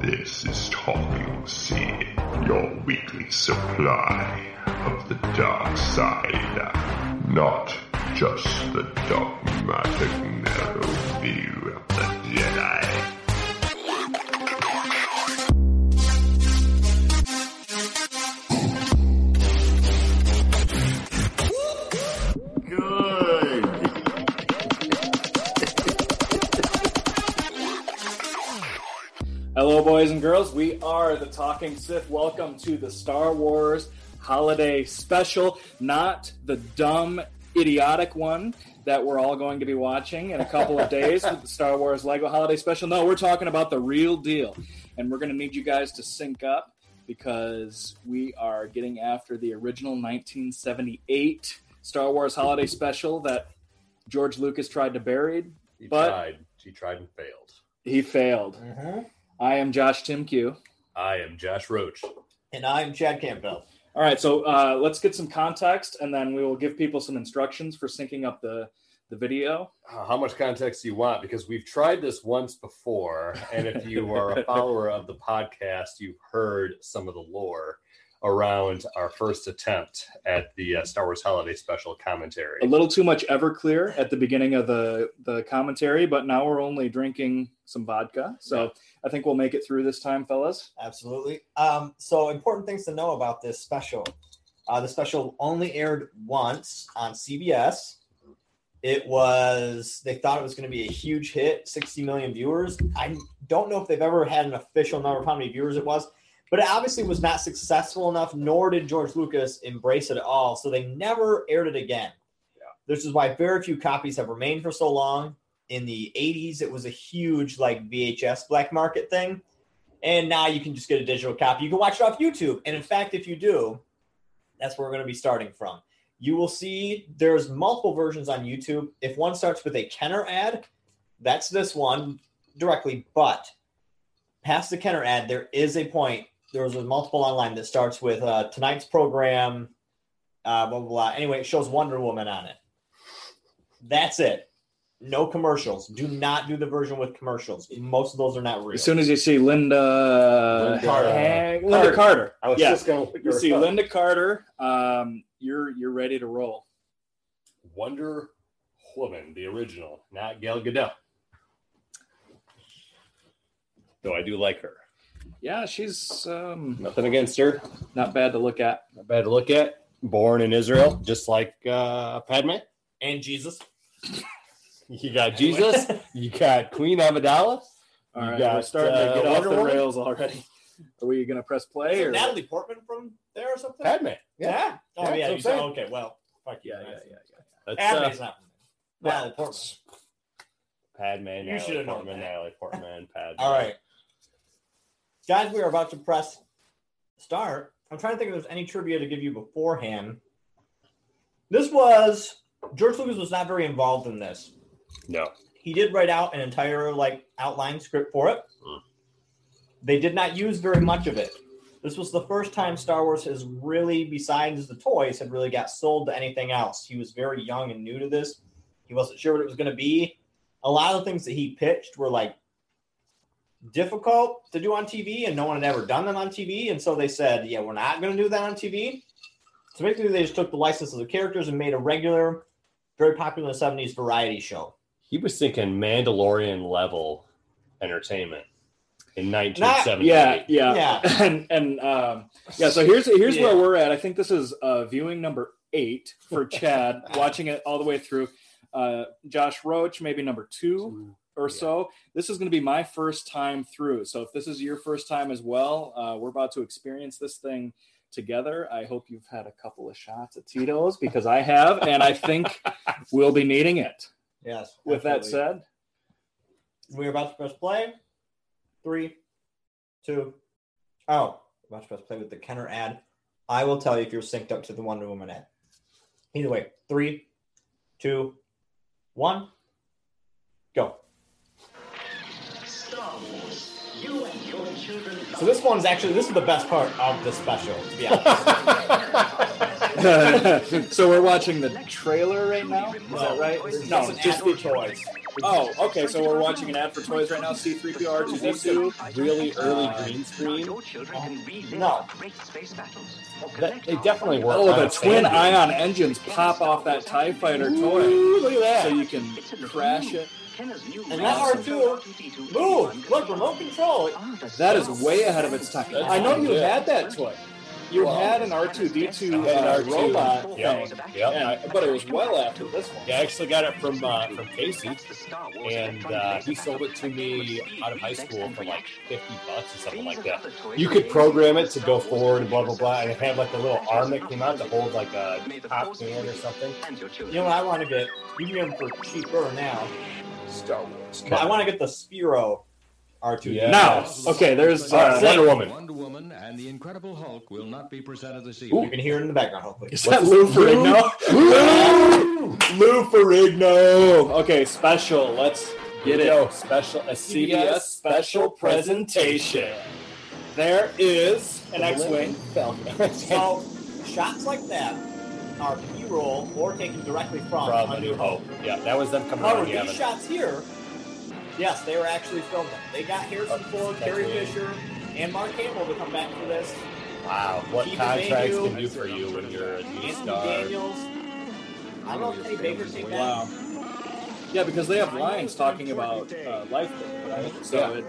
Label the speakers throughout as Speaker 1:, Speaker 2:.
Speaker 1: This is Talking C, your weekly supply of the dark side, not just the dogmatic narrow view of the Jedi.
Speaker 2: Good.
Speaker 3: Hello, boys and girls. We are the Talking Sith. Welcome to the Star Wars Holiday Special, not the dumb, idiotic one that we're all going to be watching in a couple of days with the Star Wars Lego Holiday Special. No, we're talking about the real deal. And we're going to need you guys to sync up because we are getting after the original 1978 Star Wars Holiday Special that George Lucas tried to bury.
Speaker 2: He
Speaker 3: But-
Speaker 2: tried. He tried and failed.
Speaker 3: He failed.
Speaker 4: Mm-hmm.
Speaker 3: I am Josh Timkew.
Speaker 2: I am Josh Roach.
Speaker 4: And I'm Chad Campbell.
Speaker 3: All right, so uh, let's get some context, and then we will give people some instructions for syncing up the the video.
Speaker 2: Uh, How much context do you want? Because we've tried this once before, and if you are a follower of the podcast, you've heard some of the lore around our first attempt at the uh, Star Wars Holiday Special commentary.
Speaker 3: A little too much Everclear at the beginning of the the commentary, but now we're only drinking some vodka, so I think we'll make it through this time, fellas.
Speaker 4: Absolutely. Um, so, important things to know about this special. Uh, the special only aired once on CBS. It was, they thought it was going to be a huge hit, 60 million viewers. I don't know if they've ever had an official number of how many viewers it was, but it obviously was not successful enough, nor did George Lucas embrace it at all. So, they never aired it again. This is why very few copies have remained for so long. In the 80s, it was a huge like VHS black market thing. And now you can just get a digital copy. You can watch it off YouTube. And in fact, if you do, that's where we're going to be starting from. You will see there's multiple versions on YouTube. If one starts with a Kenner ad, that's this one directly. But past the Kenner ad, there is a point. There's a multiple online that starts with uh, tonight's program, uh, blah, blah, blah. Anyway, it shows Wonder Woman on it. That's it. No commercials. Do not do the version with commercials. Most of those are not real.
Speaker 3: As soon as you see Linda
Speaker 2: Linda-
Speaker 3: Hag- Linda Carter,
Speaker 2: I was
Speaker 3: yeah,
Speaker 2: just going to
Speaker 3: you see Linda Carter, um, you're you're ready to roll.
Speaker 2: Wonder Woman, the original, not Gal Gadot. Though I do like her.
Speaker 3: Yeah, she's um,
Speaker 2: Nothing against her.
Speaker 3: not bad to look at.
Speaker 2: Not bad to look at. Born in Israel, just like uh, Padme.
Speaker 4: and Jesus.
Speaker 2: You got Jesus. you got Queen Amidala.
Speaker 3: All
Speaker 2: You
Speaker 3: right,
Speaker 2: got,
Speaker 3: we're starting
Speaker 2: uh,
Speaker 3: to get off
Speaker 2: Wonder
Speaker 3: the
Speaker 2: Woman?
Speaker 3: rails already. Are we gonna press play?
Speaker 4: Isn't
Speaker 3: or-
Speaker 4: Natalie Portman from there or something?
Speaker 2: Padme.
Speaker 4: Yeah. Oh
Speaker 2: Yeah,
Speaker 4: yeah.
Speaker 2: that's
Speaker 4: you
Speaker 2: what
Speaker 4: said,
Speaker 2: I'm
Speaker 4: okay. Well, fuck you.
Speaker 3: yeah, yeah, yeah.
Speaker 2: That's,
Speaker 4: Padme's
Speaker 2: uh,
Speaker 4: not from there. Natalie Portman.
Speaker 2: Padme. Natalie
Speaker 4: should've known
Speaker 2: Portman.
Speaker 4: that.
Speaker 2: Natalie Portman. Padme.
Speaker 4: All right, guys. We are about to press start. I'm trying to think if there's any trivia to give you beforehand. This was George Lucas was not very involved in this.
Speaker 2: No.
Speaker 4: he did write out an entire like outline script for it.
Speaker 2: Mm.
Speaker 4: They did not use very much of it. This was the first time Star Wars has really, besides the toys, had really got sold to anything else. He was very young and new to this. He wasn't sure what it was going to be. A lot of the things that he pitched were like difficult to do on TV, and no one had ever done them on TV. And so they said, "Yeah, we're not going to do that on TV." So basically, they just took the license of the characters and made a regular, very popular '70s variety show.
Speaker 2: He was thinking Mandalorian level entertainment in 1978.
Speaker 3: yeah, yeah,
Speaker 4: Yeah.
Speaker 3: and and um, yeah. So here's here's where we're at. I think this is uh, viewing number eight for Chad, watching it all the way through. Uh, Josh Roach, maybe number two or
Speaker 2: Yeah.
Speaker 3: so. This is going to be my first time through. So if this is your first time as well, uh, we're about to experience this thing together. I hope you've had a couple of shots at Tito's because I have, and I think we'll be needing it.
Speaker 4: Yes.
Speaker 3: With that
Speaker 4: absolutely.
Speaker 3: said,
Speaker 4: we're about to press play. Three, two, oh, we're about to press play with the Kenner ad. I will tell you if you're synced up to the Wonder Woman ad. Either way, three, two, one, go.
Speaker 5: Star Wars, you and your children.
Speaker 4: So this one's actually this is the best part of the special. To be honest.
Speaker 3: so we're watching the trailer right now. Is that right?
Speaker 4: No,
Speaker 3: No,
Speaker 4: it's
Speaker 3: just
Speaker 4: just
Speaker 3: the.
Speaker 4: the toys.
Speaker 3: Oh, okay. So we're watching an ad for toys right now. C3PR2D2, really early green screen.
Speaker 4: No.
Speaker 6: That- they definitely were.
Speaker 3: Oh, the
Speaker 6: on
Speaker 3: twin
Speaker 6: Sandy.
Speaker 3: ion engines pop off that Tie Fighter toy,
Speaker 4: Ooh, look at that.
Speaker 3: so you can crash it.
Speaker 7: And
Speaker 4: And that R2, move. Look, remote control.
Speaker 3: That is way ahead of its time.
Speaker 6: Ah, That's
Speaker 3: I know
Speaker 6: pretty
Speaker 3: you
Speaker 6: good.
Speaker 3: had that toy. You had an R2D2 uh,
Speaker 6: R2.
Speaker 3: robot
Speaker 6: Yeah.
Speaker 3: thing,
Speaker 6: Yeah.
Speaker 3: and- but it was well after this one.
Speaker 6: Yeah, I actually got it from uh, from Casey, and uh, he sold it to me out of high school for like fifty bucks or something like that. You could program it to go forward and blah blah blah, and it had like a little arm that came out to hold like a pop can or something.
Speaker 4: You know what I want to get? You can get them for cheaper now.
Speaker 6: Star Wars.
Speaker 4: But I want to get the Spiro R2.
Speaker 6: Yeah.
Speaker 3: Now, okay, there's uh,
Speaker 6: Wonder Woman.
Speaker 8: Wonder Woman and the Incredible Hulk will not be presented this
Speaker 4: You
Speaker 8: evening.
Speaker 4: can hear it in the background, hopefully.
Speaker 3: Is that Lou Ferrigno? Lou Ferrigno. Okay, special. Let's get it.
Speaker 6: Yo.
Speaker 3: Special. A CBS special presentation. There is an X-wing.
Speaker 4: So, shots like that are B-roll or taken directly from,
Speaker 6: From
Speaker 4: A New Hope.
Speaker 6: Yeah, that was them
Speaker 3: Oh,
Speaker 6: coming out
Speaker 4: However,
Speaker 6: of the
Speaker 4: these
Speaker 6: oven.
Speaker 4: shots here, yes, they were actually filmed. They got Harrison Ford,
Speaker 6: that's
Speaker 4: Carrie
Speaker 6: weird.
Speaker 4: Fisher, and Mark Hamill to come back for this.
Speaker 6: Wow, what
Speaker 4: Keith
Speaker 6: contracts
Speaker 4: Emanuel.
Speaker 6: can do for you when you're a new
Speaker 4: Anthony
Speaker 6: star?
Speaker 4: Daniels. I don't know if Eddie Baker came back.
Speaker 3: Wow. Yeah, because they have lines talking about uh, life, right? So
Speaker 6: Yeah.
Speaker 3: it,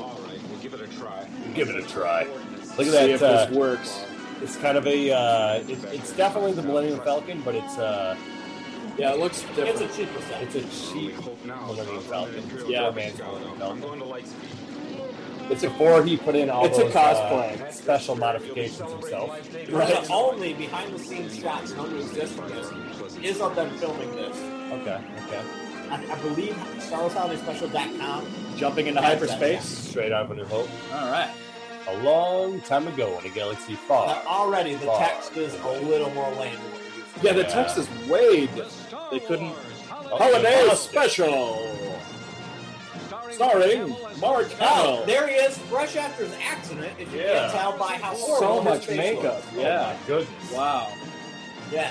Speaker 8: All right, we'll give it a try.
Speaker 6: Give it a try. Look at
Speaker 3: see
Speaker 6: that.
Speaker 3: if
Speaker 6: uh,
Speaker 3: this works.
Speaker 6: It's kind of a. Uh, it, it's definitely the Millennium Falcon, but it's uh,
Speaker 3: Yeah, it looks
Speaker 4: It's
Speaker 3: different.
Speaker 4: a cheaper set.
Speaker 6: it's a cheap Millennium Falcon. It's
Speaker 3: Yeah.
Speaker 6: a man's Millennium Falcon. It's a four. He put in all
Speaker 3: It's a
Speaker 6: those uh,
Speaker 3: cosplay.
Speaker 6: special modifications himself.
Speaker 4: Right. The only behind-the-scenes shots known to exist from this is of them filming this.
Speaker 6: Okay. Okay.
Speaker 4: I, I believe StarWarsHolidaySpecial.com.
Speaker 3: Jumping into hyperspace.
Speaker 6: Straight out of a new hope.
Speaker 3: All right.
Speaker 6: A long time ago in a galaxy
Speaker 4: Now,
Speaker 6: far.
Speaker 4: already the
Speaker 6: Fuck.
Speaker 4: text is a little more lame. than what we used to.
Speaker 3: Yeah, the
Speaker 6: Yeah.
Speaker 3: text is way different. They couldn't- Holiday special. Starring Mark
Speaker 4: Oh,
Speaker 3: Hamill.
Speaker 4: there he is, fresh after his accident. If you
Speaker 6: Yeah.
Speaker 4: can't tell by how horrible
Speaker 3: so
Speaker 4: his
Speaker 3: much
Speaker 4: face
Speaker 3: makeup.
Speaker 4: looks.
Speaker 3: Yeah.
Speaker 6: Goodness.
Speaker 3: Wow.
Speaker 4: Yeah,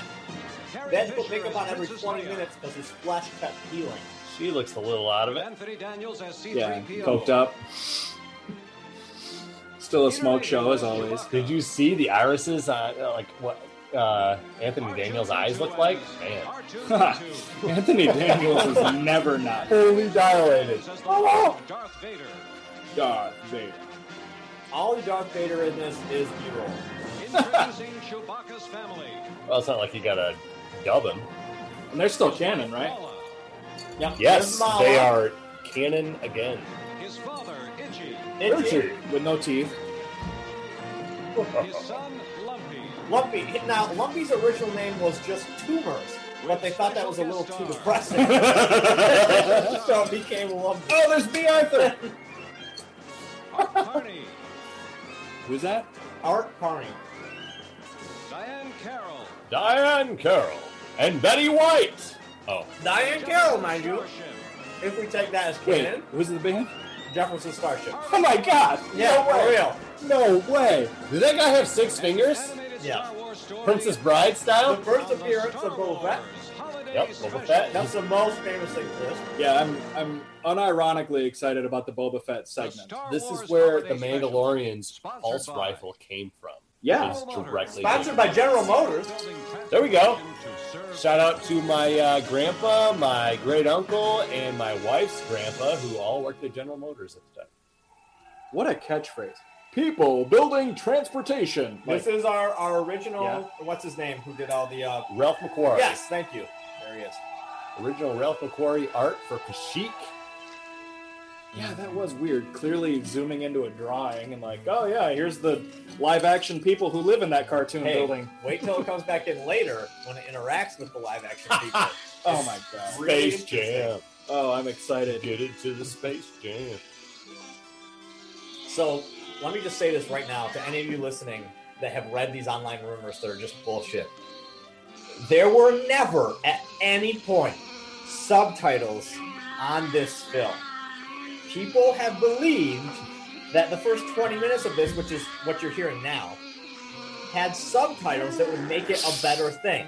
Speaker 4: they had to put makeup on every 20 minutes because his flesh kept healing.
Speaker 6: She looks a little out of it.
Speaker 8: Anthony Daniels as C3PO.
Speaker 3: Yeah. Coked up. Still a smoke show as always.
Speaker 6: Did you see the irises? On, uh, like what uh, Anthony Daniels' eyes look like? Man.
Speaker 8: R2D2.
Speaker 3: Anthony Daniels is never not
Speaker 6: Fully dilated.
Speaker 8: Says the
Speaker 6: Oh,
Speaker 8: Darth Vader.
Speaker 3: Darth Vader.
Speaker 4: All the Darth Vader in this is B-roll.
Speaker 8: Introducing Chewbacca's family.
Speaker 6: well, it's not like you gotta dub him.
Speaker 3: And they're still canon, right?
Speaker 8: Paula.
Speaker 4: Yeah.
Speaker 6: Yes,
Speaker 4: There's Mala.
Speaker 6: they are canon again.
Speaker 8: His father, Itchy.
Speaker 4: It's
Speaker 6: Richard.
Speaker 3: With no teeth.
Speaker 8: His son, Lumpy.
Speaker 4: Lumpy. Now, Lumpy's original name was just Tumors, but they thought that was a little too depressing. so it became Lumpy.
Speaker 3: Oh, there's B. Arthur.
Speaker 8: Art Carney.
Speaker 3: Who's that?
Speaker 4: Art Carney.
Speaker 8: Diane Carroll.
Speaker 6: Diane Carroll and Betty White. Oh,
Speaker 4: Diane Carroll, mind you. If we take that as
Speaker 3: Wait,
Speaker 4: canon,
Speaker 3: who's in the band?
Speaker 4: Jefferson Starship.
Speaker 3: Oh my god!
Speaker 4: Yeah,
Speaker 3: no
Speaker 4: for
Speaker 3: way!
Speaker 4: real.
Speaker 3: No way!
Speaker 6: did that guy have six fingers?
Speaker 4: Yeah.
Speaker 6: Princess Bride
Speaker 4: The
Speaker 6: style?
Speaker 4: first appearance of Boba Fett.
Speaker 6: Yep, Boba Fett.
Speaker 4: That's the most famous thing for this.
Speaker 3: Yeah, I'm I'm unironically excited about the Boba Fett segment.
Speaker 6: This is where the Mandalorian's pulse rifle came from.
Speaker 3: Yeah.
Speaker 6: Is directly
Speaker 4: Sponsored by General Motors.
Speaker 6: There we go. Shout out to my uh, grandpa, my great uncle, and my wife's grandpa, who all worked at General Motors at the time.
Speaker 3: What a catchphrase. People building transportation.
Speaker 4: This is our, our original.
Speaker 3: Yeah.
Speaker 4: What's his name? Who did all the. Uh,
Speaker 6: Ralph McQuarrie.
Speaker 4: yes, thank you. There he is.
Speaker 6: Original Ralph McQuarrie art for Kashyyyk.
Speaker 3: yeah, that was weird. Clearly zooming into a drawing and like, oh yeah, here's the live action people who live in that cartoon
Speaker 4: Hey,
Speaker 3: building.
Speaker 4: wait till it comes back in later when it interacts with the live action people.
Speaker 3: Oh my god.
Speaker 4: Really
Speaker 6: Space
Speaker 4: interesting.
Speaker 6: Jam.
Speaker 3: Oh, I'm excited.
Speaker 6: Get into the Space Jam.
Speaker 4: So let me just say this right now to any of you listening that have read these online rumors that are just bullshit. There were never at any point subtitles on this film. People have believed that the first 20 minutes of this, which is what you're hearing now, had subtitles that would make it a better thing.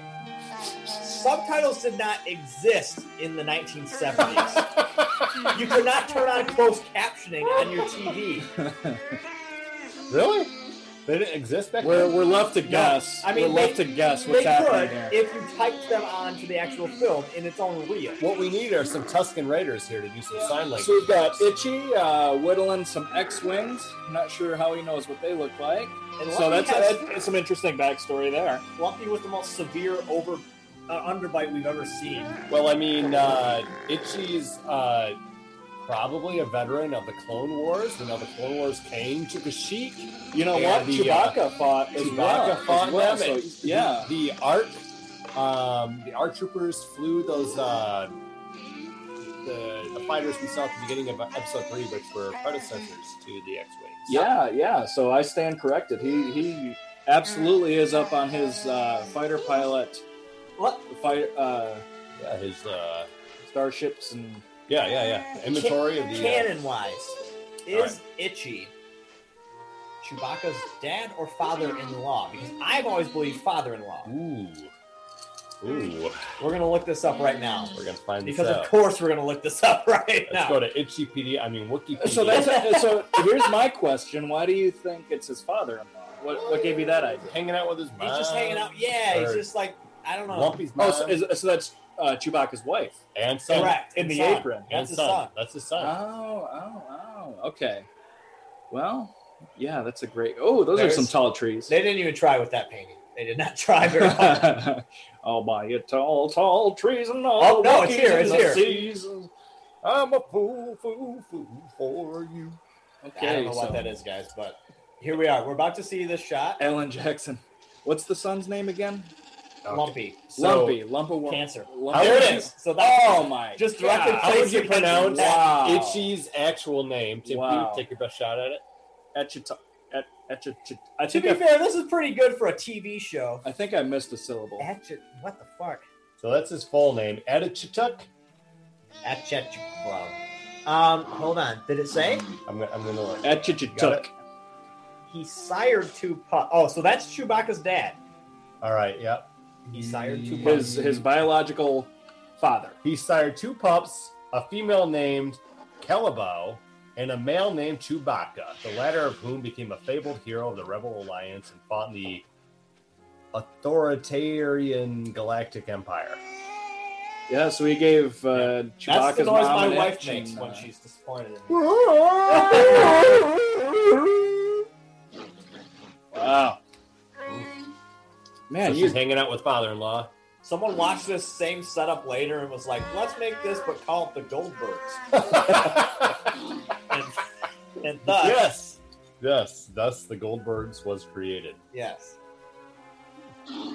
Speaker 4: Subtitles did not exist in the 1970s. you could not turn on closed captioning on your TV.
Speaker 6: Really? They didn't exist back
Speaker 3: We're,
Speaker 6: then?
Speaker 3: we're left to guess.
Speaker 4: I mean,
Speaker 3: we're left
Speaker 4: they-
Speaker 3: to guess
Speaker 4: They
Speaker 3: what's happening
Speaker 4: could
Speaker 3: here.
Speaker 4: if you typed them onto the actual film in its own reel.
Speaker 6: What we need are some Tuscan Raiders here to do some sign language.
Speaker 3: So we've got Itchy uh, whittling some X-wings. I'm not sure how he knows what they look like.
Speaker 4: And
Speaker 3: So
Speaker 4: Lucky
Speaker 3: that's,
Speaker 4: has-
Speaker 3: that's some interesting backstory there.
Speaker 4: Lumpy with the most severe over uh, underbite we've ever seen.
Speaker 6: Well, I mean, uh, Itchy's uh, probably a veteran of the Clone Wars. When all the Clone Wars came, took a chic.
Speaker 3: You know
Speaker 6: And
Speaker 3: what?
Speaker 6: the, uh,
Speaker 3: Chewbacca fought as
Speaker 6: Chewbacca
Speaker 3: well. as
Speaker 6: fought
Speaker 3: well,
Speaker 6: them.
Speaker 3: so,
Speaker 6: and
Speaker 3: yeah.
Speaker 6: the, the ARC, um, the ARC troopers flew those uh, the, the fighters we saw at the beginning of Episode Three, which were predecessors to the X-wings.
Speaker 3: Yeah, yeah. So I stand corrected. He he absolutely is up on his uh, fighter pilot,
Speaker 4: What?
Speaker 3: fighter uh,
Speaker 6: yeah, his uh,
Speaker 3: starships, and
Speaker 6: yeah, yeah, yeah. Inventory of the uh,
Speaker 4: Canon wise, is Itchy Chewbacca's dad or father in law? Because I've always believed father in law.
Speaker 6: Ooh. Ooh.
Speaker 4: We're going to look this up right now.
Speaker 6: We're going to find
Speaker 4: Because,
Speaker 6: this
Speaker 4: of
Speaker 6: out.
Speaker 4: course, we're going to look this up right
Speaker 6: Let's
Speaker 4: now.
Speaker 6: go to Itchypedia. I mean, Wikipedia.
Speaker 3: so that's so. Here's my question: Why do you think it's his father-in-law? What what gave you that idea?
Speaker 6: hanging out with his mom.
Speaker 4: he's just hanging out. Yeah, he's
Speaker 6: Bird.
Speaker 4: just like, I don't know.
Speaker 6: Lumpy's mom.
Speaker 3: Oh, so, is, so that's uh, Chewbacca's wife
Speaker 6: and son.
Speaker 4: Correct.
Speaker 3: in the
Speaker 4: His son.
Speaker 3: apron.
Speaker 6: And
Speaker 4: That's his
Speaker 6: son.
Speaker 4: son.
Speaker 6: That's his son.
Speaker 3: Oh, oh, oh. Okay. Well, yeah, that's a great. Oh, those
Speaker 4: There's-
Speaker 3: are some tall trees.
Speaker 4: They didn't even try with that painting. They did not try very hard.
Speaker 3: I'll buy you tall, tall trees and all
Speaker 4: Oh, no, it's
Speaker 3: the
Speaker 4: here,
Speaker 3: monkeys
Speaker 4: it's
Speaker 3: and the
Speaker 4: here.
Speaker 3: seasons.
Speaker 6: I'm a fool, fool, fool for you.
Speaker 4: I don't
Speaker 3: Okay,
Speaker 4: know
Speaker 3: so
Speaker 4: what that is, guys, but here we are. We're about to see this shot.
Speaker 3: Alan Jackson. What's the son's name again?
Speaker 4: Lumpy.
Speaker 6: So-
Speaker 3: Lumpy, Lump of
Speaker 4: Cancer.
Speaker 3: Lump
Speaker 6: There
Speaker 4: it is. So that's
Speaker 3: Oh my!
Speaker 4: just
Speaker 3: God.
Speaker 4: directly
Speaker 6: How would
Speaker 4: place
Speaker 6: you
Speaker 4: it.
Speaker 6: pronounce
Speaker 3: Wow.
Speaker 6: Itchy's actual name? Tim,
Speaker 3: Wow.
Speaker 6: you take your best shot at it.
Speaker 3: At your t- at at your t- I
Speaker 4: To
Speaker 3: think
Speaker 4: be
Speaker 3: I,
Speaker 4: fair, this is pretty good for a TV show.
Speaker 3: I think I missed a syllable.
Speaker 4: Atchit, what the fuck?
Speaker 6: So that's his full name. Atchituk.
Speaker 4: Atchit, bro. Um, hold on. Did it say
Speaker 6: I'm gonna, I'm gonna look.
Speaker 3: At your
Speaker 6: Got it.
Speaker 3: tuck.
Speaker 4: he sired two pups? Oh, so that's Chewbacca's dad.
Speaker 6: All right. Yeah.
Speaker 4: He sired two pups.
Speaker 3: His his biological father.
Speaker 6: He sired two pups, a female named Kelabo and a male named Chewbacca, the latter of whom became a fabled hero of the Rebel Alliance and fought in the authoritarian Galactic Empire.
Speaker 3: Yeah, so he gave uh, Chewbacca's
Speaker 4: That's the noise
Speaker 3: mom
Speaker 4: my
Speaker 3: an
Speaker 4: wife
Speaker 3: itch
Speaker 4: makes
Speaker 3: and,
Speaker 4: when
Speaker 3: uh,
Speaker 4: she's disappointed in me.
Speaker 6: So
Speaker 3: Wow. Man, you
Speaker 6: she's hanging out with father-in-law.
Speaker 4: Someone watched this same setup later and was like, "Let's make this, but call it the Goldbergs." and, and thus,
Speaker 6: yes, yes. Thus, the Goldbergs was created.
Speaker 4: yes,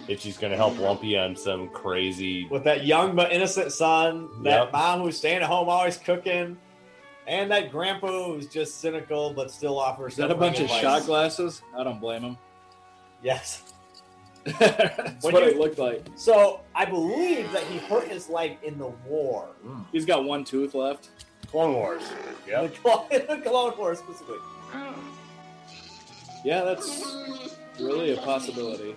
Speaker 6: If she's going to help Lumpy on some crazy
Speaker 4: with that young but innocent son, that
Speaker 6: Yep.
Speaker 4: mom who's staying at home always cooking, and that grandpa who's just cynical but still offers.
Speaker 3: is that a
Speaker 4: comforting
Speaker 3: bunch of
Speaker 4: advice.
Speaker 3: shot glasses? I don't blame him.
Speaker 4: Yes.
Speaker 3: That's
Speaker 4: When
Speaker 3: what
Speaker 4: you-
Speaker 3: it looked like.
Speaker 4: So I believe that he hurt his leg in the war,
Speaker 3: He's got one tooth left.
Speaker 6: Clone Wars.
Speaker 4: the,
Speaker 6: Yep.
Speaker 4: Clone, the Clone War specifically.
Speaker 3: Yeah, that's really a possibility.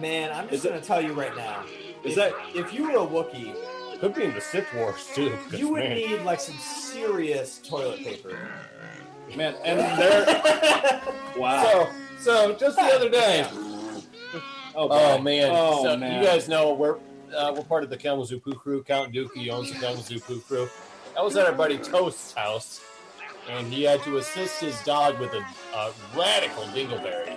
Speaker 4: Man, I'm
Speaker 3: Is
Speaker 4: just
Speaker 3: it-
Speaker 4: going to tell you right now.
Speaker 3: Is
Speaker 4: if,
Speaker 3: that-
Speaker 4: if you were a Wookiee,
Speaker 6: Could be in the Sith Wars too. 'cause,
Speaker 4: you would
Speaker 6: man,
Speaker 4: need like some serious toilet paper.
Speaker 3: Man, and there. Wow.
Speaker 6: So, so just the other day.
Speaker 3: oh,
Speaker 6: Oh
Speaker 3: boy.
Speaker 6: man!
Speaker 3: Oh,
Speaker 6: so
Speaker 3: man.
Speaker 6: you guys know we're uh, we're part of the Kalamazoo Poo Crew. Count Dookie owns the Kalamazoo Poo Crew. I was at our buddy Toast's house, and he had to assist his dog with a, a radical dingleberry.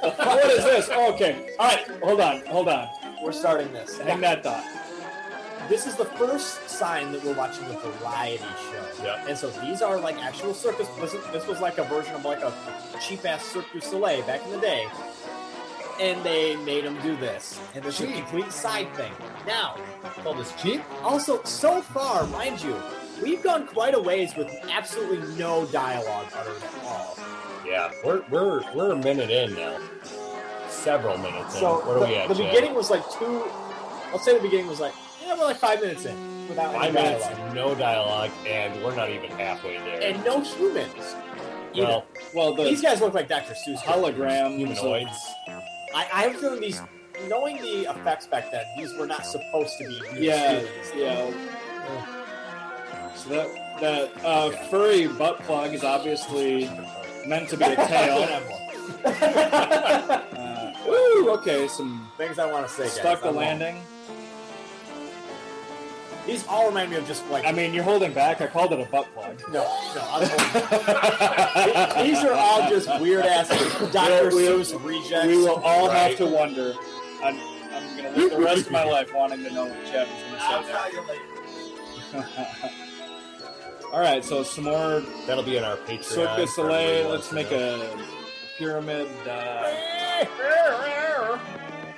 Speaker 3: what is this? okay. All right. Hold on. Hold on.
Speaker 4: We're starting this.
Speaker 3: Hang that thought.
Speaker 4: This is the first sign that we're watching a variety show.
Speaker 6: Yeah.
Speaker 4: And so these are like actual circus. This, is- this was like a version of like a cheap ass Cirque du Soleil back in the day. And they made him do this. And this is a complete side thing. Now,
Speaker 6: Called his cheap.
Speaker 4: Also, so far, mind you, we've gone quite a ways with absolutely no dialogue uttered at all.
Speaker 6: Yeah, we're we're we're a minute in now. Several minutes in.
Speaker 4: So
Speaker 6: what are
Speaker 4: the,
Speaker 6: we at?
Speaker 4: the
Speaker 6: Chad?
Speaker 4: beginning was like two. Let's say the beginning was like yeah, we're like five minutes in without any
Speaker 6: Five minutes,
Speaker 4: dialogue
Speaker 6: no dialogue, and we're not even halfway there.
Speaker 4: and no humans. either.
Speaker 6: well,
Speaker 3: Well, the
Speaker 6: These guys look like Dr. Seuss
Speaker 3: holograms
Speaker 6: humanoids.
Speaker 7: I, I have a feeling these, knowing the effects back then, these were not supposed to be. real
Speaker 3: Yeah,
Speaker 7: series.
Speaker 3: yeah. So that that uh, furry butt plug is obviously meant to be a tail. oh. Uh, woo, okay, some
Speaker 7: Things I want to say. guys.
Speaker 3: stuck the
Speaker 7: I won't.
Speaker 3: landing.
Speaker 7: These all remind me of just like
Speaker 3: I mean, you're holding back. I called it a butt plug.
Speaker 7: no, no. I'm These are all just weird ass Dr.
Speaker 3: We- we-
Speaker 7: Seuss rejects.
Speaker 3: We will all have
Speaker 6: Right.
Speaker 3: to wonder. I'm, I'm going to live the rest of my life wanting to know what Chad was going to say there. all right, so some more
Speaker 6: That'll be in our Patreon.
Speaker 3: Cirque du
Speaker 6: for everyone who
Speaker 3: Soleil. Let's
Speaker 6: wants to
Speaker 3: make
Speaker 6: know.
Speaker 3: a pyramid. Uh,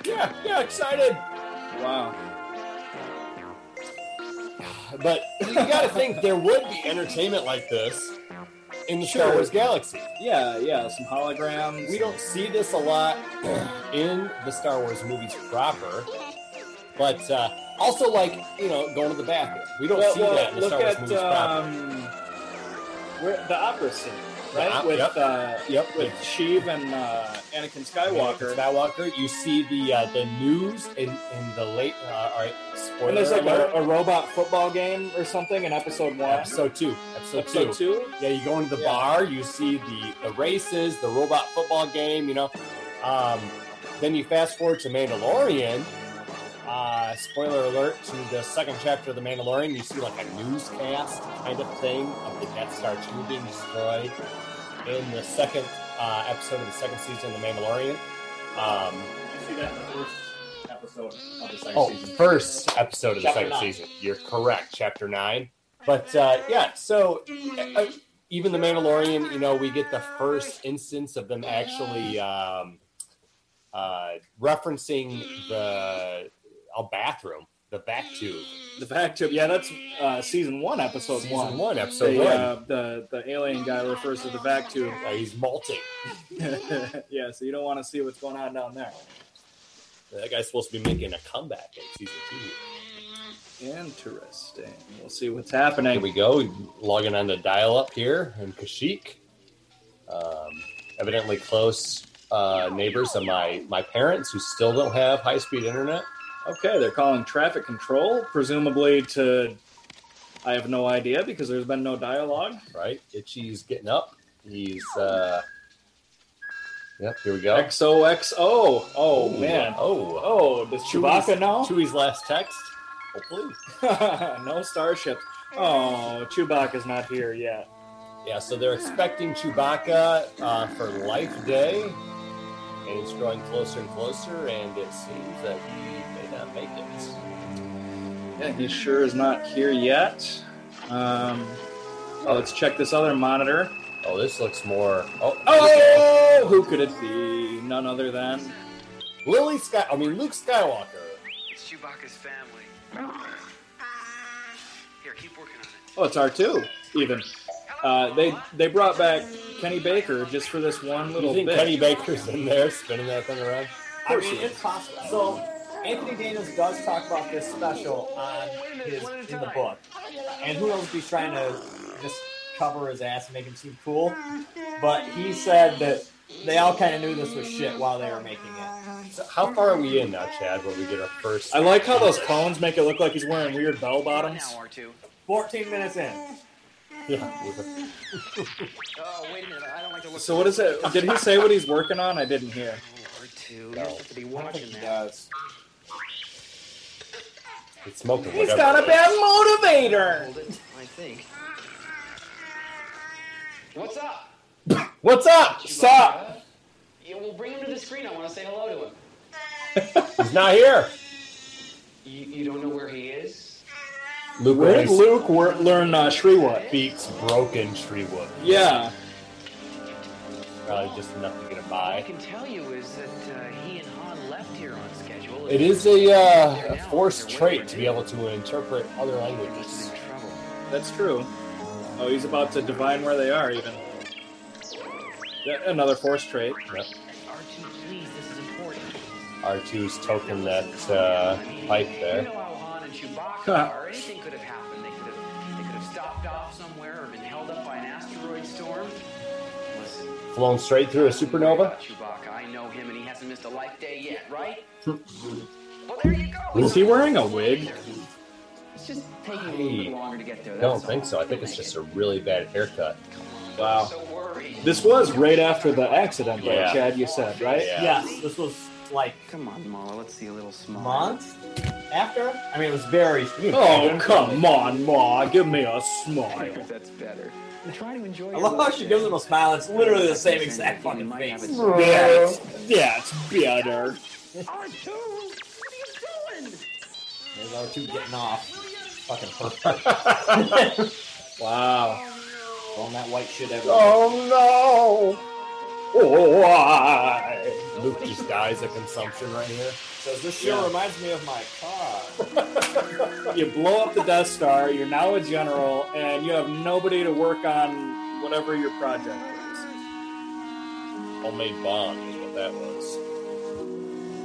Speaker 6: Yeah, yeah, excited.
Speaker 3: wow.
Speaker 6: But you gotta think there would be entertainment like this in the Star Wars galaxy.
Speaker 3: Yeah, yeah, some holograms.
Speaker 6: We don't see this a lot in the Star Wars movies proper, but uh, also like you know going to the bathroom. We don't
Speaker 3: Well,
Speaker 6: see
Speaker 3: well,
Speaker 6: that in the
Speaker 3: look
Speaker 6: Star Wars
Speaker 3: at
Speaker 6: movies proper.
Speaker 3: um, where, the opera scene,
Speaker 6: The
Speaker 3: right?
Speaker 6: op-
Speaker 3: with
Speaker 6: yep.
Speaker 3: uh,
Speaker 6: Yep,
Speaker 3: with
Speaker 6: with
Speaker 3: Sheev and uh, Anakin
Speaker 6: Skywalker.
Speaker 3: Skywalker.
Speaker 6: Skywalker. You see the uh, the news in, in the late. Uh, all right, spoiler
Speaker 3: and there's like a,
Speaker 6: alert.
Speaker 3: a robot football game or something in episode one.
Speaker 6: episode two. Episode, two.
Speaker 3: Episode two.
Speaker 6: Yeah, you go into the
Speaker 3: Yeah.
Speaker 6: bar, you see the, the races, the robot football game, you know. Um, then you fast forward to Mandalorian. Uh, spoiler alert to the second chapter of The Mandalorian, you see like a newscast kind of thing of the Death Star 2 being destroyed in the second uh, episode of the second season of The Mandalorian. Um,
Speaker 4: see that in the first episode of the second
Speaker 6: Oh,
Speaker 4: season.
Speaker 6: first episode of the
Speaker 4: Chapter
Speaker 6: second
Speaker 4: nine.
Speaker 6: season. You're correct, chapter nine. But uh, yeah, so uh, even the Mandalorian, you know, we get the first instance of them actually um, uh, referencing the a bathroom, the back tube,
Speaker 3: The back tube. Yeah, that's uh, season one, episode
Speaker 6: season
Speaker 3: one.
Speaker 6: one, episode
Speaker 3: the,
Speaker 6: one.
Speaker 3: uh, the the alien guy refers to the back tube.
Speaker 6: Uh, he's molting.
Speaker 3: yeah, so you don't want to see what's going on down there.
Speaker 6: That guy's supposed to be making a comeback in season two.
Speaker 3: Interesting. We'll see what's
Speaker 6: Here
Speaker 3: happening.
Speaker 6: we go, logging on to dial up here in Kashik. um, evidently close uh, neighbors of my, my parents who still don't have high speed internet.
Speaker 3: Okay, they're calling traffic control, presumably to. I have no idea because there's been no dialogue.
Speaker 6: Right, Itchy's getting up. He's uh, yep. Here we go.
Speaker 3: XOXO. Oh,
Speaker 6: Ooh,
Speaker 3: man.
Speaker 6: Oh,
Speaker 3: Oh, does Chewbacca know?
Speaker 6: Chewie's last text. Hopefully.
Speaker 3: no starships. Oh, Chewbacca's not here yet.
Speaker 6: Yeah. So they're expecting Chewbacca uh, for Life Day, and it's growing closer and closer. And it seems that he may not make it.
Speaker 3: Yeah, he sure is not here yet. Um, oh, let's check this other monitor.
Speaker 6: Oh, this looks more. Oh,
Speaker 3: Oh, who could it be? None other than.
Speaker 6: Lily Sky. I mean, Luke Skywalker.
Speaker 9: It's Chewbacca's family. Here, keep working on it.
Speaker 3: Oh, it's R2, even. Uh, they they brought back Kenny Baker just for this one
Speaker 6: You
Speaker 3: little
Speaker 6: think
Speaker 3: bit.
Speaker 6: Kenny Baker's in there spinning that thing around?
Speaker 4: I mean, it's possible. So Anthony Daniels does talk about this special on his in the book, and who knows if he's trying to just cover his ass and make him seem cool, but he said that they all kind of knew this was shit while they were making it.
Speaker 6: So how far are we in now, Chad? Where we get our first?
Speaker 3: I like how those clones make it look like he's wearing weird bell bottoms.
Speaker 9: One hour two.
Speaker 4: Fourteen minutes in,
Speaker 6: Yeah, with
Speaker 9: Oh, wait a minute. I don't like to look.
Speaker 3: So what is it? Did he say what he's working on? I didn't hear.
Speaker 9: Hour two. You're supposed to be watching that.
Speaker 4: does.
Speaker 6: a- it's smoking.
Speaker 3: He's
Speaker 6: whatever
Speaker 3: got a
Speaker 6: it
Speaker 3: bad motivator.
Speaker 9: Hold it. I think. What's up?
Speaker 6: is. What's up? Stop!
Speaker 9: Yeah, we'll bring him to the screen. I want to say hello to him.
Speaker 6: He's not here.
Speaker 9: You, you don't know where he is?
Speaker 6: Luke
Speaker 3: Where did
Speaker 6: Ray's
Speaker 3: Luke wor- learn uh, Shriwa?
Speaker 6: beats broken Treewood.
Speaker 3: Yeah.
Speaker 6: Probably just enough to get a
Speaker 9: All I
Speaker 6: buy.
Speaker 9: can tell you is that uh, he and Han left here on schedule.
Speaker 6: It is a, uh, a forced trait to be able to interpret other
Speaker 9: He's
Speaker 6: languages.
Speaker 9: in trouble.
Speaker 3: That's true. Oh, he's about to divine where they are, even. Yeah, Another force trait.
Speaker 6: Yep.
Speaker 9: R2, please. This is important.
Speaker 6: R2's token that uh, pipe
Speaker 9: You
Speaker 6: there.
Speaker 9: know how Han and Chewbacca
Speaker 3: Huh.
Speaker 9: are. Anything could have happened. They could have, they could have stopped off somewhere or been held up by an asteroid storm. Listen,
Speaker 6: flown straight through a supernova.
Speaker 9: Chewbacca, I know him, and he hasn't missed a life day yet, right?
Speaker 6: Hmm.
Speaker 9: well, there you go.
Speaker 3: Is he wearing a wig?
Speaker 9: It's just taking a little bit longer to get there.
Speaker 6: I
Speaker 9: That's
Speaker 6: don't
Speaker 9: all.
Speaker 6: think so. I think it's just a really bad haircut.
Speaker 3: Wow.
Speaker 9: So worried.
Speaker 3: This was right after the accident, though,
Speaker 6: Yeah.
Speaker 3: Chad, you said, right?
Speaker 6: Yeah.
Speaker 4: Yes, this was like
Speaker 9: Come on, Mala. Let's see a little small.
Speaker 4: month after. I mean, it was very.
Speaker 3: Oh, come on, Ma. Give me a
Speaker 9: I
Speaker 3: smile.
Speaker 9: hope that's better. Try to enjoy.
Speaker 4: I
Speaker 9: your
Speaker 4: love how
Speaker 9: work
Speaker 4: she gives
Speaker 9: day.
Speaker 4: him a smile. It's literally the same
Speaker 9: Then
Speaker 4: exact
Speaker 9: you
Speaker 4: fucking
Speaker 9: might have
Speaker 4: face.
Speaker 9: it so-
Speaker 3: That's, that's better.
Speaker 9: R2, what are you doing?
Speaker 4: There's our two getting off. Fucking perfect.
Speaker 3: Wow.
Speaker 4: Throwing that white shit everywhere.
Speaker 6: Oh
Speaker 3: Oh, why?
Speaker 6: no! Luke just dies of consumption right here.
Speaker 4: Says this show
Speaker 3: Yeah.
Speaker 4: reminds me of my car.
Speaker 3: You blow up the Death Star, you're now a general, and you have nobody to work on whatever your project is.
Speaker 6: Homemade bomb is what that was.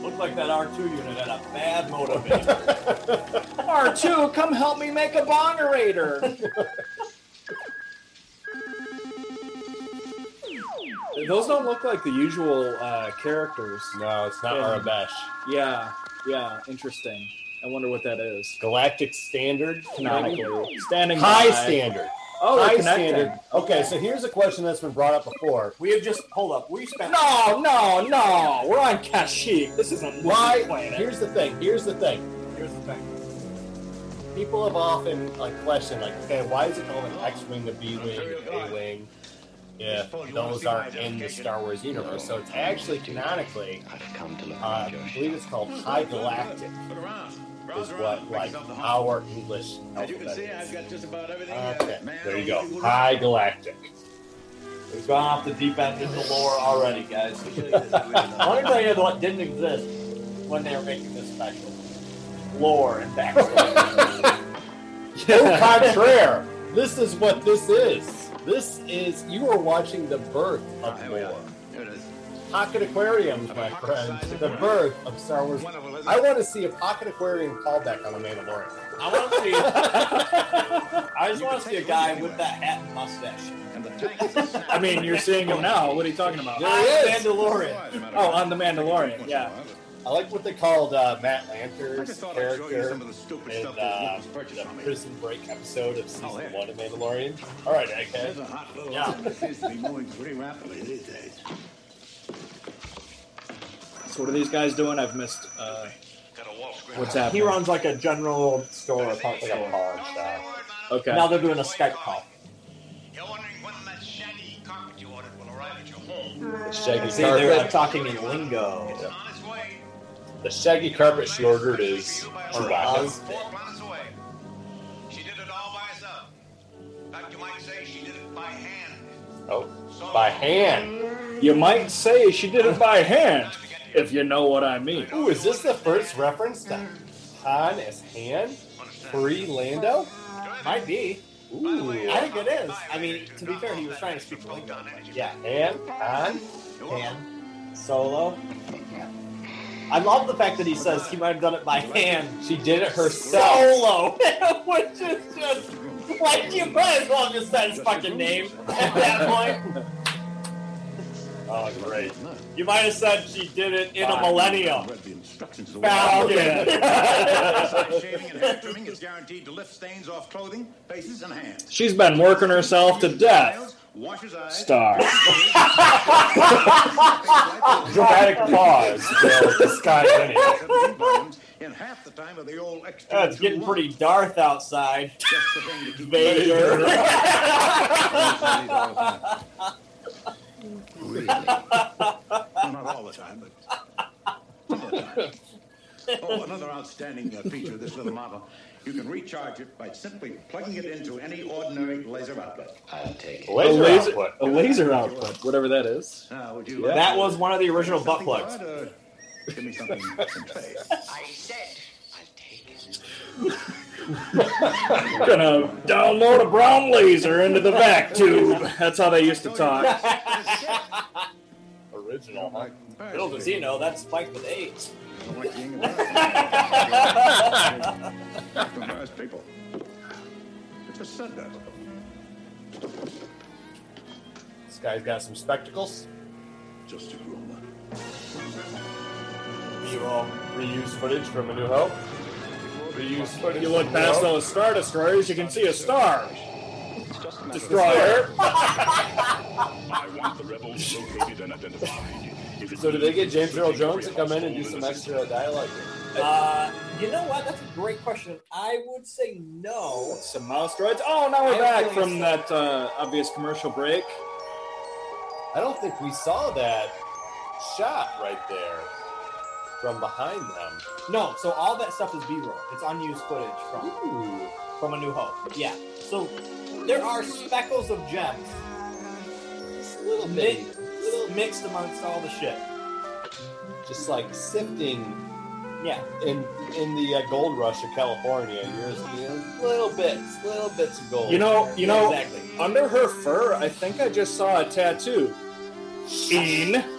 Speaker 4: Looked like that R2 unit had a bad motivator.
Speaker 3: R2, come help me make a bongerator. Those don't look like the usual uh, characters.
Speaker 6: No, it's not
Speaker 3: Yeah.
Speaker 6: Arabesh.
Speaker 3: Yeah, yeah, interesting. I wonder what that is.
Speaker 6: Galactic standard.
Speaker 3: Canonically. Standing
Speaker 6: High
Speaker 3: by.
Speaker 6: standard.
Speaker 3: Oh,
Speaker 6: High
Speaker 3: they're connected.
Speaker 6: standard. Okay, so here's a question that's been brought up before.
Speaker 4: we have just hold up. We spent
Speaker 3: No, no, no. We're on Kashyyyk. This isn't
Speaker 6: Why?
Speaker 3: why planet.
Speaker 6: Here's the thing. Here's the thing.
Speaker 4: Here's the thing.
Speaker 6: People have often like questioned, like, okay, why is it called an X-wing, a B-wing, an A-wing? Yeah, those aren't in the Star Wars universe, so it's actually canonically.
Speaker 9: I've come to look
Speaker 6: Uh, I believe it's called High Galactic. Is what like our English alphabet is.
Speaker 5: got just about everything.
Speaker 6: Okay, there you go. High Galactic.
Speaker 4: We've gone off the deep end in the lore already, guys. Let me tell you what didn't exist when they were making this special. Lore and backstory.
Speaker 6: Au contraire, this is what this is. This is you are watching the birth of lore. Pocket aquariums, my friend. The birth of Star Wars. I want to see a pocket aquarium callback on the Mandalorian.
Speaker 4: I want to see. I just want to see a guy with that hat and mustache.
Speaker 3: I mean, you're seeing him now. What are you talking about?
Speaker 6: There he is.
Speaker 4: Mandalorian.
Speaker 3: Oh, on The Mandalorian. Yeah.
Speaker 6: I like what they called uh, Matt
Speaker 8: I
Speaker 6: Lanter's
Speaker 8: just thought I'd show you
Speaker 6: character
Speaker 8: some of the stupid
Speaker 6: in
Speaker 8: stuff those
Speaker 6: uh,
Speaker 8: locals purchased
Speaker 6: the
Speaker 8: on me.
Speaker 6: Prison Break episode of season
Speaker 8: Oh, yeah.
Speaker 6: one of Mandalorian. All right, egghead.
Speaker 8: There's a hot little
Speaker 4: Yeah.
Speaker 8: yeah. seems to be moving pretty rapidly these days.
Speaker 3: So what are these guys doing? I've missed. Uh, what's happening?
Speaker 4: He runs like a general store, or
Speaker 6: Like a
Speaker 4: something.
Speaker 6: pawn shop.
Speaker 3: Okay.
Speaker 4: Now they're doing a Skype call.
Speaker 5: You're wondering when that shiny carpet you ordered will arrive at your home.
Speaker 6: The shaggy
Speaker 4: See, they're
Speaker 6: carpet.
Speaker 4: talking in lingo.
Speaker 5: It's on its way.
Speaker 6: the shaggy carpet she ordered is Chewbacca's.
Speaker 5: Four planets away. She did it all by herself. In fact, you might say she did it by hand.
Speaker 6: Oh, by hand.
Speaker 3: you might say she did it by hand, if you know what I mean.
Speaker 6: Ooh, is this the first reference to Han as hand? Free Lando?
Speaker 4: Might be.
Speaker 6: Ooh,
Speaker 4: I think it is. I mean, to be fair, he was trying to speak lingo. but Yeah.
Speaker 6: hand, Han.
Speaker 4: Han, Solo. I love the fact that he says he might have done it by hand.
Speaker 6: She did it herself.
Speaker 4: Solo, which is just like you might as well just said his fucking name at that point.
Speaker 6: Oh, great.
Speaker 4: You might have said she did it in a
Speaker 6: Fine.
Speaker 4: millennium.
Speaker 8: Read the instructions the way I
Speaker 4: Found
Speaker 8: did.
Speaker 4: it.
Speaker 8: Side Shaving and hair trimming is guaranteed to lift stains off clothing, faces, and hands.
Speaker 3: She's been working herself to death.
Speaker 8: Washes eyes.
Speaker 3: Star.
Speaker 6: Dramatic pause. to disguise anything.
Speaker 8: In half the time of the old X2
Speaker 4: Uh, it's getting pretty Darth outside.
Speaker 8: Just the thing to keep
Speaker 4: Vader.
Speaker 8: Really? well, not all the time, but. all the time. Oh, another outstanding uh, feature of this little model. You can recharge it by simply plugging it into any ordinary laser outlet.
Speaker 9: I'll take it.
Speaker 3: A
Speaker 6: Laser
Speaker 3: laser,
Speaker 6: output.
Speaker 3: a laser output, whatever that is.
Speaker 8: Now, would you like
Speaker 4: That was one of the original butt
Speaker 8: something
Speaker 4: plugs.
Speaker 8: hard, or Give me something. some play?
Speaker 9: I said I'll take it.
Speaker 3: Gonna download a brown laser into the vac tube. That's how they used to talk.
Speaker 8: Oh,
Speaker 6: Original, huh?
Speaker 4: Little does he know that's spiked with eight.
Speaker 8: Embarrass people. I just said that.
Speaker 6: This guy's got some spectacles.
Speaker 8: Just a rumor.
Speaker 6: B-roll. Reuse footage from A New Hope. Reuse footage.
Speaker 3: You look
Speaker 6: from A New
Speaker 3: past
Speaker 6: Hope.
Speaker 3: those star destroyers, you can see a star.
Speaker 6: Destroyer.
Speaker 3: Destroyer.
Speaker 10: I want the rebels located and identified. If it
Speaker 6: So did they get
Speaker 10: means
Speaker 6: James Earl
Speaker 10: putting
Speaker 6: Jones to come in and do
Speaker 10: Freehouse
Speaker 6: some
Speaker 10: Hall
Speaker 6: extra dialogue?
Speaker 4: Uh, you know what? That's a great question. I would say no.
Speaker 3: Some mouse droids. Oh, now we're
Speaker 4: I'm
Speaker 3: back
Speaker 4: feeling
Speaker 3: from
Speaker 4: so-
Speaker 3: that uh, obvious commercial break.
Speaker 6: I don't think we saw that shot right there from behind them.
Speaker 4: No, so all that stuff is B-roll. It's unused footage from from A New Hope. Yeah. So there are speckles of gems
Speaker 6: Little
Speaker 4: mi- mixed amongst all the shit.
Speaker 6: just like sifting
Speaker 4: Yeah.
Speaker 6: in in the uh, gold rush of California. Here's you know, little bits, little bits of gold.
Speaker 3: You know, you know,
Speaker 4: Exactly.
Speaker 3: under her fur, I think I just saw a tattoo. Sheen.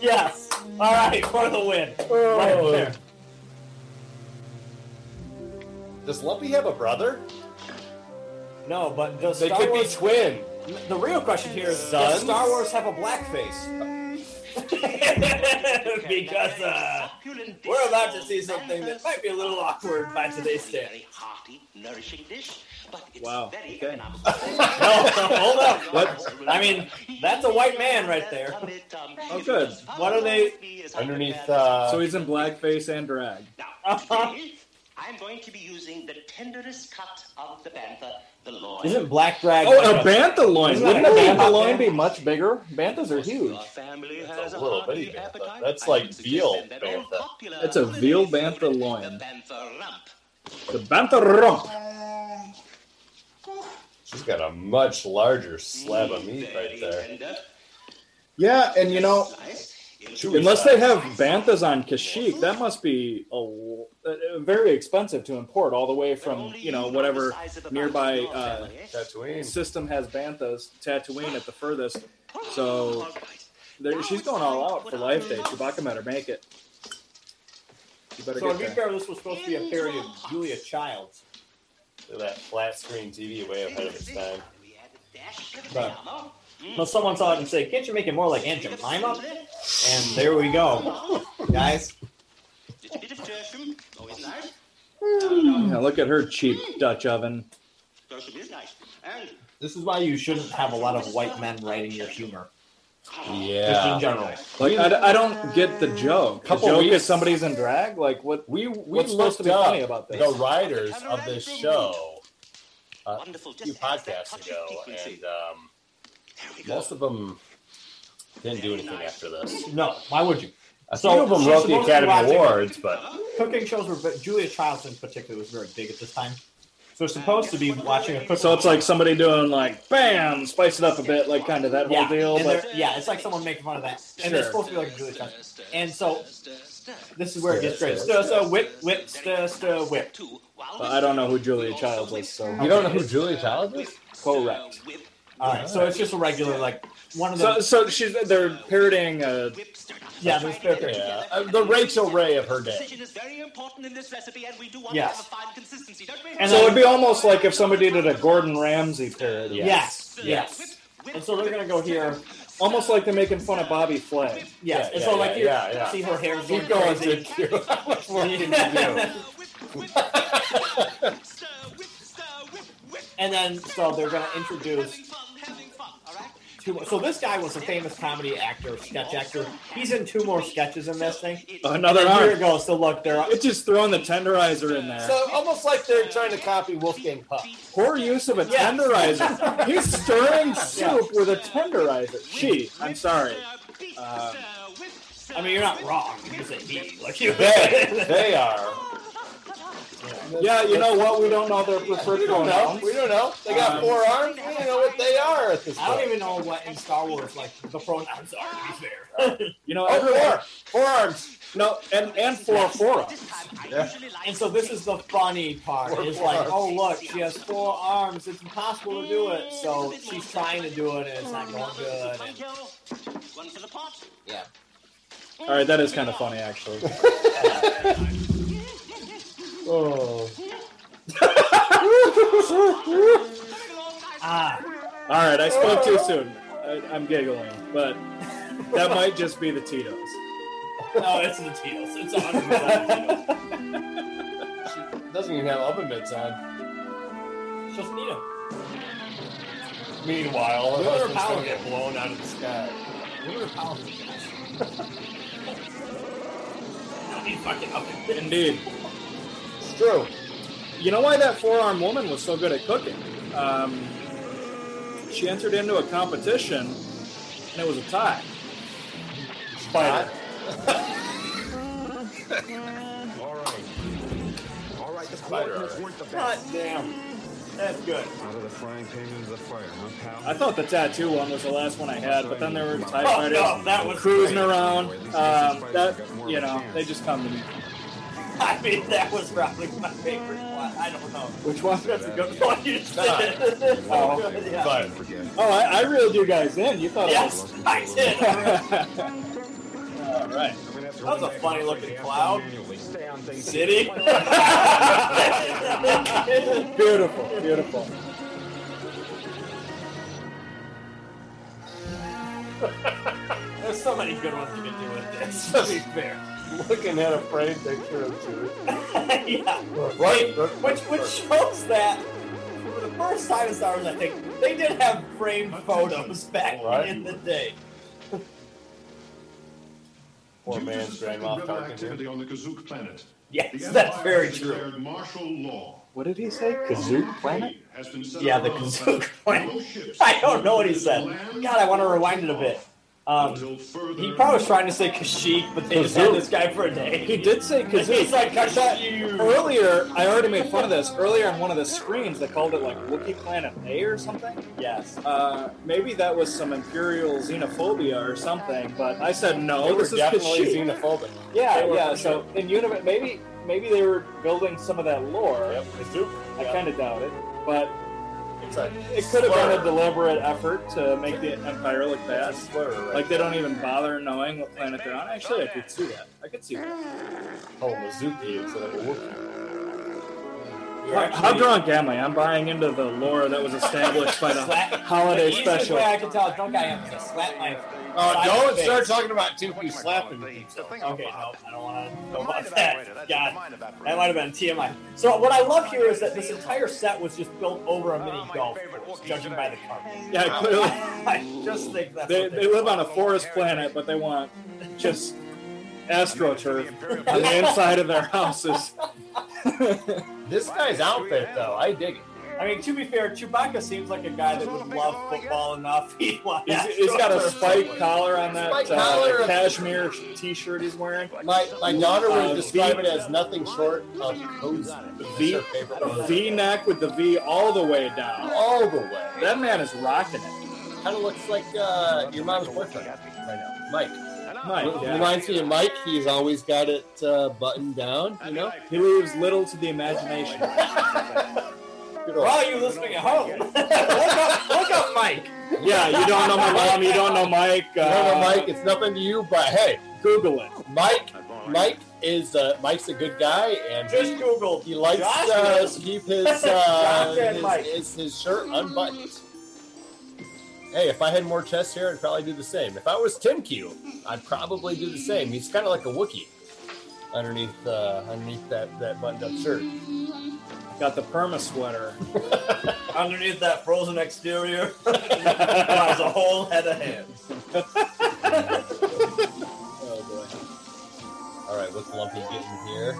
Speaker 4: Yes. All right, for the win. Right
Speaker 3: uh, Oh.
Speaker 4: there.
Speaker 6: Does Lumpy have a brother?
Speaker 4: No, but does
Speaker 6: They
Speaker 4: Star
Speaker 6: could
Speaker 4: Wars?
Speaker 6: be twin.
Speaker 4: the real question here is:
Speaker 6: Sons?
Speaker 4: Does Star Wars have a blackface? because uh, we're about to see something that might be a little awkward by today's standards.
Speaker 9: Very hearty, nourishing dish, but it's
Speaker 3: Wow, okay.
Speaker 9: very economical.
Speaker 4: No, no, hold up. What? I mean, that's a white man right there.
Speaker 3: Oh, good.
Speaker 4: What are they?
Speaker 6: Underneath, uh,
Speaker 3: so he's in blackface and drag.
Speaker 9: Now, today, I'm going to be using the tenderest cut of the bantha, the loin.
Speaker 4: Isn't black drag?
Speaker 3: Oh, a bantha loin.
Speaker 4: Isn't that
Speaker 3: Wouldn't a
Speaker 4: a
Speaker 3: bantha
Speaker 4: bantha?
Speaker 3: loin be much bigger? Banthas are huge.
Speaker 9: Your family
Speaker 6: That's
Speaker 9: has
Speaker 6: a
Speaker 9: a
Speaker 6: little
Speaker 9: hearty
Speaker 6: bitty bantha.
Speaker 9: appetite.
Speaker 6: That's
Speaker 9: I
Speaker 6: like
Speaker 9: would suggest
Speaker 6: veal
Speaker 9: then that all
Speaker 6: bantha.
Speaker 9: popular
Speaker 3: That's a
Speaker 9: holiday
Speaker 3: veal
Speaker 9: food,
Speaker 3: bantha
Speaker 9: The
Speaker 3: loin.
Speaker 9: bantha rump.
Speaker 3: The bantha rump.
Speaker 6: She's got a much larger slab of meat right
Speaker 9: Very
Speaker 6: there.
Speaker 9: tender,
Speaker 3: Yeah, and you know,
Speaker 9: sliced,
Speaker 6: Chewy
Speaker 3: unless they
Speaker 6: size.
Speaker 3: have banthas on Kashyyyk, that must be a, l- uh, very expensive to import all the way from you know whatever nearby uh,
Speaker 6: Tatooine.
Speaker 3: system has banthas. Tatooine at the furthest. So there, she's going all out for Life Day. Chewbacca better make it. You better
Speaker 4: So to be
Speaker 3: get there.
Speaker 4: fair, this was supposed to be a parody of Julia Child's.
Speaker 6: Look at that flat screen TV way ahead of its time.
Speaker 9: We add a dash of
Speaker 4: Right.
Speaker 9: yellow.
Speaker 4: But someone saw it and said, "Can't you make it more like Aunt Jemima?" And there we go, guys.
Speaker 9: Just a bit of tertium, always nice.
Speaker 4: um,
Speaker 3: Yeah, look at her cheap Dutch oven.
Speaker 9: Tertium is nice. And
Speaker 4: This is why you shouldn't have a lot of white men writing your humor, just in
Speaker 6: Yeah.
Speaker 4: general.
Speaker 3: Like I, I don't get the joke. The
Speaker 6: Couple
Speaker 3: joke
Speaker 6: weeks-
Speaker 3: is somebody's in drag. Like what?
Speaker 6: We we
Speaker 3: What's supposed to
Speaker 6: looked
Speaker 3: be
Speaker 6: up
Speaker 3: funny about this?
Speaker 6: the writers of this show uh,
Speaker 9: Wonderful,
Speaker 6: a few
Speaker 9: just adds that
Speaker 6: podcasts
Speaker 9: touch of
Speaker 6: ago,
Speaker 9: frequency.
Speaker 6: and um,
Speaker 9: there we go.
Speaker 6: most of them didn't do anything after this.
Speaker 4: No, why would you?
Speaker 6: A
Speaker 4: So,
Speaker 6: few of them
Speaker 4: she's
Speaker 6: wrote the
Speaker 4: supposed to be
Speaker 6: Academy
Speaker 4: watching-
Speaker 6: Awards, but
Speaker 4: Cooking shows were, but Julia Child's in particular was very big at this time. So we're supposed to be watching a cooking.
Speaker 3: So it's like somebody doing like bam, spice it up a bit, like kind of that whole
Speaker 4: yeah,
Speaker 3: deal.
Speaker 4: and
Speaker 3: But
Speaker 4: they're- yeah, it's like someone making fun of that, and
Speaker 3: Sure.
Speaker 4: it's supposed to be like a Julia Child. And so this is where
Speaker 6: where
Speaker 4: it
Speaker 6: it
Speaker 4: gets
Speaker 6: Stir,
Speaker 4: great.
Speaker 6: gets
Speaker 4: Stir, stir, whip, whip, stir, stir, whip.
Speaker 3: But I don't know who Julia Childs is, so
Speaker 6: you don't know who Julia Child is?
Speaker 3: correct.
Speaker 4: All right, so it's just a regular like one of
Speaker 3: So,
Speaker 4: those.
Speaker 3: so she's they're parodying. Uh,
Speaker 4: yeah, there's
Speaker 6: Yeah, uh, the Rachel Ray of her day.
Speaker 9: Precision is very important in this recipe, and we do want
Speaker 4: Yes.
Speaker 9: to have a fine consistency, don't we?
Speaker 4: And
Speaker 3: so it'd be almost like if somebody did a Gordon Ramsay parody.
Speaker 4: Yes, yes. And so they're gonna go here.
Speaker 3: Almost like they're making fun of Bobby Flay.
Speaker 4: Yes,
Speaker 6: Yeah,
Speaker 4: and
Speaker 6: yeah,
Speaker 4: so like
Speaker 6: yeah,
Speaker 4: you
Speaker 6: yeah, yeah.
Speaker 4: see her hair's going
Speaker 6: Keep going,
Speaker 4: crazy.
Speaker 6: Sid Q.
Speaker 4: And then so they're gonna introduce two. So this guy was a famous comedy actor, sketch actor. He's in two more sketches in this thing.
Speaker 3: Another
Speaker 4: Here it
Speaker 3: arm.
Speaker 4: goes. So look, they're
Speaker 3: It's just throwing the tenderizer in there.
Speaker 6: So almost like they're trying to copy Wolfgang Puck.
Speaker 3: Poor use of a
Speaker 4: Yeah.
Speaker 3: tenderizer. He's stirring soup with a tenderizer. She, I'm sorry. Uh,
Speaker 4: I mean, you're not wrong. You say he, like you.
Speaker 6: They, they are.
Speaker 3: yeah, you know what? We don't know their preferred
Speaker 6: We don't know.
Speaker 3: pronouns.
Speaker 6: We don't know. They got
Speaker 3: Um,
Speaker 6: four arms. We don't know what they are at this
Speaker 4: I don't
Speaker 6: point.
Speaker 4: even know what in Star Wars like the pronouns are. To be fair.
Speaker 3: You know,
Speaker 6: Oh,
Speaker 3: everyone.
Speaker 6: four. Four arms.
Speaker 3: No, and and four fora.
Speaker 4: And so this is the funny part.
Speaker 6: Four
Speaker 4: It's like,
Speaker 6: arms.
Speaker 4: oh look, she has four arms. It's impossible to do it. So she's trying to do it, and it's not going good. And
Speaker 9: One for the pot.
Speaker 4: yeah,
Speaker 3: All right, that is kind of funny, actually.
Speaker 6: Oh.
Speaker 9: Coming along
Speaker 4: Ah,
Speaker 3: right, I spoke too soon. I, I'm giggling, but that might just be the Tito's.
Speaker 4: No, oh, it's the Tito's. It's on.
Speaker 11: Doesn't even have oven mitts on.
Speaker 4: Just need 'em.
Speaker 11: Meanwhile, her
Speaker 4: Look at her
Speaker 11: husband's gonna
Speaker 4: power.
Speaker 11: get blown out of the sky.
Speaker 4: Don't need fucking oven.
Speaker 3: Indeed. It's true. You know why that four armed woman was so good at cooking? Um, she entered into a competition and it was a tie. Spider.
Speaker 7: All right. All right, the
Speaker 11: Spider,
Speaker 7: coordinates
Speaker 11: all right.
Speaker 7: weren't the
Speaker 4: God
Speaker 7: best.
Speaker 4: damn. That's good.
Speaker 8: Out of the frying pan into the fire, huh, pal?
Speaker 3: I thought the tattoo one was the last one I had, but then there were
Speaker 4: Oh,
Speaker 3: typewriters
Speaker 4: no, that was
Speaker 3: cruising
Speaker 4: great.
Speaker 3: around. Um, that you know, they just come to me.
Speaker 4: I mean, that was probably my favorite one. I don't know.
Speaker 3: Which one?
Speaker 4: That's a good one. You just did it. That's
Speaker 3: Oh.
Speaker 4: so good, yeah.
Speaker 11: But
Speaker 3: Oh, I, I reeled you guys in. You thought
Speaker 4: Yes, I did. That
Speaker 3: I was. All right.
Speaker 4: was a funny looking cloud.
Speaker 8: Stay on things.
Speaker 4: City.
Speaker 3: Beautiful, beautiful.
Speaker 4: There's so many good ones you can do with this. To be fair.
Speaker 6: Looking at a framed picture of Judy.
Speaker 4: yeah.
Speaker 6: Right.
Speaker 4: Which which shows that for the first time in Star Wars, I think they did have framed photos back
Speaker 6: Right.
Speaker 4: in the day.
Speaker 12: Due
Speaker 6: Poor
Speaker 12: to
Speaker 6: man's
Speaker 12: suspected
Speaker 6: grandma
Speaker 12: rebel
Speaker 6: talking to him.
Speaker 12: activity on the Kazook planet.
Speaker 4: Yes,
Speaker 12: the
Speaker 4: that's
Speaker 12: Empire
Speaker 4: very
Speaker 12: has
Speaker 4: true.
Speaker 12: declared Martial law.
Speaker 3: What did he say?
Speaker 6: Kazook planet?
Speaker 12: Has been set
Speaker 4: Yeah, the
Speaker 12: around
Speaker 4: Kazook
Speaker 12: by
Speaker 4: planet.
Speaker 12: no ships
Speaker 4: I don't know what he
Speaker 12: to
Speaker 4: said.
Speaker 12: land
Speaker 4: God, I want to
Speaker 12: or
Speaker 4: rewind it a
Speaker 12: take
Speaker 4: bit.
Speaker 12: off
Speaker 4: Um,
Speaker 12: until further
Speaker 4: he probably was trying to say Kashyyyk, but they just had this guy for a day.
Speaker 3: He did say
Speaker 4: Because he's
Speaker 3: Kazoo.
Speaker 4: like
Speaker 3: I thought
Speaker 4: Kashyyyk.
Speaker 3: earlier, I already made fun of this. Earlier on one of the screens, they called it like Wookiee Planet A or something.
Speaker 4: Yes.
Speaker 3: Uh, maybe that was some Imperial xenophobia or something, but I said no.
Speaker 6: They were
Speaker 3: this is
Speaker 6: definitely
Speaker 3: Kashyyyk.
Speaker 6: xenophobic.
Speaker 3: Yeah,
Speaker 6: They were
Speaker 3: yeah.
Speaker 6: for
Speaker 3: So in universe, maybe maybe they were building some of that lore. I kind of doubt it, but it could have been a deliberate effort to make the Empire look bad. Like they don't even bother knowing what planet they're on. Actually, I could see that. I could see that.
Speaker 6: Oh, Mizuki instead of a Wookiee.
Speaker 4: You're actually-
Speaker 3: How drunk am I? I'm buying into the lore that was established by the holiday
Speaker 4: the easiest
Speaker 3: special.
Speaker 4: way I can tell how drunk I am is I slap my.
Speaker 6: Uh,
Speaker 11: Oh, don't
Speaker 4: face.
Speaker 11: start talking about Tuki
Speaker 7: Whatchamacallit,
Speaker 11: slapping
Speaker 7: the-
Speaker 11: people.
Speaker 7: the thing
Speaker 4: Okay,
Speaker 7: about-
Speaker 4: no, I don't want to
Speaker 7: The
Speaker 4: go
Speaker 7: mind
Speaker 4: watch
Speaker 7: evaporator,
Speaker 4: that.
Speaker 7: that's the
Speaker 4: God,
Speaker 7: mind evaporator.
Speaker 4: that might have been TMI. So what I love here is that this entire set was just built over a mini
Speaker 7: Ah, my
Speaker 4: golf
Speaker 7: favorite
Speaker 4: course,
Speaker 7: Wookiees
Speaker 4: judging
Speaker 7: today.
Speaker 4: by the carpet.
Speaker 3: Yeah, clearly
Speaker 4: I just think that's
Speaker 3: they,
Speaker 4: what
Speaker 3: they live on a forest planet, but they want just astroturf on the inside of their houses.
Speaker 6: This guy's outfit, though, I dig it.
Speaker 4: I mean, to be fair, Chewbacca seems like a guy that would love football enough. He'd want
Speaker 3: He's,
Speaker 4: that
Speaker 3: he's got a
Speaker 4: sort of-
Speaker 3: spike collar on that
Speaker 6: Spike
Speaker 3: uh,
Speaker 6: collar.
Speaker 3: cashmere t-shirt he's wearing.
Speaker 6: My my daughter
Speaker 3: Uh,
Speaker 6: would describe
Speaker 3: V-
Speaker 6: it as nothing short of cozy. That's
Speaker 3: V
Speaker 6: her favorite word.
Speaker 3: V-neck with the V all the way down.
Speaker 6: all the way.
Speaker 3: That man is rocking it.
Speaker 6: Kind of looks like uh, your mom's boyfriend right now, Mike.
Speaker 3: Mike,
Speaker 6: Re-
Speaker 3: yeah.
Speaker 6: Reminds me of Mike. He's always got it uh, buttoned down. You know.
Speaker 3: He leaves little to the imagination.
Speaker 6: Good
Speaker 4: For
Speaker 6: old-
Speaker 4: all you listening at home, look up, look up Mike.
Speaker 3: Yeah, you don't know my mom, you don't know Mike. Uh,
Speaker 6: No, no, Mike. It's nothing to you, but hey,
Speaker 3: Google it.
Speaker 6: Mike. Mike is uh, Mike's a good guy, and
Speaker 4: Just
Speaker 6: he,
Speaker 4: Google.
Speaker 6: he likes
Speaker 4: Josh
Speaker 6: uh,
Speaker 4: is-
Speaker 6: to keep his, uh,
Speaker 4: Josh and Mike.
Speaker 6: his, his his shirt unbuttoned. Hey, if I had more chest hair, I'd probably do the same. If I was Tim Q, I'd probably do the same. He's kind of like a Wookiee underneath uh, underneath that that buttoned up shirt.
Speaker 3: Got the perma sweater.
Speaker 4: underneath that frozen exterior lies a whole head of hair.
Speaker 6: Oh boy. All right, what's Lumpy getting here?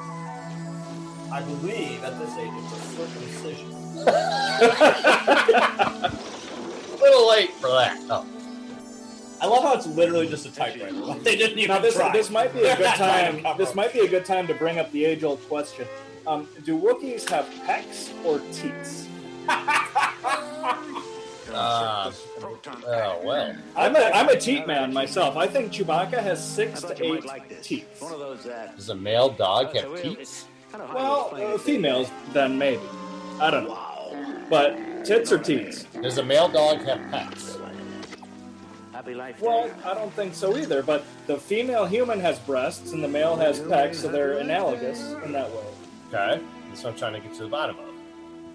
Speaker 4: I believe at this age it's a circumcision.
Speaker 6: A little late for that. Oh,
Speaker 4: I love how it's literally just a typewriter. Like, They didn't even
Speaker 3: Now this
Speaker 4: try.
Speaker 3: this might be a
Speaker 4: They're
Speaker 3: good
Speaker 4: not trying to
Speaker 3: time.
Speaker 4: cover
Speaker 3: This
Speaker 4: up.
Speaker 3: might be a good time to bring up the age-old question: um, Do Wookiees have pecs or teats?
Speaker 6: Ah.
Speaker 7: Proton
Speaker 6: oh well.
Speaker 3: I'm a I'm a teat man myself. I think Chewbacca has six to eight teats.
Speaker 7: One of those. Uh,
Speaker 6: Does a male dog have
Speaker 7: it's-
Speaker 6: teats?
Speaker 7: kind of hard
Speaker 3: Well,
Speaker 7: to explain
Speaker 3: uh,
Speaker 7: it.
Speaker 3: females then maybe. I don't know. But tits or teats?
Speaker 6: Does a male dog have pecs?
Speaker 7: Happy life.
Speaker 3: Well, I don't think so either. But the female human has breasts and the male has pecs, so they're analogous in that way.
Speaker 6: Okay, that's what I'm trying to get to the bottom of.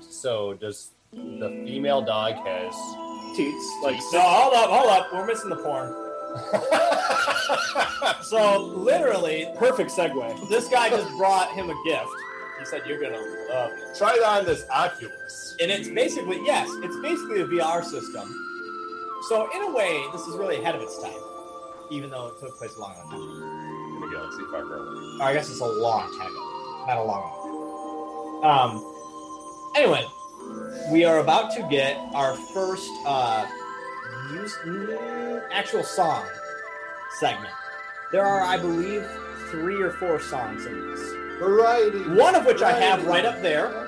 Speaker 6: So, does the female dog has
Speaker 3: teats. Like
Speaker 4: No, hold up, hold up. We're missing the porn. so literally,
Speaker 3: perfect segue.
Speaker 4: This guy just brought him a gift. He said, "You're gonna love it."
Speaker 6: Try it on this Oculus.
Speaker 4: And it's basically yes, it's basically a VR system. So in a way, this is really ahead of its time, even though it took place a long, long time.
Speaker 2: In the Galaxy 5 Pro.
Speaker 4: Or I guess it's a long time ago, not a long one. Um. Anyway, we are about to get our first uh, used, actual song segment. There are, I believe, three or four songs in this.
Speaker 6: Variety.
Speaker 4: One of which I have right up there.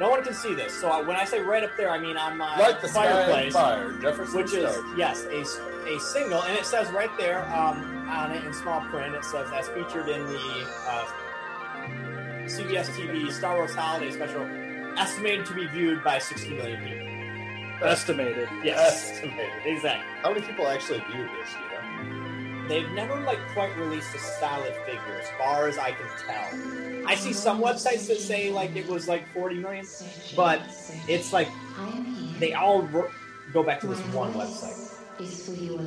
Speaker 4: No one can see this, so I, when I say right up there, I mean on my
Speaker 6: Like the
Speaker 4: fireplace,
Speaker 6: sky on fire, Jefferson
Speaker 4: which is
Speaker 6: Starship.
Speaker 4: yes, a, s- a single, and it says right there um, on it in small print. It says as featured in the uh, CBS TV Star Wars Holiday Special, estimated to be viewed by 60 million people.
Speaker 3: Estimated.
Speaker 4: Yes,
Speaker 6: Estimated.
Speaker 4: exactly.
Speaker 2: How many people actually viewed this? You
Speaker 4: They've never like quite released a solid figure, as far as I can tell. I see some websites that say like it was like 40 million, but it's like they all ro- go back to this one website.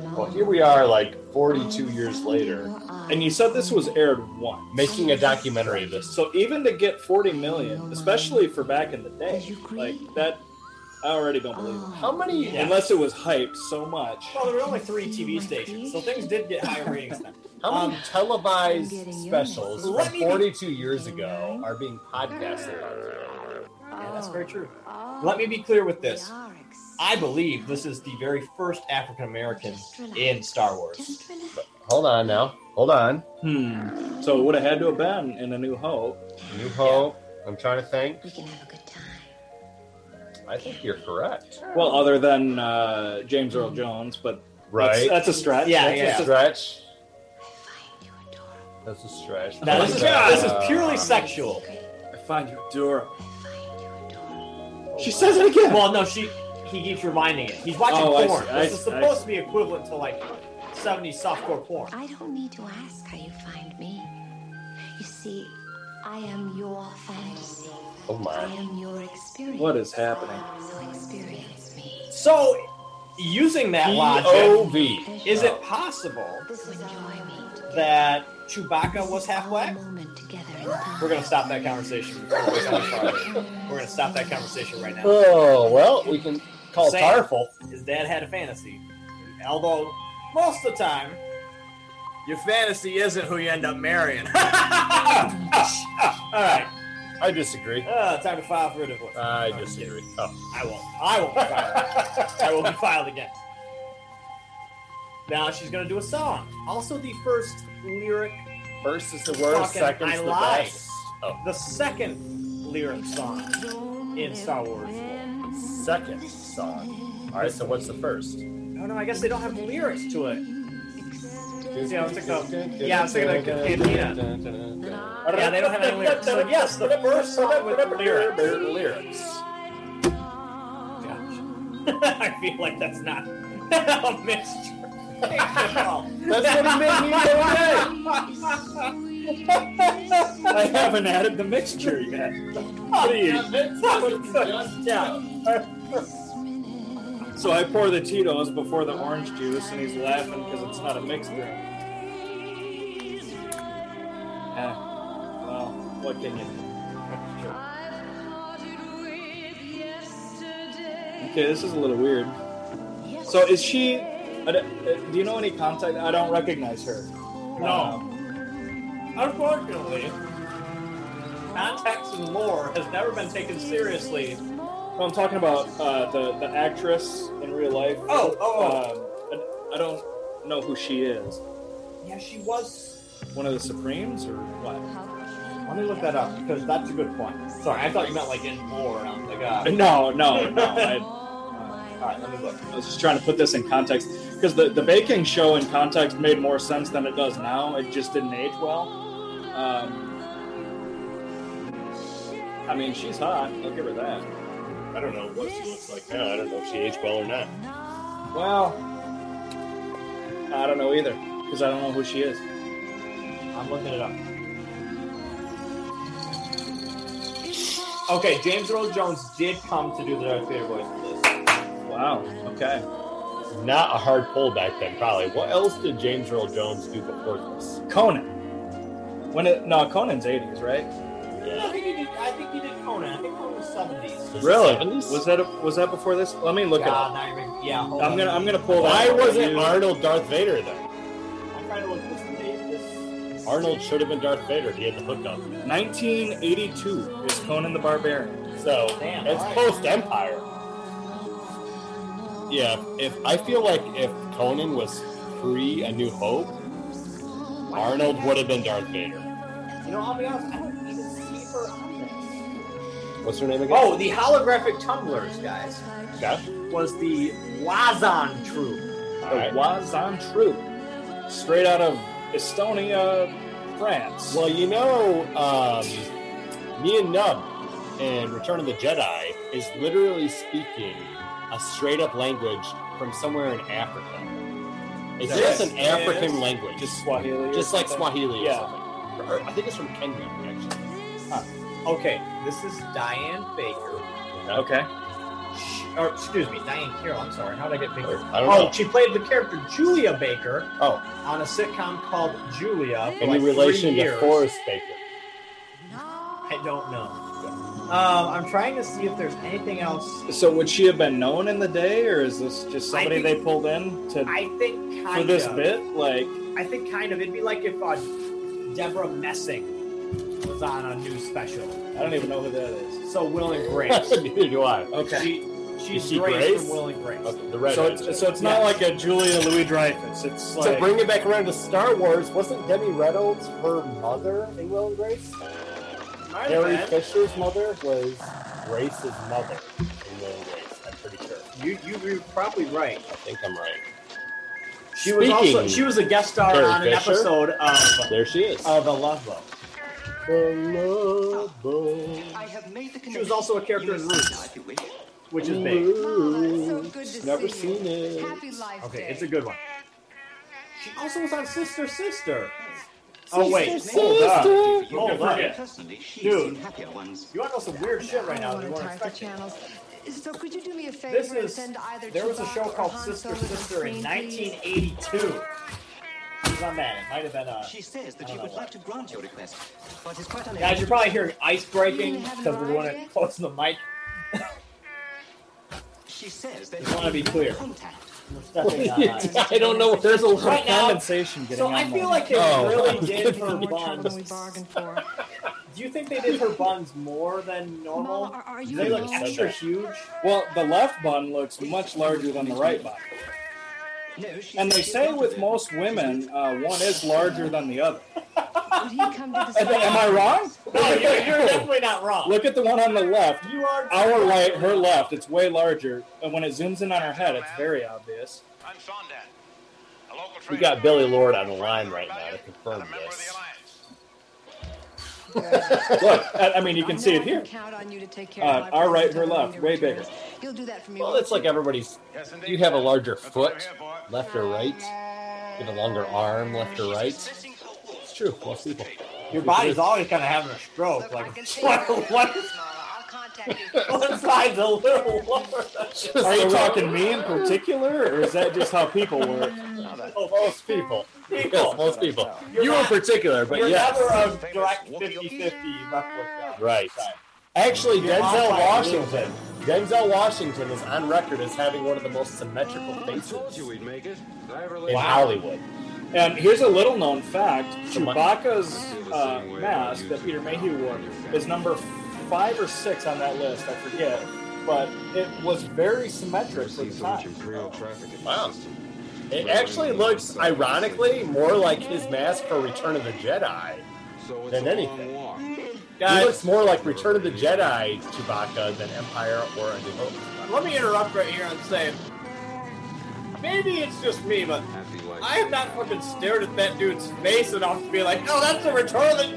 Speaker 2: know? Well, here we are, like 42 years later.
Speaker 3: And you said this was aired once.
Speaker 6: Making a documentary of this.
Speaker 3: So even to get 40 million, especially for back in the day, like that, I already don't believe it.
Speaker 6: How many?
Speaker 4: Yeah.
Speaker 3: Unless it was hyped so much.
Speaker 4: Well, there were only three TV stations, so things did get higher ratings then.
Speaker 6: How many
Speaker 4: Um,
Speaker 6: televised specials from
Speaker 4: Let me be-
Speaker 6: 42 years ago are being podcasted on today?
Speaker 4: Yeah, that's very true. Let me be clear with this. I believe this is the very first African American in Star Wars.
Speaker 6: Hold on now. Hold on.
Speaker 3: Hmm. So it would have had to have been in A New Hope.
Speaker 6: New Hope. I'm trying to think.
Speaker 13: We can have a good time.
Speaker 6: I think you're correct.
Speaker 3: Well, other than uh, James Earl Jones, but
Speaker 6: Right.
Speaker 3: that's, that's a stretch.
Speaker 4: Yeah,
Speaker 3: That's
Speaker 4: yeah.
Speaker 3: just a-
Speaker 6: Stretch. That's a stretch.
Speaker 4: Now, this is
Speaker 6: Uh,
Speaker 4: this is purely sexual.
Speaker 3: I find you adorable.
Speaker 4: She says it again. Well, no, she he keeps reminding it. He's watching
Speaker 3: Oh, I
Speaker 4: porn.
Speaker 3: see, I
Speaker 4: this is
Speaker 3: see, I
Speaker 4: supposed
Speaker 3: see.
Speaker 4: to be equivalent to like 70s softcore porn.
Speaker 13: I don't need to ask how you find me. You see, I am your fantasy.
Speaker 6: Oh
Speaker 13: I
Speaker 6: my.
Speaker 13: am your experience.
Speaker 3: What is happening?
Speaker 13: So experience me.
Speaker 4: So, using that logic,
Speaker 6: POV.
Speaker 4: is it possible
Speaker 13: uh,
Speaker 4: that Chewbacca was half black? We're gonna stop that conversation. before it goes any farther. We're gonna stop that conversation right now.
Speaker 6: Oh well, we can call
Speaker 4: Sam.
Speaker 6: Tarful.
Speaker 4: His dad had a fantasy, although most of the time, your fantasy isn't who you end up marrying. All right,
Speaker 6: I disagree.
Speaker 4: uh, time to file for a divorce.
Speaker 6: I disagree. Oh.
Speaker 4: I won't. I won't. File. I will be filed against. Now she's gonna do a song. Also, the first lyric,
Speaker 6: First is the worst,
Speaker 4: Fucking
Speaker 6: second
Speaker 4: I
Speaker 6: is the
Speaker 4: lied.
Speaker 6: best. Oh,
Speaker 4: the second lyric song in Star Wars.
Speaker 6: second song. All right, so what's the first?
Speaker 4: No, no, I guess they don't have lyrics to it. Yeah, I was thinking of, yeah, I was thinking of Cantina. Yeah, they don't have any lyrics. So yes, the first song with lyrics.
Speaker 6: Lyrics.
Speaker 4: I feel like that's not a mixture.
Speaker 6: That's what he made me go today.
Speaker 3: I haven't added the mixture yet. What are you? So I pour the Tito's before the orange juice, and he's laughing because it's not a mixed drink. Eh, well, what can you do? Okay, this is a little weird. So is she? I don't- uh, Do you know any contact? I don't recognize her. Um,
Speaker 4: No. Unfortunately, context and lore has never been taken seriously.
Speaker 3: Um, no, I'm talking about uh, the the actress in real life.
Speaker 4: Oh, oh,
Speaker 3: Um, I, I don't know who she is.
Speaker 4: Yeah, she was.
Speaker 3: One of the Supremes or what?
Speaker 4: Let me look that up because that's a good point. Sorry, I thought you meant like in lore. And I was like, ah.
Speaker 3: No, no, no. I,
Speaker 4: All right, let me look.
Speaker 3: I was just trying to put this in context because the, the baking show in context made more sense than it does now. It just didn't age well. Um, I mean, she's hot. I'll give her that.
Speaker 10: I don't know what she looks like now. I don't know if she aged well or not.
Speaker 3: Well, I don't know either because I don't know who she is.
Speaker 4: I'm looking it up. Okay, James Earl Jones did come to do the Darth Vader voice for this.
Speaker 3: Wow. Okay.
Speaker 6: Not a hard pull back then, probably. What else did James Earl Jones do before this?
Speaker 3: Conan. When it, no, Conan's 80s, right?
Speaker 4: I think he did. I think he did Conan. I think Conan was seventies.
Speaker 3: Really? Was that was that before this? Let me look at.
Speaker 4: God, now you're making- yeah, hold
Speaker 3: I'm
Speaker 4: on.
Speaker 3: gonna I'm gonna pull.
Speaker 6: Why
Speaker 3: that up.
Speaker 6: wasn't
Speaker 3: You-
Speaker 6: Arnold Darth Vader then?
Speaker 4: I'm trying to look this date. This.
Speaker 6: Arnold should have been Darth Vader. He had the hookup.
Speaker 3: 1982 is Conan the Barbarian.
Speaker 6: So
Speaker 4: Damn,
Speaker 6: it's
Speaker 4: alright.
Speaker 6: post Empire. Yeah, if I feel like if Conan was pre A New Hope, Arnold would have been Darth Vader.
Speaker 4: You know, I'll be honest. I don't even see her on this.
Speaker 6: What's her name again?
Speaker 4: Oh, the holographic tumblers, guys,
Speaker 6: yeah.
Speaker 4: was the Wazan troop.
Speaker 3: The
Speaker 6: Alright.
Speaker 3: Wazan troop, straight out of Estonia, France.
Speaker 6: Well, you know, um, me and Nub in Return of the Jedi is literally speaking a straight up language from somewhere in Africa. It's
Speaker 3: Yes,
Speaker 6: just an
Speaker 3: yes.
Speaker 6: African language,
Speaker 3: just Swahili. or
Speaker 6: just like
Speaker 3: something?
Speaker 6: Swahili
Speaker 3: Yeah.
Speaker 6: or something. Or- I think it's from Kenya, actually.
Speaker 4: Okay, this is Diane Baker.
Speaker 3: Okay.
Speaker 4: She, or excuse me, Diane Carroll. I'm sorry. How did I get Baker?
Speaker 6: I don't
Speaker 4: oh,
Speaker 6: know.
Speaker 4: she played the character Julia Baker
Speaker 6: Oh,
Speaker 4: on a sitcom called Julia. For
Speaker 6: any
Speaker 4: like
Speaker 6: relation
Speaker 4: three
Speaker 6: to
Speaker 4: years.
Speaker 6: Forrest Baker?
Speaker 4: I don't know. Um, I'm trying to see if there's anything else.
Speaker 3: So would she have been known in the day, or is this just
Speaker 4: I
Speaker 3: somebody
Speaker 4: think-
Speaker 3: they pulled in to
Speaker 4: I think uh, kind
Speaker 3: for
Speaker 4: of
Speaker 3: this bit? Like,
Speaker 4: I think kind of. It'd be like if uh, Deborah Messing was on a new special.
Speaker 3: I don't even know who that is.
Speaker 4: So Will and Grace.
Speaker 6: Neither do I.
Speaker 3: Okay.
Speaker 4: She, she's
Speaker 6: Is she
Speaker 4: Grace,
Speaker 6: Grace?
Speaker 4: from Will and Grace.
Speaker 6: Okay, the red.
Speaker 3: So it's, so it's not
Speaker 4: Yeah.
Speaker 3: like a Julia Louis Dreyfus. It's like
Speaker 6: to bring it back around to Star Wars, wasn't Debbie Reynolds her mother in Will and Grace?
Speaker 4: Might have
Speaker 6: Harry
Speaker 4: been.
Speaker 6: Fisher's mother was Grace's mother in Will and Grace. I'm pretty sure.
Speaker 4: You you you're probably right.
Speaker 6: I think I'm right.
Speaker 4: She was
Speaker 6: Speaking-
Speaker 4: also she was a guest star
Speaker 6: Carrie
Speaker 4: on an
Speaker 6: Fisher?
Speaker 4: episode of
Speaker 6: There she is.
Speaker 4: of a Love Boat.
Speaker 6: The love boat.
Speaker 9: I have made the connection.
Speaker 4: She was also a character
Speaker 9: You
Speaker 4: in
Speaker 9: may see now
Speaker 4: Roots.
Speaker 9: if you wish.
Speaker 4: which is big.
Speaker 13: Oh, so good to
Speaker 6: Never
Speaker 13: see you.
Speaker 6: seen it.
Speaker 13: Happy life
Speaker 4: Okay,
Speaker 13: day.
Speaker 4: it's a good one. She also was on Sister Sister. Oh wait,
Speaker 6: Sister,
Speaker 4: hold up.
Speaker 6: sister.
Speaker 9: You
Speaker 4: Hold
Speaker 9: prefer
Speaker 4: up.
Speaker 9: it. Personally, she's
Speaker 4: Dude.
Speaker 9: seen happier ones.
Speaker 4: You want to know some weird shit right
Speaker 13: I
Speaker 4: now
Speaker 13: don't
Speaker 4: that you
Speaker 13: want
Speaker 4: weren't
Speaker 13: to tie the
Speaker 4: expecting.
Speaker 13: channels. So could you do me a favor
Speaker 4: This
Speaker 13: and
Speaker 4: is
Speaker 13: send either
Speaker 4: there was a
Speaker 13: Chewbacca
Speaker 4: show
Speaker 13: or
Speaker 4: called
Speaker 13: Han
Speaker 4: Sister
Speaker 13: Solo to
Speaker 4: Sister in
Speaker 13: screen, please?
Speaker 4: 1982. It was on that. It might have been uh, a.
Speaker 9: She says that
Speaker 4: I
Speaker 9: she
Speaker 4: don't
Speaker 9: would
Speaker 4: know
Speaker 9: like to grant your request, but is quite unable.
Speaker 4: Guys, you're probably hearing ice breaking
Speaker 13: You have
Speaker 4: because we're
Speaker 13: no
Speaker 4: doing
Speaker 13: idea?
Speaker 4: it close to the mic.
Speaker 9: She says that
Speaker 4: Just wanna
Speaker 9: she
Speaker 4: be
Speaker 9: made
Speaker 4: clear.
Speaker 9: Contact.
Speaker 4: We're stepping on ice.
Speaker 6: I don't know. There's a lot.
Speaker 4: Right now,
Speaker 3: compensation getting
Speaker 4: so
Speaker 3: on
Speaker 4: I
Speaker 3: there.
Speaker 4: feel like they
Speaker 6: Oh.
Speaker 4: really did her
Speaker 13: More trouble than we
Speaker 4: buns.
Speaker 13: bargained for.
Speaker 4: Do you think they did her buns more than normal?
Speaker 13: Mama, are, are
Speaker 4: Do
Speaker 13: you
Speaker 4: they look
Speaker 13: alone?
Speaker 4: extra huge?
Speaker 3: Well, the left bun looks much larger than the right bun.
Speaker 9: No, she
Speaker 3: And
Speaker 9: says
Speaker 3: they
Speaker 9: she's
Speaker 3: say
Speaker 9: not
Speaker 3: with
Speaker 9: aware.
Speaker 3: most women, uh, one is larger than the other.
Speaker 13: Would he come to the
Speaker 3: And then- am I wrong?
Speaker 4: No, you're, you're definitely not wrong.
Speaker 3: Look at the one on the left.
Speaker 4: you are.
Speaker 3: Our right, her left, it's way larger. And when it zooms in on her head, it's very obvious.
Speaker 5: I'm Sondan, a local
Speaker 6: We
Speaker 5: trader.
Speaker 6: got Billy Lord on the line right now to confirm this.
Speaker 3: Look, I, I mean, you
Speaker 13: I
Speaker 3: can
Speaker 13: know
Speaker 3: see
Speaker 13: I
Speaker 3: it here.
Speaker 13: Count on you to take care
Speaker 3: Uh,
Speaker 13: of my
Speaker 3: our right,
Speaker 13: problems
Speaker 3: her
Speaker 13: and
Speaker 3: left,
Speaker 13: your
Speaker 3: way
Speaker 13: returns. You'll do that for me.
Speaker 6: Well,
Speaker 13: won't
Speaker 6: it's like everybody's. You have a larger foot, left or right. You have a longer arm, left or right. It's true. Most people.
Speaker 4: Your body's always kind of having a stroke. Like what? What?
Speaker 13: I'll contact you.
Speaker 4: One side's a little lower.
Speaker 3: Are you talking me in particular, or is that just how people work?
Speaker 6: Most people. Yes,
Speaker 4: People,
Speaker 6: most people.
Speaker 4: You're
Speaker 6: you
Speaker 4: not-
Speaker 6: in particular, but
Speaker 4: you're
Speaker 6: yes.
Speaker 4: never a direct 50-50 replica.
Speaker 6: Right. Actually,
Speaker 4: You're
Speaker 6: Denzel
Speaker 4: off by a
Speaker 6: Washington. Denzel Washington is on record as having one of the most symmetrical faces
Speaker 14: we'd make it. Driver
Speaker 6: in Hollywood.
Speaker 3: And here's a little known fact Chewbacca's uh, mask that Peter Mayhew wore is number five or six on that list, I forget. But it was very symmetric for the time.
Speaker 6: Wow. It actually looks, ironically, more like his mask for Return of the Jedi than anything. He looks
Speaker 3: Guys,
Speaker 6: more like Return of the Jedi Chewbacca than Empire or A New Hope.
Speaker 4: Let me interrupt right here and say, maybe it's just me, but I have not fucking stared at that dude's face enough to be like, oh, that's the Return of the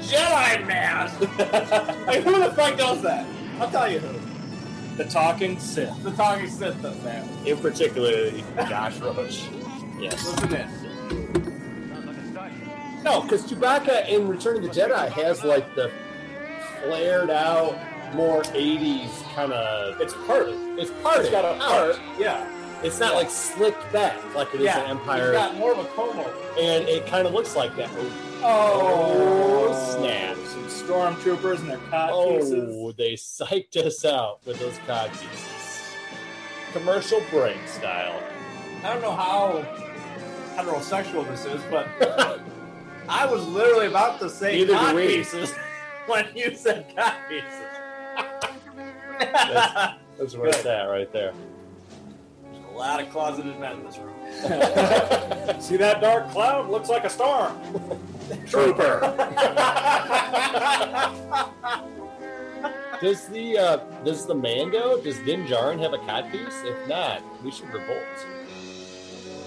Speaker 4: Jedi mask. like, who the fuck does that? I'll tell you who.
Speaker 3: the talking Sith.
Speaker 4: The talking Sith does that.
Speaker 6: In particular, Josh Roach. Yes.
Speaker 4: Listen in.
Speaker 6: No, because Chewbacca in Return of the Jedi has like the flared out more '80s kind of.
Speaker 3: It's part.
Speaker 6: It's part.
Speaker 3: It's got a part. Yeah.
Speaker 6: It's not like slicked back like it is
Speaker 3: yeah.
Speaker 6: in Empire,
Speaker 3: You've got more of a comb over.
Speaker 6: and it kind of looks like that.
Speaker 3: Oh,
Speaker 6: snap.
Speaker 3: Some stormtroopers and their cod
Speaker 6: Oh,
Speaker 3: pieces.
Speaker 6: they psyched us out with those cod pieces. Commercial break style.
Speaker 3: I don't know how heterosexual this is, but I was literally about to say
Speaker 6: Neither do
Speaker 3: cod
Speaker 6: we.
Speaker 3: pieces when you said cod pieces.
Speaker 6: That's- That's where it's
Speaker 3: Good.
Speaker 6: at right there.
Speaker 3: A lot of closeted men in this room. See that dark cloud? Looks like a storm.
Speaker 6: Trooper. does the uh, does the Mando does Din Djarin have a cod piece? If not, we should revolt.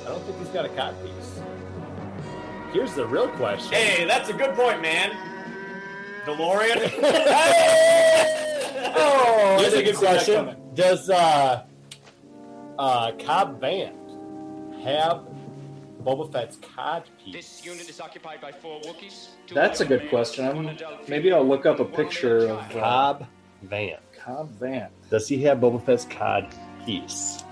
Speaker 6: I don't think he's got a cod piece. Here's the real question.
Speaker 7: Hey, that's a good point, man.
Speaker 3: DeLorean.
Speaker 6: oh,
Speaker 3: I
Speaker 6: here's a
Speaker 3: didn't
Speaker 6: good
Speaker 3: see that
Speaker 6: question.
Speaker 3: coming.
Speaker 6: Does uh, uh, Cobb Band have Boba Fett's cod piece?
Speaker 3: That's a good question. I'm gonna, maybe I'll look up a picture of uh,
Speaker 6: Cobb Van.
Speaker 3: Cobb Van.
Speaker 6: Does he have Boba Fett's cod piece?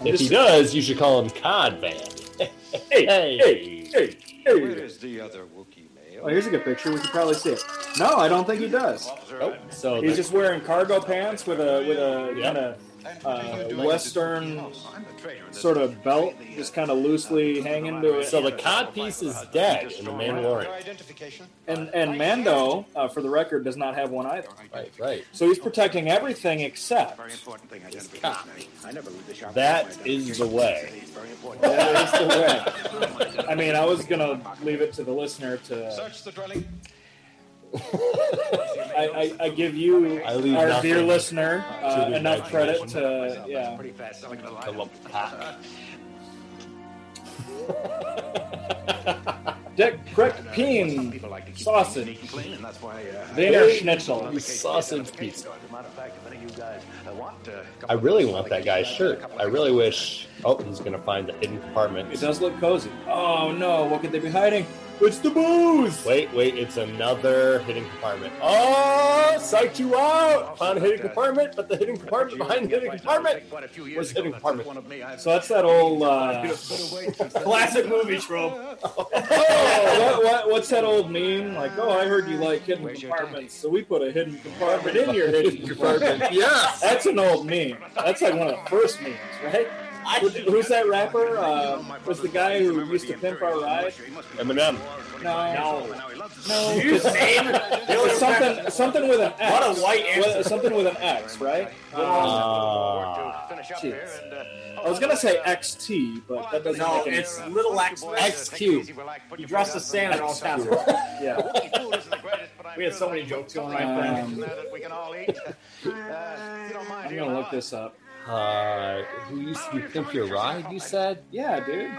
Speaker 3: I'm
Speaker 6: if
Speaker 3: just-
Speaker 6: he does, you should call him Cod Van.
Speaker 3: Hey, hey, hey,
Speaker 15: Where
Speaker 3: hey.
Speaker 15: is the other Wookiee male?
Speaker 3: Oh, here's a good picture. We can probably see it. No, I don't think he does.
Speaker 6: Nope. Oh, So
Speaker 3: He's
Speaker 6: the-
Speaker 3: just wearing cargo pants with a with a kind of uh, western sort of belt, just kind of loosely hanging to it.
Speaker 6: So the cod piece is dead in the Mandalorian.
Speaker 3: And and Mando, uh, for the record, does not have one either.
Speaker 6: Right, right.
Speaker 3: So he's protecting everything except
Speaker 6: That is the way.
Speaker 3: that is the way. I mean, I was gonna leave it to the listener to.
Speaker 5: Search the dwelling.
Speaker 3: I, I, I give you,
Speaker 6: I leave
Speaker 3: our dear
Speaker 6: nothing
Speaker 3: listener,
Speaker 6: to
Speaker 3: uh,
Speaker 6: the
Speaker 3: enough credit
Speaker 6: imagination.
Speaker 3: to yeah.
Speaker 6: I love the pack.
Speaker 3: Dick Crick Peen sausage.
Speaker 8: and that's why uh,
Speaker 3: Wiener Schnitzel.
Speaker 6: You sausage pizza.
Speaker 8: As a matter of fact, if any of you guys uh, want uh,
Speaker 6: I really want that guy's shirt. I really wish. Oh, he's gonna find the hidden compartment.
Speaker 3: It does look cozy. Oh no, what could they be hiding? It's the booze.
Speaker 6: Wait, wait, it's another hidden compartment.
Speaker 3: Uh,
Speaker 6: Oh, psyched you out! Found a hidden compartment, but the hidden compartment behind the hidden compartment was hidden compartment.
Speaker 3: So that's that old uh,
Speaker 7: Classic movie trope.
Speaker 3: oh, what, what, what's that old meme? Like, oh, I heard you like hidden compartments, so we put a hidden compartment in your hidden compartment.
Speaker 6: Yes!
Speaker 3: that's an old meme. That's like one of the first memes, right? Who- who's that rapper? Uh, was the guy who used to pimp our ride?
Speaker 6: Eminem.
Speaker 3: No, no,
Speaker 7: Did you just name it?
Speaker 3: It was something, something with an X.
Speaker 7: What a white answer. Uh,
Speaker 3: With- something with an X, right?
Speaker 6: Ah.
Speaker 3: Jeez. I was gonna say XT, but that doesn't
Speaker 7: No,
Speaker 3: make any
Speaker 7: it's
Speaker 3: sense.
Speaker 7: little X.
Speaker 6: XQ.
Speaker 7: You dressed as Santa in all caps.
Speaker 3: Yeah.
Speaker 7: We had so many jokes going right there.
Speaker 3: Um,
Speaker 7: Uh,
Speaker 3: I'm gonna look this up.
Speaker 6: Uh, who used to be Pimp Your Ride, you said?
Speaker 3: Yeah, dude.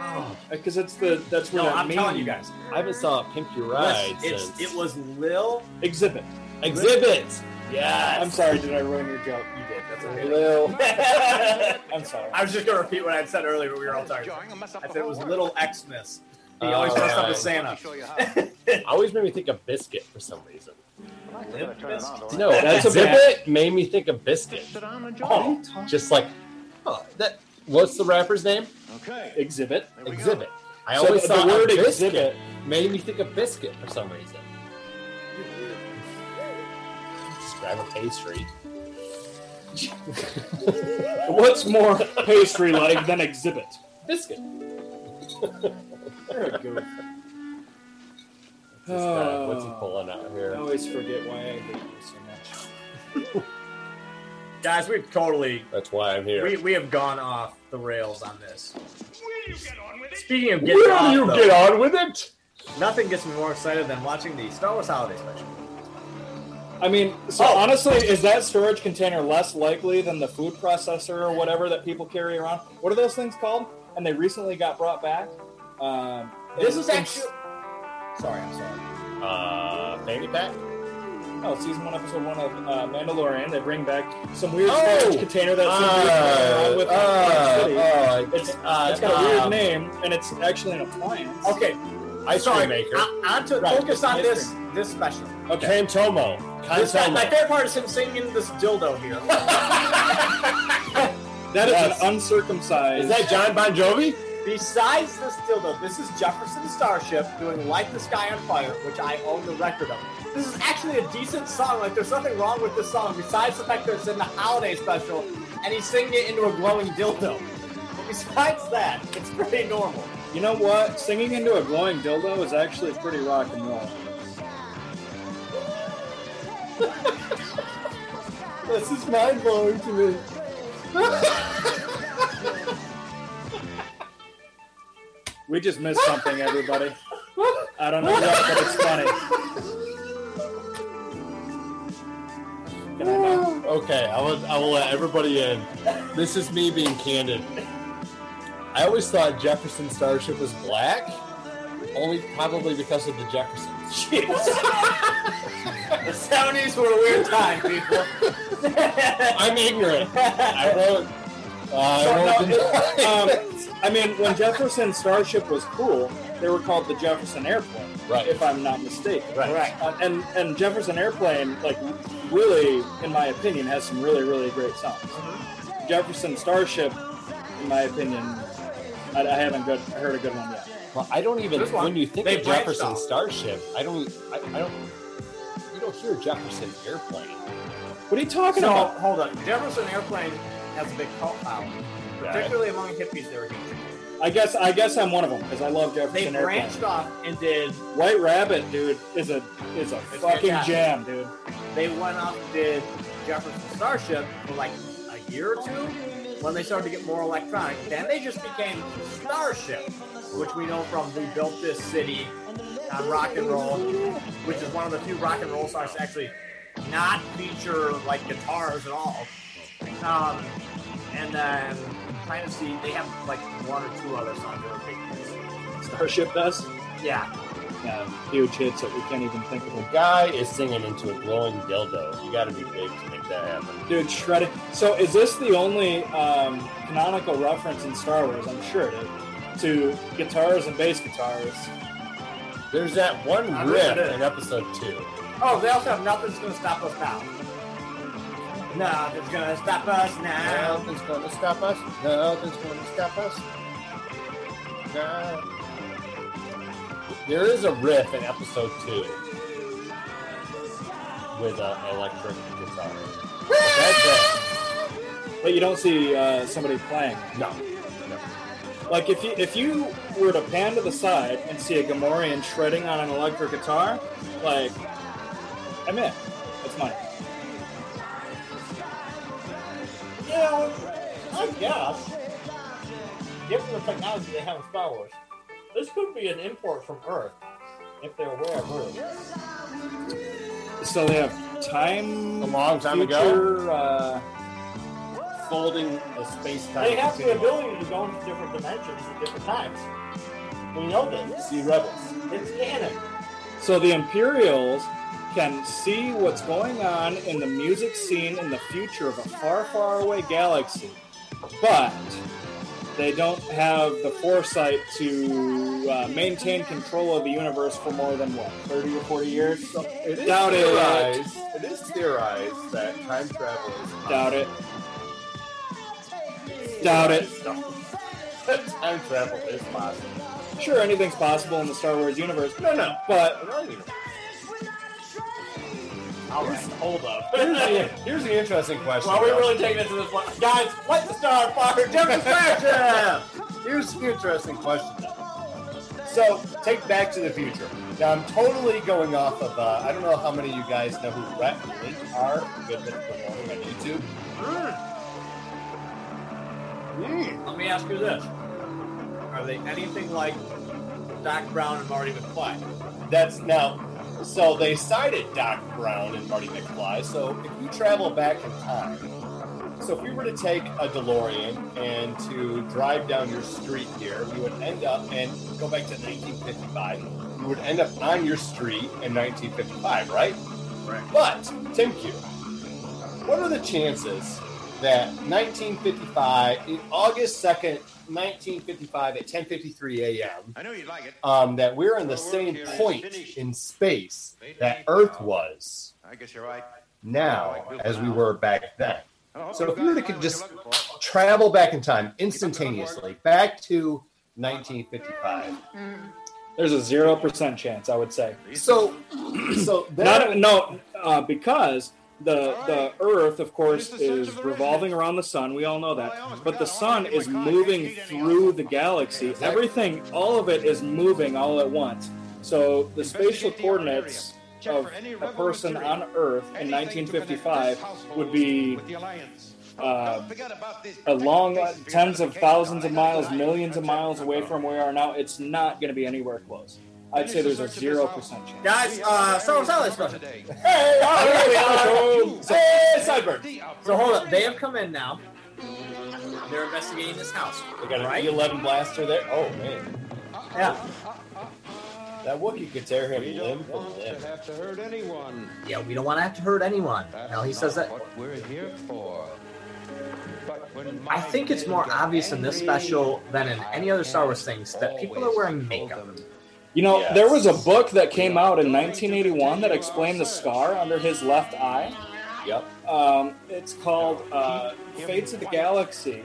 Speaker 3: Because it's the that's where
Speaker 7: Oh. No,
Speaker 3: that
Speaker 7: I'm
Speaker 3: meme-
Speaker 7: telling you guys.
Speaker 6: I haven't saw Pimp Your Ride
Speaker 7: Listen,
Speaker 6: since.
Speaker 7: it's, it was Lil.
Speaker 3: exhibit.
Speaker 6: Exhibit! Yes!
Speaker 3: I'm sorry, did I ruin your joke? You did. That's okay.
Speaker 6: Lil.
Speaker 3: I'm sorry.
Speaker 7: I was just gonna repeat what I had said earlier. but We were all talking. I said it was Little Xmas. He always
Speaker 6: All
Speaker 7: dressed up
Speaker 6: right.
Speaker 7: as Santa.
Speaker 6: Always made me think of Biscuit for some reason. No,
Speaker 3: That's a
Speaker 6: Exhibit made me think of Biscuit.
Speaker 3: Oh,
Speaker 6: Just like, oh, that. What's the rapper's name?
Speaker 8: Okay.
Speaker 3: exhibit.
Speaker 6: Exhibit. I
Speaker 3: So
Speaker 6: always
Speaker 3: the- the
Speaker 6: thought
Speaker 3: word
Speaker 6: word
Speaker 3: exhibit-
Speaker 6: exhibit made me think of biscuit for some reason. Just grab a pastry.
Speaker 3: What's more pastry like than exhibit?
Speaker 6: Biscuit.
Speaker 3: You're a goof.
Speaker 6: Just, uh, what's he
Speaker 3: Oh.
Speaker 6: pulling out
Speaker 3: I
Speaker 6: here?
Speaker 3: always forget why I hate you so much.
Speaker 7: Guys, we've totally
Speaker 6: That's why I'm here.
Speaker 7: we, we have gone off the rails on this. Speaking of uh, getting
Speaker 6: Where
Speaker 7: off,
Speaker 6: do you
Speaker 7: though,
Speaker 6: get on with it?
Speaker 7: nothing gets me more excited than watching the Star Wars Holiday Special. Oh.
Speaker 3: I mean, so honestly, is that storage container less likely than the food processor or whatever that people carry around? What are those things called? And they recently got brought back. Um,
Speaker 7: This
Speaker 3: it-
Speaker 7: is actually. Sorry, I'm sorry.
Speaker 6: Uh, fanny pack.
Speaker 3: Oh, season one, episode one of uh, Mandalorian. They bring back some weird
Speaker 6: Oh!
Speaker 3: storage container that's
Speaker 6: Uh,
Speaker 3: with
Speaker 6: uh,
Speaker 3: City.
Speaker 6: uh,
Speaker 3: it's,
Speaker 6: uh,
Speaker 3: it's got a weird
Speaker 6: um,
Speaker 3: name, and it's actually an appliance.
Speaker 7: uh, Okay,
Speaker 6: Ice cream maker.
Speaker 4: I, I took
Speaker 6: Right.
Speaker 4: focus on
Speaker 6: Ice
Speaker 4: this this special.
Speaker 3: Ah.
Speaker 6: Okay. Cantomo.
Speaker 7: Uh,
Speaker 4: This, guy- my
Speaker 6: Cantomo.
Speaker 4: favorite part is him singing this dildo here.
Speaker 3: That is
Speaker 6: Yes.
Speaker 3: an uncircumcised.
Speaker 6: Is that John Bon Jovi?
Speaker 4: Besides this dildo, this is Jefferson Starship doing Light the Sky on Fire, which I own the record of. This is actually a decent song. Like, there's nothing wrong with this song besides the fact that it's in the holiday special and he's singing it into a glowing dildo. But besides that, it's pretty normal.
Speaker 3: You know what? Singing into a glowing dildo is actually pretty rock and roll.
Speaker 4: This is mind blowing to me.
Speaker 3: We just missed something, everybody. I don't know what, but it's funny.
Speaker 6: Okay, I will, I will let everybody in. This is me being candid. I always thought Jefferson Starship was black, only probably because of the Jeffersons.
Speaker 4: The 70s were a weird time, people.
Speaker 6: I'm ignorant. I won't. Uh, I
Speaker 3: So,
Speaker 6: won't
Speaker 3: no, um, I mean, when Jefferson Starship was cool, they were called the Jefferson Airplane,
Speaker 6: Right.
Speaker 3: if I'm not mistaken.
Speaker 6: Right. Correct.
Speaker 3: Uh, and and Jefferson Airplane, like, really, in my opinion, has some really really great songs. Jefferson Starship, in my opinion, I, I haven't good, heard a good one yet.
Speaker 6: Well, I don't even
Speaker 3: This one.
Speaker 6: when you think
Speaker 3: They
Speaker 6: of
Speaker 3: branched
Speaker 6: Jefferson
Speaker 3: off.
Speaker 6: Starship, I don't, I, I don't, you don't hear Jefferson Airplane.
Speaker 3: What are you talking
Speaker 4: so,
Speaker 3: about?
Speaker 4: hold on. Jefferson Airplane has a big cult following, particularly among hippies. They were huge.
Speaker 3: I guess I guess I'm one of them because I love
Speaker 4: They
Speaker 3: Jefferson Airplane.
Speaker 4: branched off and did
Speaker 3: White Rabbit, dude, is a is a fucking
Speaker 4: fantastic.
Speaker 3: jam, dude.
Speaker 4: they went off and did Jefferson Starship for like a year or two when they started to get more electronic. Then they just became Starship, which we know from Who Built This City on rock and roll, which is one of the few rock and roll songs to actually not feature like guitars at all. Um, and then kind of see they have like one or two other songs that are big hits.
Speaker 3: Starship does.
Speaker 4: Yeah.
Speaker 3: Yeah, huge hits that we can't even think of.
Speaker 6: Guy is singing into a glowing dildo. You got to be big to make that happen.
Speaker 3: Dude, shredded. So, is this the only um, canonical reference in Star Wars? I'm sure it is. To guitars and bass guitars.
Speaker 6: There's that one
Speaker 4: I believe
Speaker 6: riff
Speaker 4: it is.
Speaker 6: in episode two.
Speaker 4: Oh, they also have nothing's gonna stop us now. Nothing's gonna stop us now.
Speaker 6: Nothing's gonna stop us. Nothing's gonna stop us. No. There is a riff in episode two with an electric guitar. That's it.
Speaker 3: But you don't see uh, somebody playing.
Speaker 6: No.
Speaker 3: Like if you if you were to pan to the side and see a Gamorrean shredding on an electric guitar, like I'm in. That's mine.
Speaker 4: Yeah, I guess. Given the technology they have in Star Wars, this could be an import from Earth if they're aware of Earth.
Speaker 3: So they have time
Speaker 6: A long time ago,
Speaker 3: future, Uh,
Speaker 6: folding a space time.
Speaker 4: They have the ability to go into different dimensions at different times. We know this.
Speaker 6: See rebels.
Speaker 4: It's canon.
Speaker 3: So the Imperials can see what's going on in the music scene in the future of a far, far away galaxy, but they don't have the foresight to uh, maintain control of the universe for more than what, 30 or 40 years? So-
Speaker 6: It is
Speaker 3: Doubt it. uh,
Speaker 6: theorized. It is theorized that time travel is possible.
Speaker 3: Doubt it. Doubt it.
Speaker 6: time travel is possible.
Speaker 3: Sure, anything's possible in the Star Wars universe.
Speaker 6: No, no.
Speaker 3: But
Speaker 4: All right, hold up.
Speaker 6: Here's the, here's the interesting question.
Speaker 4: Well, we're
Speaker 6: though.
Speaker 4: really taking it to this one. Guys, let the star fire. Jefferson Starship!
Speaker 6: Here's the interesting question. though. So, take Back to the Future. Now, I'm totally going off of. Uh, I don't know how many of you guys know who Rhett and Link are. Good bit of promoting on YouTube.
Speaker 4: Let me ask you this: Are they anything like Doc Brown and Marty McFly?
Speaker 6: That's now. So they cited Doc Brown and Marty McFly. So if you travel back in time, so if we were to take a DeLorean and to drive down your street here, we would end up and go back to 1955. We would end up on your street in 1955, right? Right. But Tim Q, what are the chances that 1955, in August 2nd, 1955, at 10:53 a.m. I know you like it. Um, that we're in the same point in space that Earth was
Speaker 16: I guess you're right.
Speaker 6: now as we were back then. So if you were to could just travel back in time instantaneously, back to 1955.
Speaker 3: There's a zero percent chance, I would say.
Speaker 6: So, so
Speaker 3: not, no, uh, because the the Earth, of course, is revolving around the sun. We all know that, but the sun is moving through the galaxy. Everything, all of it, is moving all at once. So the spatial coordinates of a person on Earth in 1955 would be.
Speaker 16: Oh,
Speaker 3: Uh, a long uh, tens of thousands of miles, millions of miles away from where we are now, it's not going to be anywhere close. I'd say there's a zero percent chance.
Speaker 8: Guys, uh, so solid special. Hey,
Speaker 3: oh,
Speaker 8: so, hey, Sideburn. So hold up, they have come in now. They're investigating this house.
Speaker 6: They got an
Speaker 8: right?
Speaker 6: E11 blaster there. Oh man,
Speaker 8: Yeah.
Speaker 6: that Wookiee could tear him limb from limb.
Speaker 16: Have to hurt anyone.
Speaker 8: Yeah, we don't want to have to hurt anyone. Now he says that.
Speaker 16: What we're here for. But when
Speaker 8: I think it's more obvious in this special than in any other Star Wars things that people are wearing makeup.
Speaker 3: You know, there was a book that came out in 1981 that explained the scar under his left eye.
Speaker 6: Yep.
Speaker 3: Um, it's called uh, Fates of the Galaxy,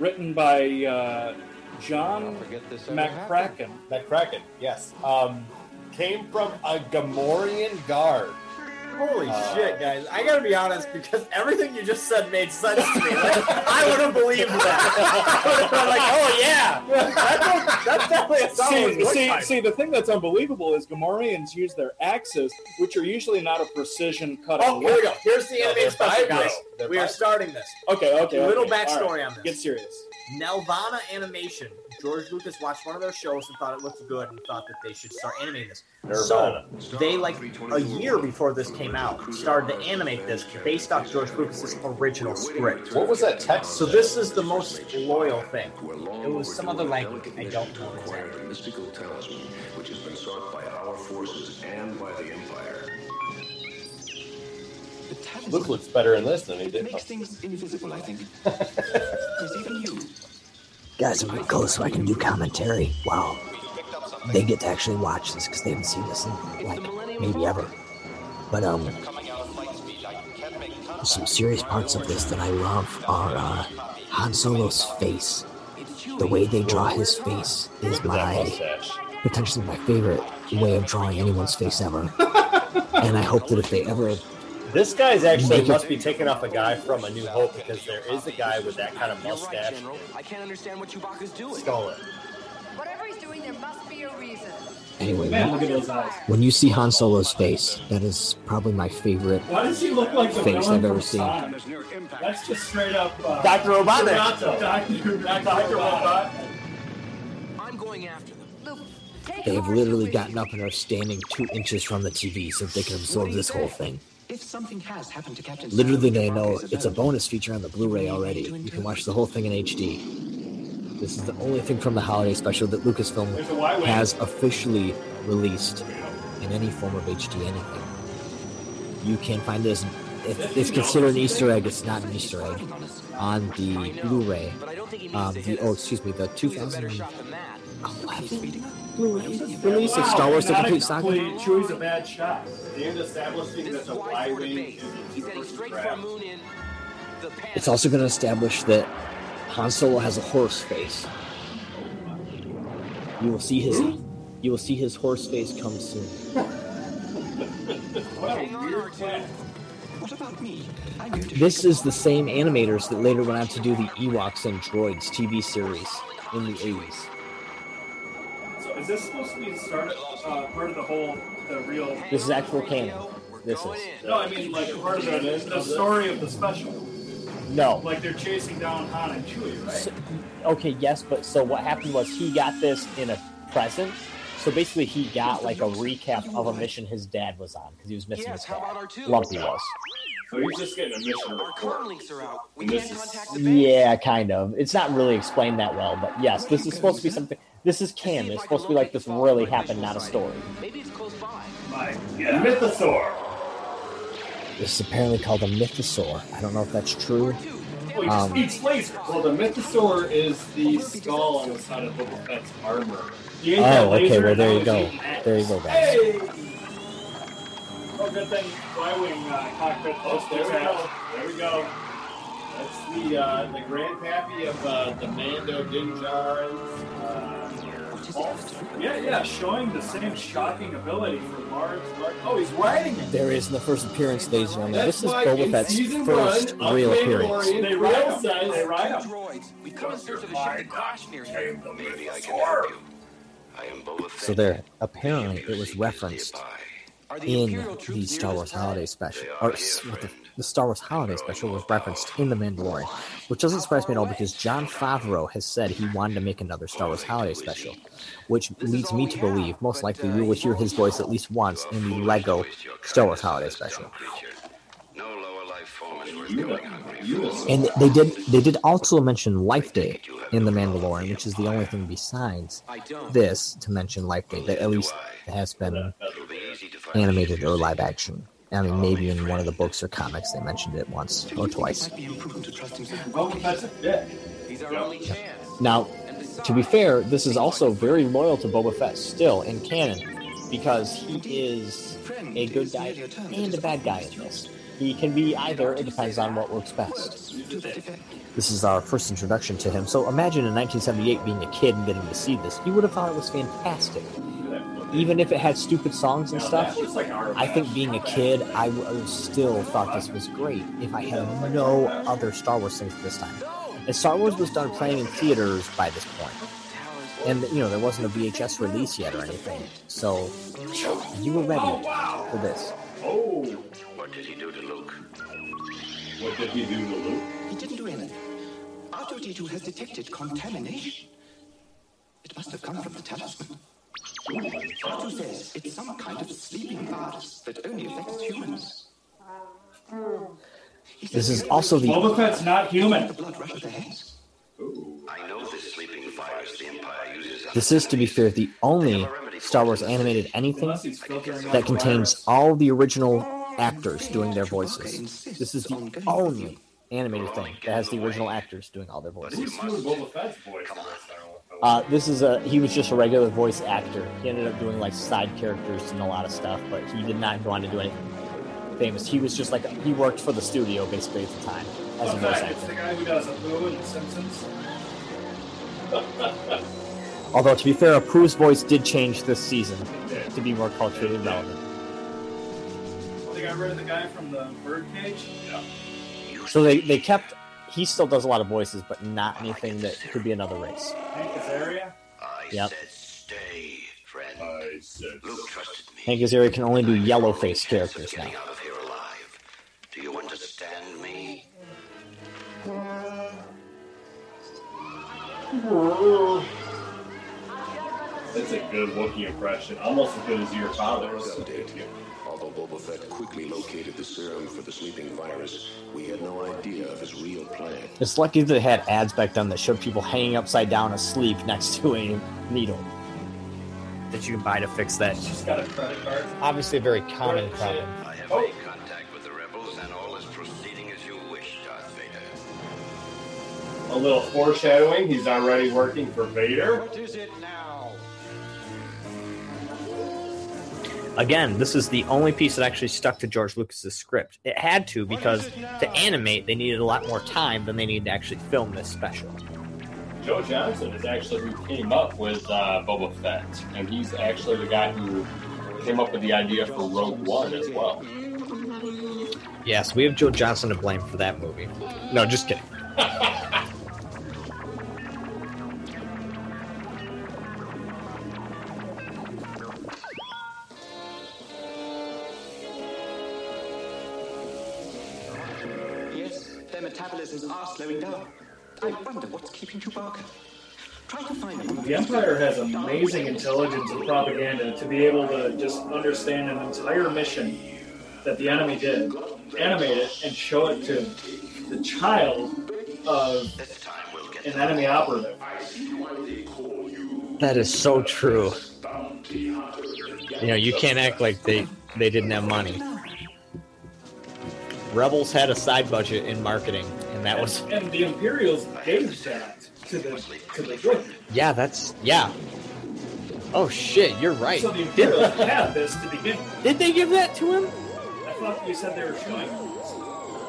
Speaker 3: written by uh, John McCracken.
Speaker 6: McCracken, yes. Um, came from a Gamorrean guard.
Speaker 8: Holy shit, guys! I gotta be honest because everything you just said made sense to me. Like, I would have believed that. I would have been like, oh yeah, that's, a, that's definitely a Star Wars
Speaker 3: See,
Speaker 8: book
Speaker 3: see,
Speaker 8: title.
Speaker 3: see, the thing that's unbelievable is Gamorreans use their axes, which are usually not a precision cut.
Speaker 8: Oh, here we go. Here's the animated special, guys. We are starting this.
Speaker 3: Okay, okay.
Speaker 8: A little
Speaker 3: okay. All
Speaker 8: backstory
Speaker 3: right.
Speaker 8: on this.
Speaker 3: Get serious.
Speaker 8: Nelvana Animation. George Lucas watched one of their shows and thought it looked good and thought that they should start animating this. So they, like a year before this came out, started to animate this based off George Lucas's original script.
Speaker 6: What was that text?
Speaker 8: So this is the most loyal thing. It was some other language. I don't know exactly.
Speaker 17: the mystical talisman, which has been sought by our forces and by the Empire.
Speaker 6: Luke looks better in this than he did.
Speaker 17: things invisible, I think. Because even you.
Speaker 4: Guys, I'm gonna go so I can do commentary. Wow. They get to actually watch this because they haven't seen this in like maybe ever. But um, some serious parts of this that I love are uh, Han Solo's face. The way they draw his face is my potentially my favorite way of drawing anyone's face ever. and I hope that if they ever
Speaker 18: This guy's actually must be taking off a guy from A New Hope because there is a guy with that kind of mustache.
Speaker 7: I can't understand what Chewbacca's doing.
Speaker 18: Stole it.
Speaker 19: Whatever he's doing, there must be a reason.
Speaker 4: anyway,
Speaker 19: Man,
Speaker 4: when-
Speaker 19: look at those eyes.
Speaker 4: when you see Han Solo's face, that is probably my favorite
Speaker 3: Why does he look like the
Speaker 4: face
Speaker 3: villain
Speaker 4: I've ever
Speaker 3: from
Speaker 4: seen.
Speaker 3: Sonic? That's just straight up uh,
Speaker 4: Dr. Robotnik.
Speaker 3: Dr. Dr. Robotnik.
Speaker 4: They have literally gotten up and are standing two inches from the TV so that they can absorb this whole thing.
Speaker 7: If something has happened to Captain
Speaker 4: Literally, they know it's a bonus feature on the Blu ray already. You can watch the whole thing in HD. This is the only thing from the holiday special that Lucasfilm
Speaker 3: There's a Y wing.
Speaker 4: has officially released in any form of HD anything. You can find this, if it's considered an Easter egg, it's not an Easter egg, on the Blu ray. Um, the, oh, excuse me, the 2011 Blu ray release of Star Wars The Complete Saga.
Speaker 3: Chewie's a bad shot. The end establishing that the Y wing is He's heading straight for a moon in.
Speaker 4: It's also going to establish that Han Solo has a horse face. You will see his, you will see his horse face come soon.
Speaker 7: What about me? I'm here to
Speaker 4: This is the same animators that later went on to do the Ewoks and Droids TV series in the 80s.
Speaker 3: So is this supposed to be the start of, uh, part of the whole, the real?
Speaker 4: This is actual canon. This is
Speaker 3: No, I mean like part of the, the story of the special.
Speaker 4: no.
Speaker 3: Like they're chasing down Han and Chewie, right?
Speaker 20: Okay, yes, but so what happened was he got this in a present. So basically, he got like a recap of a mission his dad was on because he was missing his dad. Lumpy was.
Speaker 6: So he's just getting a mission report. And this is-
Speaker 20: Yeah, kind of. It's not really explained that well, but yes, this is supposed to be something. This is canon. It's supposed to be like this really happened, not a story.
Speaker 3: My Mythosaur.
Speaker 4: This is apparently called a mythosaur. I don't know if that's true,
Speaker 6: he just
Speaker 21: Um,
Speaker 6: eats lasers.
Speaker 3: Well, the mythosaur is the skull on the side of Boba Fett's armor.
Speaker 6: He ate that
Speaker 4: Oh, okay.
Speaker 6: laser,
Speaker 4: Well,
Speaker 6: and
Speaker 4: there
Speaker 6: now
Speaker 4: you
Speaker 6: he's
Speaker 4: go.
Speaker 6: eating that.
Speaker 4: There you go, guys.
Speaker 3: Hey! Oh, good thing Y-wing uh, cockpit.
Speaker 6: Oh, there we go. There we go. That's the uh, the grandpappy of uh, the Mando Dinjarin's. Uh,
Speaker 3: Pulse. Yeah, yeah, showing the same shocking ability for large, large. Oh, he's riding it.
Speaker 4: There is the first appearance, ladies and gentlemen.
Speaker 3: That's
Speaker 4: This is
Speaker 3: why
Speaker 4: Boba
Speaker 3: in
Speaker 4: Fett's
Speaker 3: season
Speaker 4: first
Speaker 3: one of
Speaker 4: real
Speaker 3: Mandalorian,
Speaker 4: appearance.
Speaker 3: They ride him. They ride him.
Speaker 7: We come in search of the ship that cautionary.
Speaker 22: Maybe I can help you. I am Boba Fett.
Speaker 4: So there, apparently, it was referenced in the Star Wars Holiday Special, or s- what the, the Star Wars Holiday Special was referenced in The Mandalorian, which doesn't surprise me at all because John Favreau has said he wanted to make another Star Wars Holiday Special, which leads me to believe most likely we will hear his voice at least once in the Lego Star Wars Holiday Special. And they did they did also mention Life Day in The Mandalorian, which is the only thing besides this to mention Life Day that at least has been animated or live action. I mean, maybe in one of the books or comics they mentioned it once or twice.
Speaker 3: Boba Fett's a dick.
Speaker 7: He's our only chance.
Speaker 4: Now, to be fair, this is also very loyal to Boba Fett still in canon because he is a good guy and a bad guy in this. He can be either, it depends on what works best. This is our first introduction to him, so imagine in 1978 being a kid and getting to see this. You would have thought it was fantastic. Even if it had stupid songs and stuff, I think being a kid, I w- I would still thought this was great if I had no other Star Wars things at this time. And Star Wars was done playing in theaters by this point. And, you know, there wasn't a VHS release yet or anything. So you were ready for this.
Speaker 22: Oh! What did he do to Luke?
Speaker 23: What did he do to Luke?
Speaker 7: He didn't do anything. R2D2 has detected contamination. It must have come from the talisman. R2 says it's some kind of sleeping virus that only affects humans.
Speaker 4: This is also the.
Speaker 3: Boba Fett's not human.
Speaker 22: I know this sleeping virus the Empire uses.
Speaker 4: This is, to be fair, the only Star Wars animated anything that contains all the original actors doing their voices. This is the only animated thing that has the original actors doing all their voices.
Speaker 6: Boba Fett's voice.
Speaker 4: Uh, this is a he was just a regular voice actor. He ended up doing like side characters and a lot of stuff, but he did not go on to do anything famous. He was just like he worked for the studio basically at the time as a
Speaker 3: Boba
Speaker 4: voice
Speaker 3: Fett, it's the
Speaker 4: actor.
Speaker 3: guy who does Apu in The Simpsons.
Speaker 4: Although to be fair, Apu's voice did change this season to be more culturally relevant.
Speaker 3: They got rid of the guy from the birdcage. Yeah.
Speaker 4: So they, they kept he still does a lot of voices, but not anything that could be another race.
Speaker 3: Hank Azaria.
Speaker 4: Yep.
Speaker 22: Stay, friend. I said Luke trusted
Speaker 4: Hank Azaria can only do yellow face characters now.
Speaker 22: out of here alive. Do you understand me?
Speaker 6: That's a good Wookiee impression. Almost as good as your father's.
Speaker 22: Although Boba Fett quickly located the serum for the sleeping virus, we had no idea of his real plan.
Speaker 4: It's lucky that they had ads back then that showed people hanging upside down asleep next to a needle that you can buy to fix that.
Speaker 3: Got a credit card.
Speaker 4: Obviously, a very common problem.
Speaker 22: I have made contact with the rebels, and all is proceeding as you wish, Darth Vader.
Speaker 6: A little foreshadowing. He's already working for Vader.
Speaker 7: What is it now?
Speaker 4: Again, this is the only piece that actually stuck to George Lucas's script. It had to because to animate, they needed a lot more time than they needed to actually film this special.
Speaker 6: Joe Johnson is actually who came up with uh, Boba Fett, and he's actually the guy who came up with the idea for Rogue One as well.
Speaker 4: Yes, we have Joe Johnson to blame for that movie. No, just kidding.
Speaker 7: Yes, their metabolisms are slowing down. I wonder what's keeping Chewbacca. Try to find him.
Speaker 3: The Empire has amazing intelligence and propaganda to be able to just understand an entire mission that the enemy did, animate it, and show it to the child of an enemy operative.
Speaker 4: That is so true. You know, you can't act like they they didn't have money. Rebels had a side budget in marketing, and and that was
Speaker 3: And the Imperials gave that to the to the British.
Speaker 4: yeah. That's yeah. Oh shit, you're right.
Speaker 3: So the Imperials
Speaker 4: Did,
Speaker 3: had this to begin. with.
Speaker 4: did they give that to him?
Speaker 3: I thought you said they were shooting.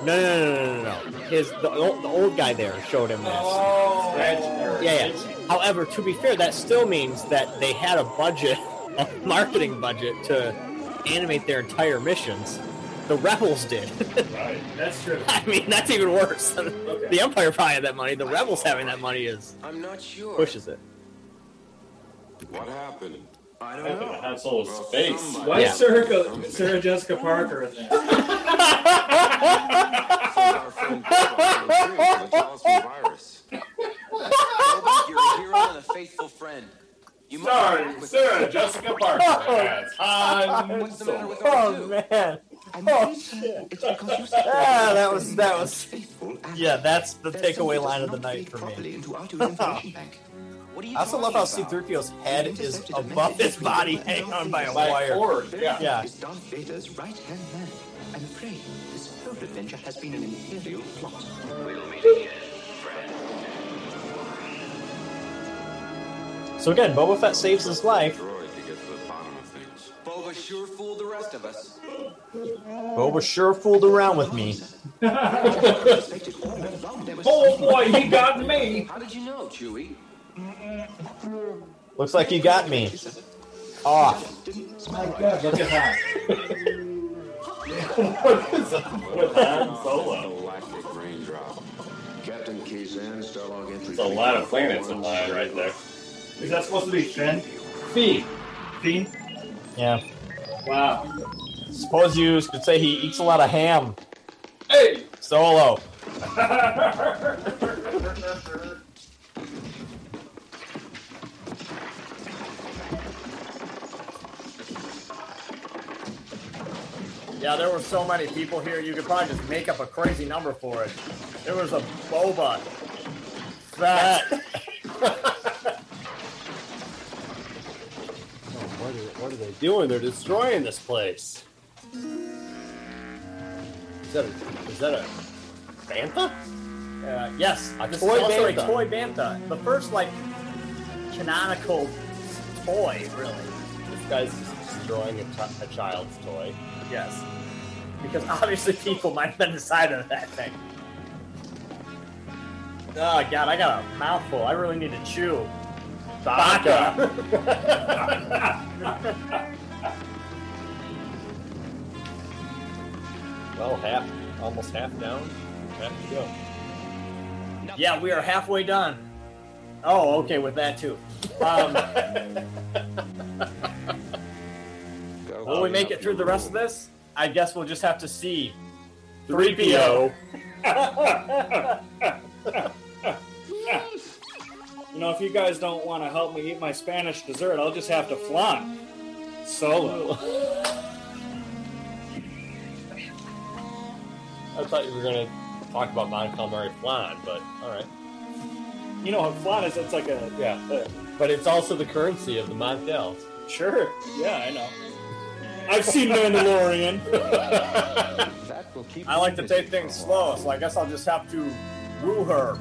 Speaker 4: No, no, no, no, no, no. His the, old- the old guy there showed him this.
Speaker 3: Oh,
Speaker 4: Yeah, yeah. However, to be fair, that still means that they had a budget, a marketing budget to animate their entire missions. The rebels did.
Speaker 3: Right. That's true.
Speaker 4: I mean, that's even worse. The Empire probably had that money. The rebels having that money is
Speaker 9: I'm not sure.
Speaker 4: pushes it.
Speaker 9: What happened? I
Speaker 24: don't know. Han Solo's face.
Speaker 3: Why
Speaker 4: Yeah.
Speaker 3: is Sarah, Go- Sarah Jessica Parker in there?
Speaker 9: virus. Toby, you're a hero and a faithful friend. You must
Speaker 24: Sorry,
Speaker 9: work with-
Speaker 24: Sarah Jessica Parker as Han
Speaker 9: What's the matter
Speaker 24: Solo.
Speaker 9: with
Speaker 4: Oh man! Oh shit! Ah, that was that was. Yeah, that's the takeaway line of the night for me.
Speaker 9: What are you
Speaker 4: I also love how C-3PO's head is above his body, hanging on by a
Speaker 7: By a
Speaker 4: wire.
Speaker 7: cord, yeah.
Speaker 4: yeah.
Speaker 7: Is Darth Vader's right hand man. I'm afraid this whole adventure has been an imperial plot. We'll meet again, friend.
Speaker 4: So again, Boba Fett saves his life.
Speaker 9: Droid to get to the bottom of things. Boba sure fooled the rest of us.
Speaker 4: Boba sure fooled around with me.
Speaker 3: Oh boy, he got me.
Speaker 9: How did you know, Chewie?
Speaker 4: Mm-hmm. Looks like you got me. Off.
Speaker 3: My God, look at that. what is up with Han Solo?
Speaker 9: Galactic raindrop. Captain Kazan, Starlog entry.
Speaker 24: It's a lot of planets in line right there.
Speaker 3: Is that supposed to be Finn? Fiend. Fiend?
Speaker 4: Yeah.
Speaker 3: Wow.
Speaker 4: Suppose you could say he eats a lot of ham.
Speaker 3: Hey!
Speaker 4: Solo.
Speaker 25: Yeah, there were so many people here. You could probably just make up a crazy number for it. There was a boba. Fat. Oh,
Speaker 6: What are, what are they doing? They're destroying this place. Is that a, is that a bantha?
Speaker 25: Uh, yes,
Speaker 6: A
Speaker 25: this
Speaker 6: toy
Speaker 25: is also
Speaker 6: Bantha.
Speaker 25: a toy bantha. The first like canonical toy, really.
Speaker 6: This guy's just destroying a, t- a child's toy.
Speaker 25: Yes, because obviously people might have been inside of that thing. Oh god, I got a mouthful. I really need to chew. Vodka.
Speaker 6: Well, half, almost half down. Half to go.
Speaker 25: yeah, we are halfway done. Oh, okay, with that too. Um, Will we make it through the rest of this? I guess we'll just have to see.
Speaker 3: 3PO. You know, if you guys don't want to help me eat my Spanish dessert, I'll just have to flaunt solo.
Speaker 6: I thought you were going to talk about Mon Calamari flan, but all right.
Speaker 3: You know what flaunt is? It's like a
Speaker 6: Yeah, but- but it's also the currency of the Mont Dells.
Speaker 3: sure. Yeah, I know. I've seen Mandalorian.
Speaker 25: I like to take things slow, so I guess I'll just have to woo her.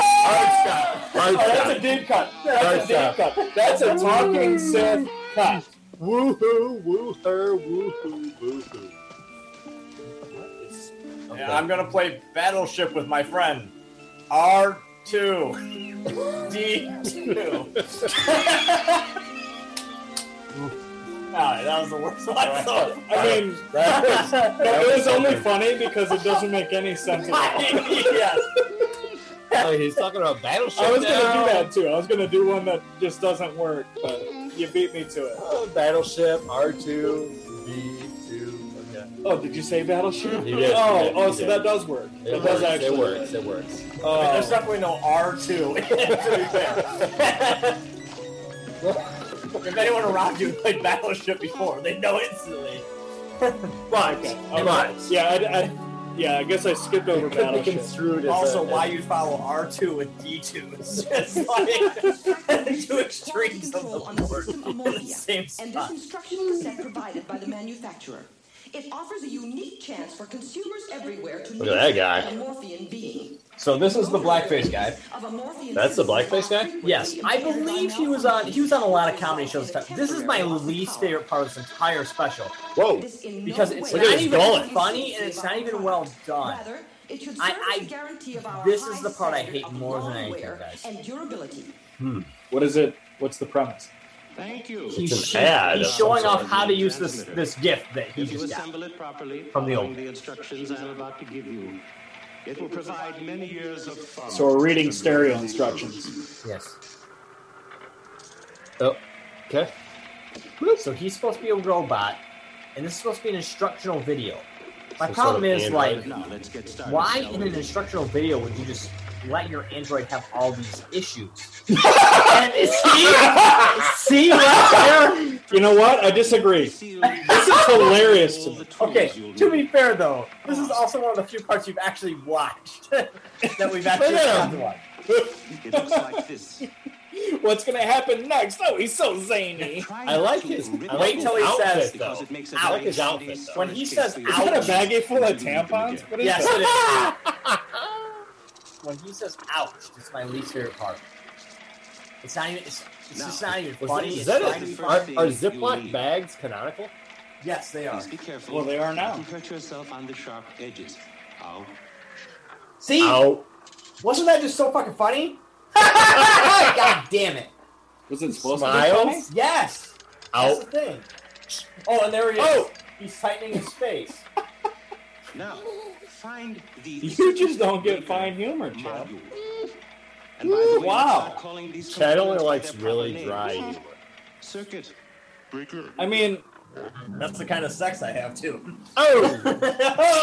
Speaker 3: Oh, that's a deep cut. That's a deep cut. That's a talking Sith cut.
Speaker 6: Woohoo, woo her, woohoo, woohoo.
Speaker 25: Yeah, I'm gonna play Battleship with my friend R two D two. Alright, that was the worst one. So
Speaker 3: I mean,
Speaker 6: That was-
Speaker 3: that is only funny because it doesn't make any sense at all.
Speaker 25: yes.
Speaker 6: oh, he's talking about battleship.
Speaker 3: I was gonna
Speaker 6: now.
Speaker 3: do that too. I was gonna do one that just doesn't work, but you beat me to it.
Speaker 6: Oh, battleship R two B two. Okay.
Speaker 3: Oh, did you say Battleship?
Speaker 6: You did.
Speaker 3: Oh,
Speaker 6: You did.
Speaker 3: oh,
Speaker 6: You
Speaker 3: so
Speaker 6: did.
Speaker 3: that does work. It,
Speaker 6: It works.
Speaker 3: does actually.
Speaker 6: It works. It works.
Speaker 25: I mean, there's
Speaker 3: Oh,
Speaker 25: definitely no R two to be fair. if anyone around you played Battleship before, they know instantly.
Speaker 3: right. Okay.
Speaker 25: It
Speaker 3: okay.
Speaker 25: was.
Speaker 3: Yeah, I, I, Yeah, I guess I skipped over Battleship.
Speaker 26: also, why you follow R two with D two? It's just like two extremes of the
Speaker 7: on the system of
Speaker 26: word.
Speaker 7: Moria,
Speaker 26: Same
Speaker 7: and this
Speaker 26: spot.
Speaker 7: instructional set provided by the manufacturer. It offers a unique chance for consumers everywhere to
Speaker 6: Look at that guy.
Speaker 7: know a morphean being
Speaker 6: So this is the blackface guy.
Speaker 7: of a morphean.
Speaker 6: That's the blackface guy.
Speaker 4: Yes, I believe he was on. He was on a lot of comedy shows. and stuff. This is my least favorite part of this entire special.
Speaker 6: Whoa!
Speaker 4: Because it's
Speaker 6: Look at
Speaker 4: not
Speaker 6: his
Speaker 4: even
Speaker 6: gullet.
Speaker 4: funny and it's not even well done.
Speaker 7: It should serve
Speaker 4: I-
Speaker 7: as a guarantee of our
Speaker 4: This is
Speaker 7: high
Speaker 4: the part I hate
Speaker 7: standard of
Speaker 4: more than
Speaker 7: lawn
Speaker 4: anything,
Speaker 7: wear
Speaker 4: guys.
Speaker 7: And durability.
Speaker 3: Hmm. What is it? What's the premise?
Speaker 8: Thank you.
Speaker 4: He's,
Speaker 6: It's
Speaker 4: sho-
Speaker 6: an ad.
Speaker 4: he's showing off how to use this this gift that he
Speaker 8: If you
Speaker 4: just got.
Speaker 8: assemble it properly,
Speaker 4: From the
Speaker 8: following
Speaker 4: old.
Speaker 8: the instructions I'm about to give you, it will provide many years of fun.
Speaker 3: So we're reading stereo instructions.
Speaker 4: Yes.
Speaker 6: Oh, okay.
Speaker 4: So he's supposed to be a robot, and this is supposed to be an instructional video. My
Speaker 8: Some
Speaker 4: problem
Speaker 8: sort of
Speaker 4: is
Speaker 8: Android?
Speaker 4: like,
Speaker 8: No, let's get started,
Speaker 4: why
Speaker 8: shall
Speaker 4: in
Speaker 8: we?
Speaker 4: an instructional video would you just let your Android have all these issues? and it's- see, see right there.
Speaker 3: You know what? I disagree. This is hilarious to me.
Speaker 4: Okay, to be fair though, this is also one of the few parts you've actually watched that we've actually
Speaker 3: Look at
Speaker 4: got
Speaker 3: him.
Speaker 4: to watch.
Speaker 8: It looks like this.
Speaker 3: What's gonna happen next? Oh, he's so zany.
Speaker 6: I like his. I like
Speaker 4: Wait till he
Speaker 6: his outfit,
Speaker 4: says
Speaker 6: though.
Speaker 8: It makes a
Speaker 6: I like
Speaker 8: very
Speaker 6: his outfit. Though.
Speaker 4: When he says
Speaker 3: Is that a
Speaker 4: ouch,
Speaker 3: baggie full of tampons? What is
Speaker 4: yes,
Speaker 3: that?
Speaker 4: it is. when he says ouch, it's my least favorite part. It's not even. It's, it's just not even
Speaker 6: Was
Speaker 4: funny.
Speaker 6: it- is
Speaker 4: it's
Speaker 6: that
Speaker 4: trying to be
Speaker 6: a, are,
Speaker 4: funny.
Speaker 6: are Ziploc bags canonical?
Speaker 4: Yes, they are.
Speaker 8: Please be careful.
Speaker 3: Well, they are now.
Speaker 8: You hurt yourself on the sharp edges. Ow.
Speaker 4: See,
Speaker 6: Ow.
Speaker 4: wasn't that just so fucking funny? God damn it!
Speaker 3: Was it supposed
Speaker 6: Smiles?
Speaker 3: to be funny?
Speaker 4: Yes. That's
Speaker 6: Ow.
Speaker 4: the thing. Oh, and there he is.
Speaker 6: Oh.
Speaker 4: He's tightening his face.
Speaker 8: Now, find the.
Speaker 3: You just don't get fine humor, Chad.
Speaker 8: module. And by the way,
Speaker 3: Wow.
Speaker 8: start calling these
Speaker 6: Chad only
Speaker 8: components by
Speaker 6: likes
Speaker 8: their
Speaker 6: really
Speaker 8: proper
Speaker 6: dry
Speaker 8: names.
Speaker 6: humor.
Speaker 8: Circuit. Breaker.
Speaker 3: I mean,
Speaker 26: That's the kind of sex I have too.
Speaker 6: Oh,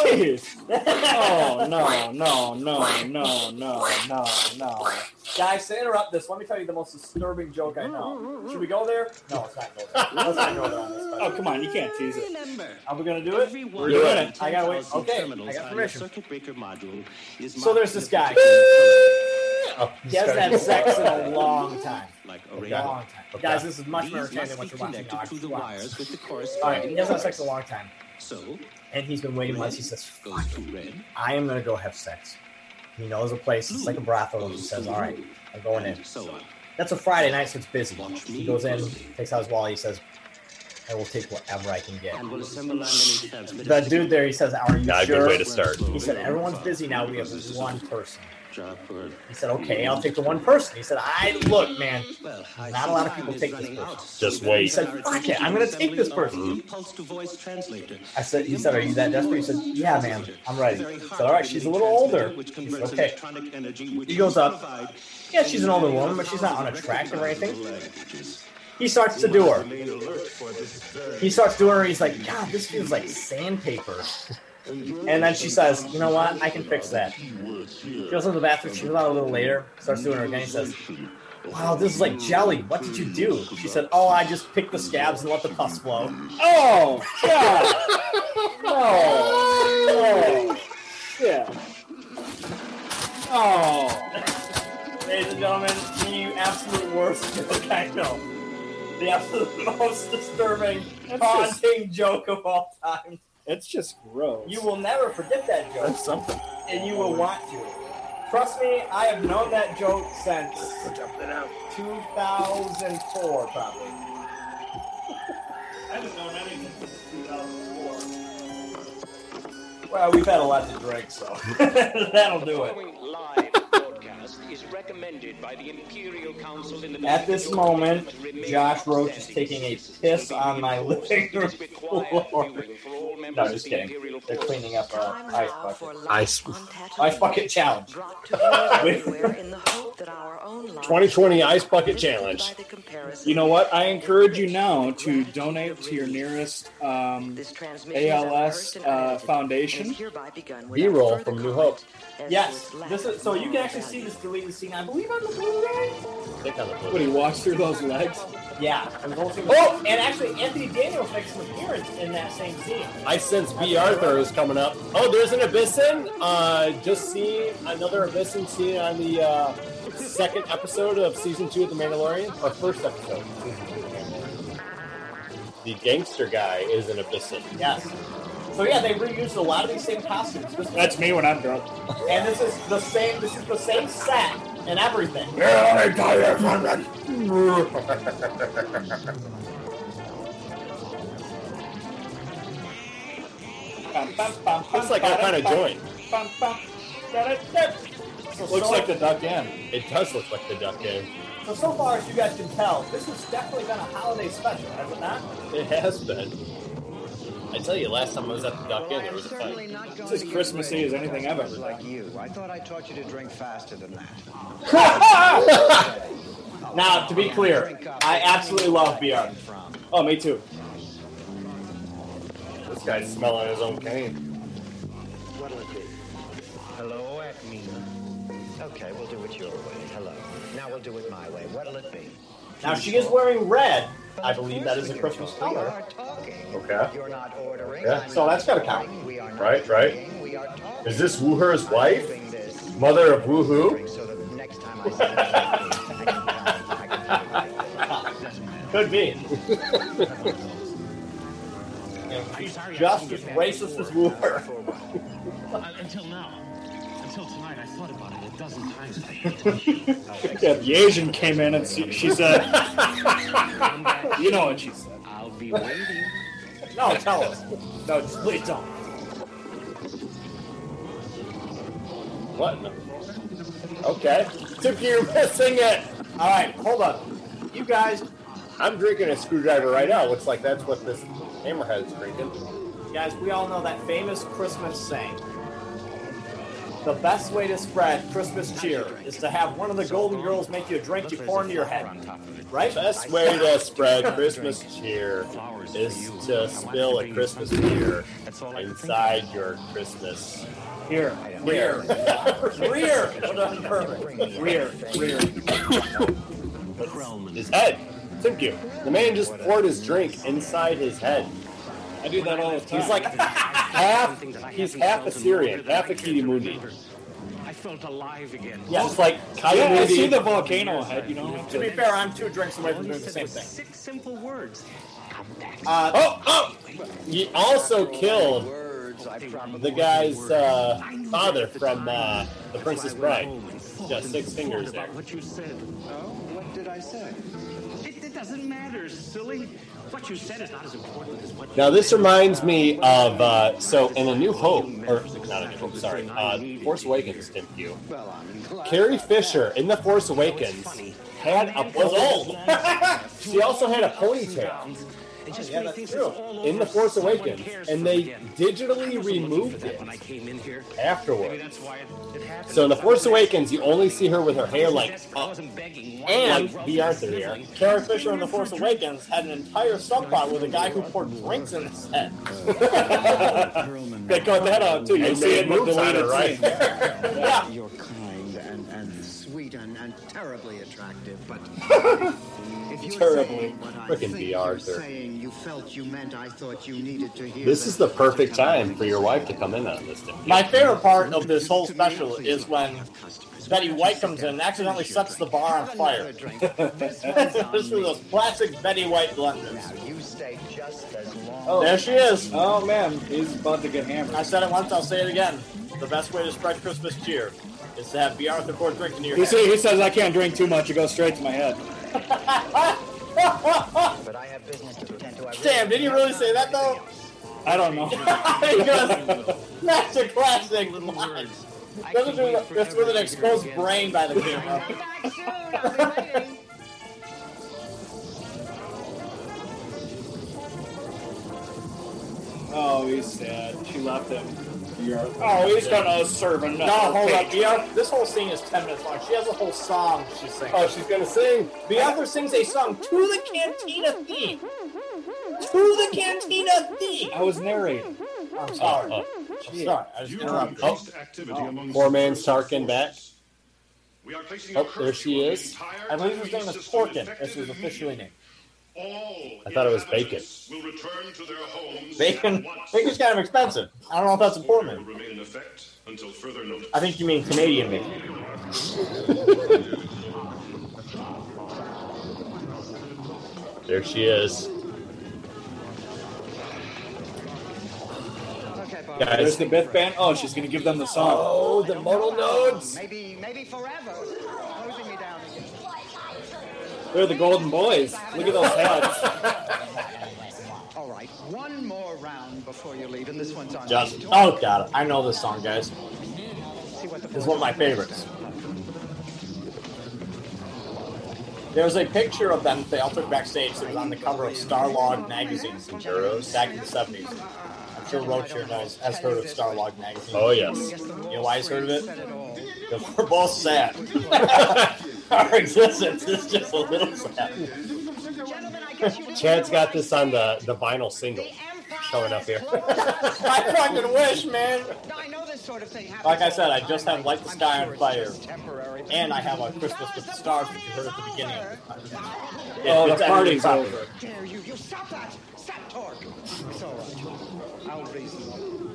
Speaker 3: jeez. Oh no, no, no, no, no, no, no.
Speaker 4: Guys, to interrupt this, let me tell you the most disturbing joke I know. Should we go there? No, let's not go there. Let's not go there on this.
Speaker 3: Oh come on, you can't tease it.
Speaker 8: Remember,
Speaker 4: Are we gonna do it?
Speaker 8: every
Speaker 3: We're
Speaker 8: one
Speaker 3: doing
Speaker 8: of
Speaker 3: it.
Speaker 8: the
Speaker 4: I gotta wait.
Speaker 8: 10,000
Speaker 4: Okay, I
Speaker 8: terminals
Speaker 4: got
Speaker 8: on your
Speaker 4: permission.
Speaker 8: Circuit breaker module is
Speaker 4: So
Speaker 8: marked
Speaker 4: there's
Speaker 8: in a
Speaker 4: this guy.
Speaker 8: particular
Speaker 6: Oh, he's
Speaker 4: He hasn't
Speaker 6: gotta
Speaker 4: had
Speaker 6: go.
Speaker 4: sex in a long time.
Speaker 8: color, like a
Speaker 4: A
Speaker 8: radio.
Speaker 4: long time.
Speaker 6: Okay.
Speaker 4: Guys, this is much
Speaker 8: These
Speaker 4: more entertaining than
Speaker 8: must
Speaker 4: what
Speaker 8: be
Speaker 4: you're watching
Speaker 8: connected
Speaker 4: now.
Speaker 8: through the
Speaker 4: Wow.
Speaker 8: wires with the
Speaker 4: Alright, he
Speaker 8: corresponding
Speaker 4: hasn't had
Speaker 8: wires.
Speaker 4: sex in a long time.
Speaker 8: So
Speaker 4: And he's been waiting months. He says,
Speaker 8: goes to red.
Speaker 4: I am going to go have sex. He knows a place. It's like a brothel. He says, All right, I'm going in.
Speaker 8: And so on.
Speaker 4: That's a Friday night, so it's busy. He goes in, takes out his wallet. He says, I will take whatever I can get.
Speaker 8: And will assemble how many transmitters.
Speaker 4: The dude there, he says, Are you
Speaker 6: Not a good
Speaker 4: sure?
Speaker 6: way to start.
Speaker 4: He said, Everyone's busy now. We have one person.
Speaker 8: Job for-
Speaker 4: He said, Okay, I'll take the one person. He said, I look, man.
Speaker 8: Well, I
Speaker 4: Not a
Speaker 8: see
Speaker 4: lot of
Speaker 8: time
Speaker 4: people
Speaker 8: is
Speaker 4: take this
Speaker 8: running
Speaker 4: person.
Speaker 8: out.
Speaker 6: Just
Speaker 8: We better
Speaker 6: wait.
Speaker 8: turn
Speaker 4: He said,
Speaker 8: our
Speaker 4: "Fuck it,
Speaker 8: attention
Speaker 4: I'm
Speaker 8: to
Speaker 4: gonna take this
Speaker 8: assembling of
Speaker 4: person."
Speaker 8: the Impulse-to-voice translator.
Speaker 4: I said, he said, "Are you that desperate?" He said, "Yeah, man, I'm ready." I said, "All right, she's a little older."
Speaker 8: Which
Speaker 4: He
Speaker 8: converts
Speaker 4: said, "Okay."
Speaker 8: electronic energy, which
Speaker 4: He goes
Speaker 8: we
Speaker 4: up.
Speaker 8: provide
Speaker 4: Yeah, she's an older woman, but she's not unattractive or anything. He starts to do her. He starts doing her. He's like, God, this feels like sandpaper. And then she says, You know what? I can fix that. She goes in the bathroom. She goes out a little later. Starts doing her again. He says, Wow, this is like jelly. What did you do? She said, Oh, I just picked the scabs and let the pus flow.
Speaker 3: Oh god. No. No. Yeah. Oh.
Speaker 4: Ladies and gentlemen, the absolute worst joke I know. The absolute most disturbing,
Speaker 3: That's just-
Speaker 4: haunting joke of all time.
Speaker 3: It's just gross.
Speaker 4: You will never forget that joke.
Speaker 6: That's something.
Speaker 4: and you will want to. Trust me, I have known that joke since 2004, probably.
Speaker 3: I haven't known anything since 2004.
Speaker 4: Well, we've had a lot to drink, so that'll do it.
Speaker 27: Following live broadcast is recommended by the Imperial Council in the
Speaker 4: At this moment, Josh Roach is taking a piss on my living room floor. No, just kidding. They're cleaning up our
Speaker 28: Time
Speaker 4: ice
Speaker 28: now
Speaker 4: bucket.
Speaker 28: for
Speaker 6: Ice-
Speaker 28: Life on Tatooine,
Speaker 4: Ice bucket challenge.
Speaker 28: Brought to viewers everywhere in the hope that our own lives
Speaker 6: 2020 ice bucket
Speaker 28: lifted
Speaker 6: challenge.
Speaker 28: by the comparison.
Speaker 3: You know what? I encourage you now to donate to your nearest um,
Speaker 28: This transmission
Speaker 3: ALS
Speaker 28: is unearthed and
Speaker 3: uh,
Speaker 28: unedited, and
Speaker 3: foundation.
Speaker 28: is hereby begun without
Speaker 6: B-roll
Speaker 28: further
Speaker 6: from New
Speaker 28: comment,
Speaker 6: Hope.
Speaker 28: as
Speaker 4: Yes,
Speaker 28: to its
Speaker 4: this
Speaker 28: lack
Speaker 4: is so you
Speaker 28: of
Speaker 4: can actually
Speaker 28: moral
Speaker 4: see
Speaker 28: value.
Speaker 4: this deleted scene. I believe on the Blu-ray.
Speaker 6: Click on the
Speaker 3: What do
Speaker 6: blue.
Speaker 3: you walk through those legs?
Speaker 4: Yeah. Oh, and actually, Anthony Daniels makes an appearance in that same scene.
Speaker 6: I sense B. Arthur is coming up. Oh, there's an Abyssin. Uh, just seen another Abyssin scene on the uh, second episode of season two of The Mandalorian, or first episode. The gangster guy is an Abyssin.
Speaker 4: Yes. So yeah, they reused a lot of these same costumes. This-
Speaker 3: That's me when I'm drunk.
Speaker 4: And this is the same. This is the same set and everything.
Speaker 6: Looks like I found a joint.
Speaker 4: So,
Speaker 6: Looks
Speaker 4: so,
Speaker 6: like the Duck Inn. It does look like the Duck Inn.
Speaker 4: so so far as you guys can tell, this has definitely been a holiday special, has it not?
Speaker 6: It has been. I tell you, last time I was at the Duck Inn, there was a fight.
Speaker 3: It's as Christmassy as anything I've ever
Speaker 7: Like you, I thought I taught you to drink faster than that.
Speaker 4: Now, to be clear, I absolutely love BR.
Speaker 3: Oh, me too.
Speaker 6: This guy's smelling his own cane.
Speaker 7: What'll it be? Hello, Acme. Okay, we'll do it your way. Hello. Now we'll do it my way. What'll it be?
Speaker 4: Now she is wearing red. I believe that is a Christmas color.
Speaker 6: Okay.
Speaker 7: You're not ordering.
Speaker 6: Yeah.
Speaker 4: So that's gotta count.
Speaker 6: Right, right. Is this Wooher's wife? Mother of Woohoo? Could be.
Speaker 4: She's just as racist as Wooher.
Speaker 9: Until now. Until tonight, I thought about it a dozen times.
Speaker 3: Yeah, the Asian came in and she, she said, "You know what she said."
Speaker 9: I'll be waiting.
Speaker 4: No, tell us.
Speaker 3: No, just please don't.
Speaker 6: What? Okay. Took you missing it.
Speaker 4: All right, hold on. You guys,
Speaker 6: I'm drinking a screwdriver right now. Looks like that's what this hammerhead's drinking.
Speaker 4: guys, we all know that famous Christmas saying. The best way to spread Christmas cheer is to have one of the Golden Girls make you a drink you pour into your head. Right?
Speaker 6: Best way to spread Christmas cheer is to spill a Christmas beer inside your Christmas.
Speaker 3: Here,
Speaker 6: Beer.
Speaker 4: Rear. Rear. Rear.
Speaker 6: His head. Thank you. The man just poured his drink inside his head.
Speaker 3: I do that all the time.
Speaker 6: He's like half. He's half Assyrian, half Akiti Mundi.
Speaker 9: I felt alive again.
Speaker 6: Just like Kaya
Speaker 3: yeah, I
Speaker 6: Mundi.
Speaker 3: see the volcano head. You know,
Speaker 4: To be fair, I'm two drinks away from doing the same thing.
Speaker 9: Six simple words.
Speaker 4: Uh,
Speaker 6: Oh, oh! He also killed the guy's uh, father from uh, The Princess Bride. Just six fingers there.
Speaker 9: What you said.
Speaker 7: Oh, what did I say?
Speaker 9: It, it doesn't matter, silly. What you said is not as important as what.
Speaker 6: Now this reminds me of uh, so in A New Hope, or not A New Hope, sorry, uh, Force Awakens, Tim Q.
Speaker 7: Well, I'm glad.
Speaker 6: Carrie Fisher in The Force Awakens had a
Speaker 9: Was old.
Speaker 6: she also had a ponytail
Speaker 9: It just
Speaker 4: yeah,
Speaker 9: made
Speaker 4: that's
Speaker 9: things
Speaker 4: true.
Speaker 9: all
Speaker 6: in The
Speaker 9: over.
Speaker 6: Force
Speaker 9: Someone
Speaker 6: Awakens,
Speaker 9: cares
Speaker 6: and
Speaker 9: for me
Speaker 6: they
Speaker 9: again.
Speaker 6: digitally
Speaker 9: was looking for
Speaker 6: removed
Speaker 9: that
Speaker 6: it
Speaker 9: When I came in here, Maybe
Speaker 6: afterward.
Speaker 9: that's why it, it happened.
Speaker 6: So in The
Speaker 9: I
Speaker 6: Force
Speaker 9: was
Speaker 6: Awakens, you only see her with her hair like
Speaker 9: desperate. I
Speaker 6: up,
Speaker 9: wasn't begging. Why
Speaker 6: and
Speaker 9: would I
Speaker 6: the
Speaker 9: rouse
Speaker 6: Arthur here.
Speaker 9: sniveling?
Speaker 4: Carrie Fisher in The Force Awakens had an entire subplot with a guy who poured drinks in his head.
Speaker 3: they cut that out too. You
Speaker 6: And
Speaker 3: see
Speaker 6: they
Speaker 3: it in the
Speaker 6: moved on
Speaker 3: deleted
Speaker 6: her, right?
Speaker 3: scene.
Speaker 4: Yeah.
Speaker 7: You're kind and, and sweet and, and terribly attractive, but if you're
Speaker 6: Terribly.
Speaker 7: saying what I
Speaker 6: Frickin'
Speaker 7: think
Speaker 6: B.
Speaker 7: you're
Speaker 6: Arthur.
Speaker 7: saying, you felt you meant, I thought you needed to hear.
Speaker 6: This is the
Speaker 7: that-
Speaker 6: perfect time for your wife to come in on this. Tim Q.
Speaker 4: My favorite part of this whole special is when Betty White comes in and accidentally sets the bar on fire.
Speaker 7: this one's on
Speaker 4: This was
Speaker 7: me.
Speaker 4: those classic Betty White blunders.
Speaker 7: Now you stay just as long.
Speaker 3: Oh.
Speaker 4: There she is.
Speaker 3: Oh man, he's about to get hammered.
Speaker 4: I said it once, I'll say it again. The best way to spread Christmas cheer is to have B. Arthur pour drink into your
Speaker 3: He,
Speaker 4: head.
Speaker 3: say, he says I can't drink too much; it goes straight to my head.
Speaker 7: But I have business to attend to. I
Speaker 4: Damn, did he really say that though?
Speaker 3: I don't know.
Speaker 4: Because that's a classic line. This is with- This with an exposed brain by the camera.
Speaker 3: Oh, he's sad. She left him. Oh, he's gonna serve another.
Speaker 4: No, hold up.
Speaker 3: patron.
Speaker 4: Beyond,
Speaker 6: uh,
Speaker 4: this whole scene is 10 minutes long. She has a whole song she sings.
Speaker 6: Oh, she's gonna sing.
Speaker 4: Beyonder sings a song to the Cantina theme. To the Cantina theme.
Speaker 3: I was narrating.
Speaker 4: I'm sorry.
Speaker 6: Oh,
Speaker 4: I'm sorry. I just oh.
Speaker 1: You
Speaker 4: interrupted.
Speaker 1: increased activity among
Speaker 6: Poor man Tarkin back.
Speaker 1: We are placing
Speaker 6: Oh,
Speaker 1: a curfew
Speaker 6: there she
Speaker 1: on the
Speaker 6: is.
Speaker 1: entire
Speaker 4: I believe his
Speaker 1: TV
Speaker 4: name is
Speaker 1: system
Speaker 4: Porkin.
Speaker 1: infected
Speaker 4: This was
Speaker 1: and
Speaker 4: officially
Speaker 1: immune.
Speaker 4: named.
Speaker 1: All
Speaker 6: I thought it was bacon.
Speaker 1: will return to their homes.
Speaker 4: Bacon,
Speaker 1: at once.
Speaker 4: bacon's kind of expensive. I don't know if that's
Speaker 1: Will
Speaker 4: important.
Speaker 1: remain in effect until further notice.
Speaker 4: I think you mean Canadian bacon.
Speaker 6: There she is.
Speaker 3: There's the Biff band. Oh, she's going to give them the song. Oh, the modal nodes.
Speaker 8: Maybe, maybe forever. Closing me down again.
Speaker 3: They're the Golden Boys. Look at those heads.
Speaker 8: All right, one more round before you leave, and this one's on.
Speaker 4: Just,
Speaker 8: me.
Speaker 4: oh god, I know this song, guys.
Speaker 8: See what the
Speaker 4: It's one of my favorites. There was a picture of them that they all took backstage that was on the cover of Starlog magazine from back in the 70s. I'm sure Roach here knows, has heard of Starlog magazine.
Speaker 6: Oh, yes.
Speaker 4: You know why he's heard of it? Because we're both sad. Our existence is just a little sad.
Speaker 6: Chad's got this on the, the vinyl single showing up here.
Speaker 4: I fucking wish, man.
Speaker 8: I know this sort of thing happens.
Speaker 4: Like I said, I just have Light the Sky on Fire, and I have a Christmas with the Stars, which you heard at the beginning of the podcast.
Speaker 3: Oh,
Speaker 4: It's
Speaker 3: the
Speaker 4: at
Speaker 3: party's
Speaker 4: top.
Speaker 3: over.
Speaker 8: Dare you? You stop that! Stop talk. It's all right. I'll reason.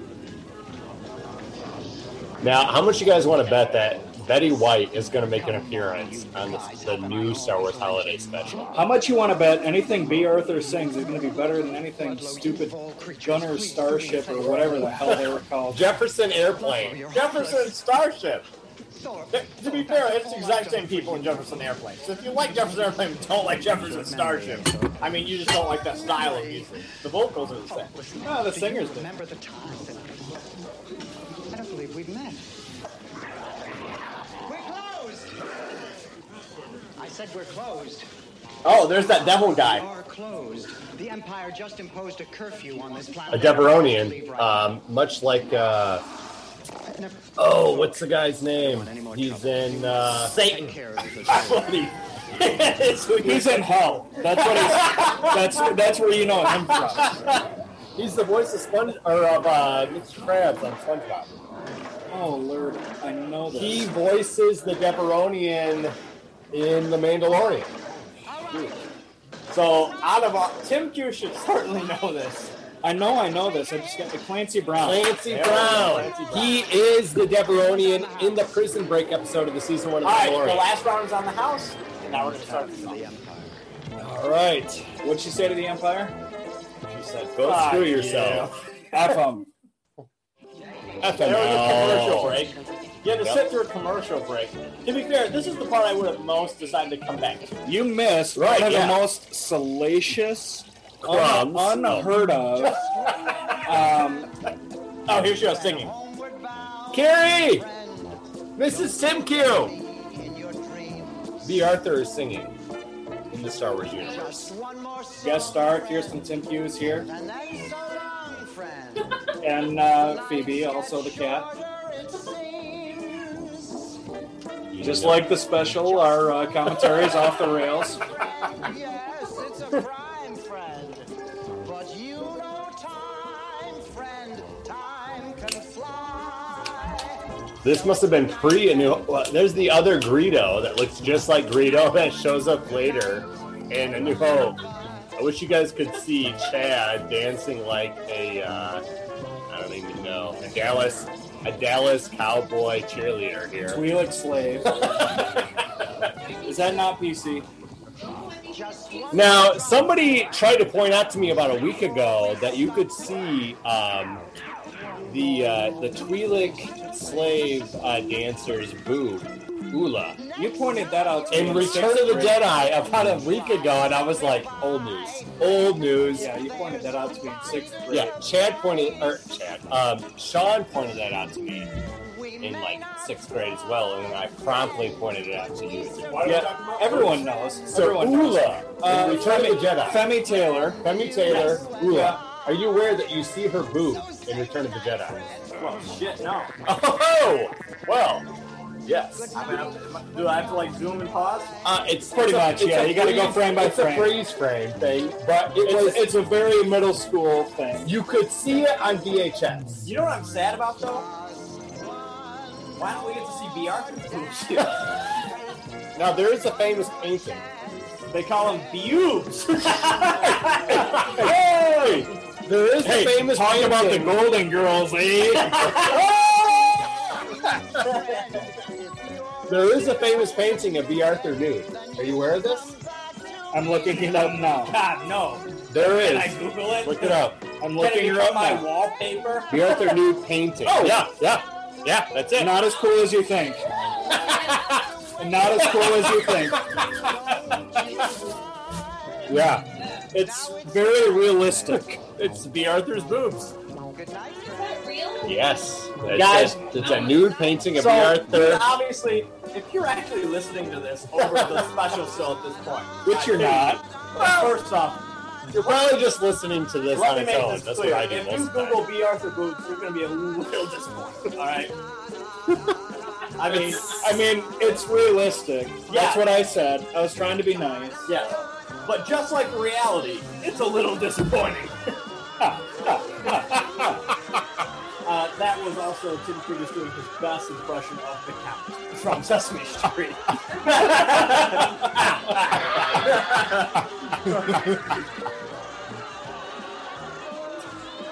Speaker 6: Now, how much you guys want to bet that Betty White is going to make an appearance on this, the new Star Wars Holiday Special?
Speaker 3: How much you want to bet anything B. Arthur sings is going to be better than anything stupid Gunner Starship or whatever the hell they were called.
Speaker 6: Jefferson Airplane.
Speaker 4: Jefferson Starship. To be fair, it's the exact same people in Jefferson Airplane. So if you like Jefferson Airplane, but don't like Jefferson Starship. I mean, you just don't like that style of music. The vocals are the same.
Speaker 3: Ah, the singers did.
Speaker 8: Remember the time. I don't believe we've met. We're closed. I said we're closed.
Speaker 4: Oh, there's that devil guy.
Speaker 8: Are closed. The Empire just imposed a curfew on this
Speaker 6: A
Speaker 8: planet.
Speaker 6: Deveronian, um, much like, uh, oh, what's the guy's name? He's in uh,
Speaker 4: Satan.
Speaker 3: He's in hell. That's what he's. That's that's where you know him from.
Speaker 6: He's the voice of Sponge or of uh, Mr. Krabs on SpongeBob.
Speaker 3: Oh Lord, I know this.
Speaker 6: He voices the Deveronian in The Mandalorian.
Speaker 4: So out of all, Tim Q should certainly know this.
Speaker 3: I know, I know this. I just got the Clancy Brown.
Speaker 6: Clancy
Speaker 3: Yeah,
Speaker 6: Brown.
Speaker 3: Clancy Brown.
Speaker 6: He is the Deveronian in the Prison Break episode of the season one
Speaker 4: All
Speaker 6: of The
Speaker 4: right, the
Speaker 6: Mandalorian.
Speaker 4: last round is on the house, and now we're gonna start. The song.
Speaker 3: All right. What'd she say to the Empire?
Speaker 4: She said,
Speaker 6: Go
Speaker 4: "Fuck
Speaker 6: screw
Speaker 4: you."
Speaker 6: yourself.
Speaker 3: F 'em.
Speaker 4: There was
Speaker 6: No.
Speaker 4: a commercial break. You had to
Speaker 6: Yep.
Speaker 4: sit through a commercial break. To be fair, this is the part I would have most decided to come back to.
Speaker 3: You missed
Speaker 6: Right,
Speaker 3: one of
Speaker 6: yeah.
Speaker 3: the most salacious, un-
Speaker 6: Crumbs.
Speaker 3: unheard of. Um,
Speaker 4: Oh, here she was singing.
Speaker 6: Carrie! Mrs. Simq! B. Arthur is singing in the Star Wars universe.
Speaker 3: guest star Kirsten Timke is here,
Speaker 8: And that is so long, friend.
Speaker 3: and uh, Phoebe, also the cat.
Speaker 6: You
Speaker 3: Just
Speaker 6: know.
Speaker 3: like the special, our uh, commentary is off the rails.
Speaker 8: yes, it's a crime, friend. But you know time, friend. Time can fly.
Speaker 6: This must have been pre a new. Well, there's the other Greedo that looks just like Greedo that shows up later in A New Hope. I wish you guys could see Chad dancing like a. Uh, I don't even know a Dallas a Dallas cowboy cheerleader here.
Speaker 3: Twi'lek slave. Is that not PC?
Speaker 8: Just one
Speaker 6: Now somebody tried to point out to me about a week ago that you could see um, the uh, the Twi'lek slave uh, dancer's boob, Ula.
Speaker 3: You pointed that out to me
Speaker 6: in Return
Speaker 3: sixth
Speaker 6: of the
Speaker 3: grade.
Speaker 6: Jedi about a week ago, and I was like, old news, old news.
Speaker 3: Yeah, you pointed that out to me in sixth grade.
Speaker 6: Yeah, Chad pointed, or Chad, um, Sean pointed that out to me in like sixth grade as well, and then I promptly pointed it out to you.
Speaker 3: Yeah, everyone knows.
Speaker 6: So
Speaker 3: everyone knows.
Speaker 6: Ula
Speaker 3: Uh,
Speaker 6: in Return of the
Speaker 3: Femi-
Speaker 6: Jedi.
Speaker 3: Femi Taylor.
Speaker 6: Femi Taylor, Ula. Are you aware that you see her boob in Return of the Jedi?
Speaker 4: Well, shit, no.
Speaker 6: Oh, well, yes.
Speaker 4: I'm gonna have to, do I have to like zoom and pause?
Speaker 6: Uh, it's it's
Speaker 3: Pretty
Speaker 6: a-
Speaker 3: much,
Speaker 6: it's
Speaker 3: yeah,
Speaker 6: a
Speaker 3: you gotta go
Speaker 6: freeze-
Speaker 3: frame by
Speaker 6: it's
Speaker 3: frame.
Speaker 6: a freeze frame thing, but it
Speaker 3: It's,
Speaker 6: was
Speaker 3: it's a very middle school thing.
Speaker 6: You could see it on VHS.
Speaker 4: You know what I'm sad about though? Why don't we get to see VR?
Speaker 6: Now there is a famous painting
Speaker 3: They call him Bubes.
Speaker 6: Hey! There is
Speaker 3: Hey,
Speaker 6: the famous
Speaker 3: talk about the eh?
Speaker 6: Golden Girls,
Speaker 3: there is a famous painting of B. Arthur nude. Are you aware of this? I'm looking it up now.
Speaker 7: God, no.
Speaker 3: There
Speaker 7: Can
Speaker 3: is.
Speaker 7: I Google it?
Speaker 3: Look it up. I'm
Speaker 7: Can
Speaker 3: looking
Speaker 7: it
Speaker 3: her
Speaker 7: become
Speaker 3: up
Speaker 7: my
Speaker 3: now.
Speaker 7: wallpaper?
Speaker 3: B. Arthur nude painting.
Speaker 7: Oh,
Speaker 3: yeah, yeah. That's it. Not as cool as you think. Not as cool as you think. Yeah, it's very realistic. It's B. Arthur's boobs. Yes, It's
Speaker 6: Guys-
Speaker 3: a- it's a nude painting of
Speaker 7: So,
Speaker 3: B. Arthur.
Speaker 7: you're obviously, if you're actually listening to this over the special show at this point,
Speaker 3: Which you're not.
Speaker 7: First off,
Speaker 3: You're probably just listening to this
Speaker 7: let
Speaker 3: on
Speaker 7: me
Speaker 3: its
Speaker 7: make
Speaker 3: own.
Speaker 7: this
Speaker 3: That's
Speaker 7: clear.
Speaker 3: what I do
Speaker 7: if
Speaker 3: most
Speaker 7: you
Speaker 3: of the
Speaker 7: Google B. Arthur boobs, you're going to be a little disappointed. All right. I mean,
Speaker 3: I mean, it's realistic.
Speaker 7: Yeah.
Speaker 3: That's what I said. I was trying to be nice.
Speaker 7: yeah. But just like reality, it's a little disappointing. uh, that was also Tim Curtis doing his best impression of the Count from Sesame Street.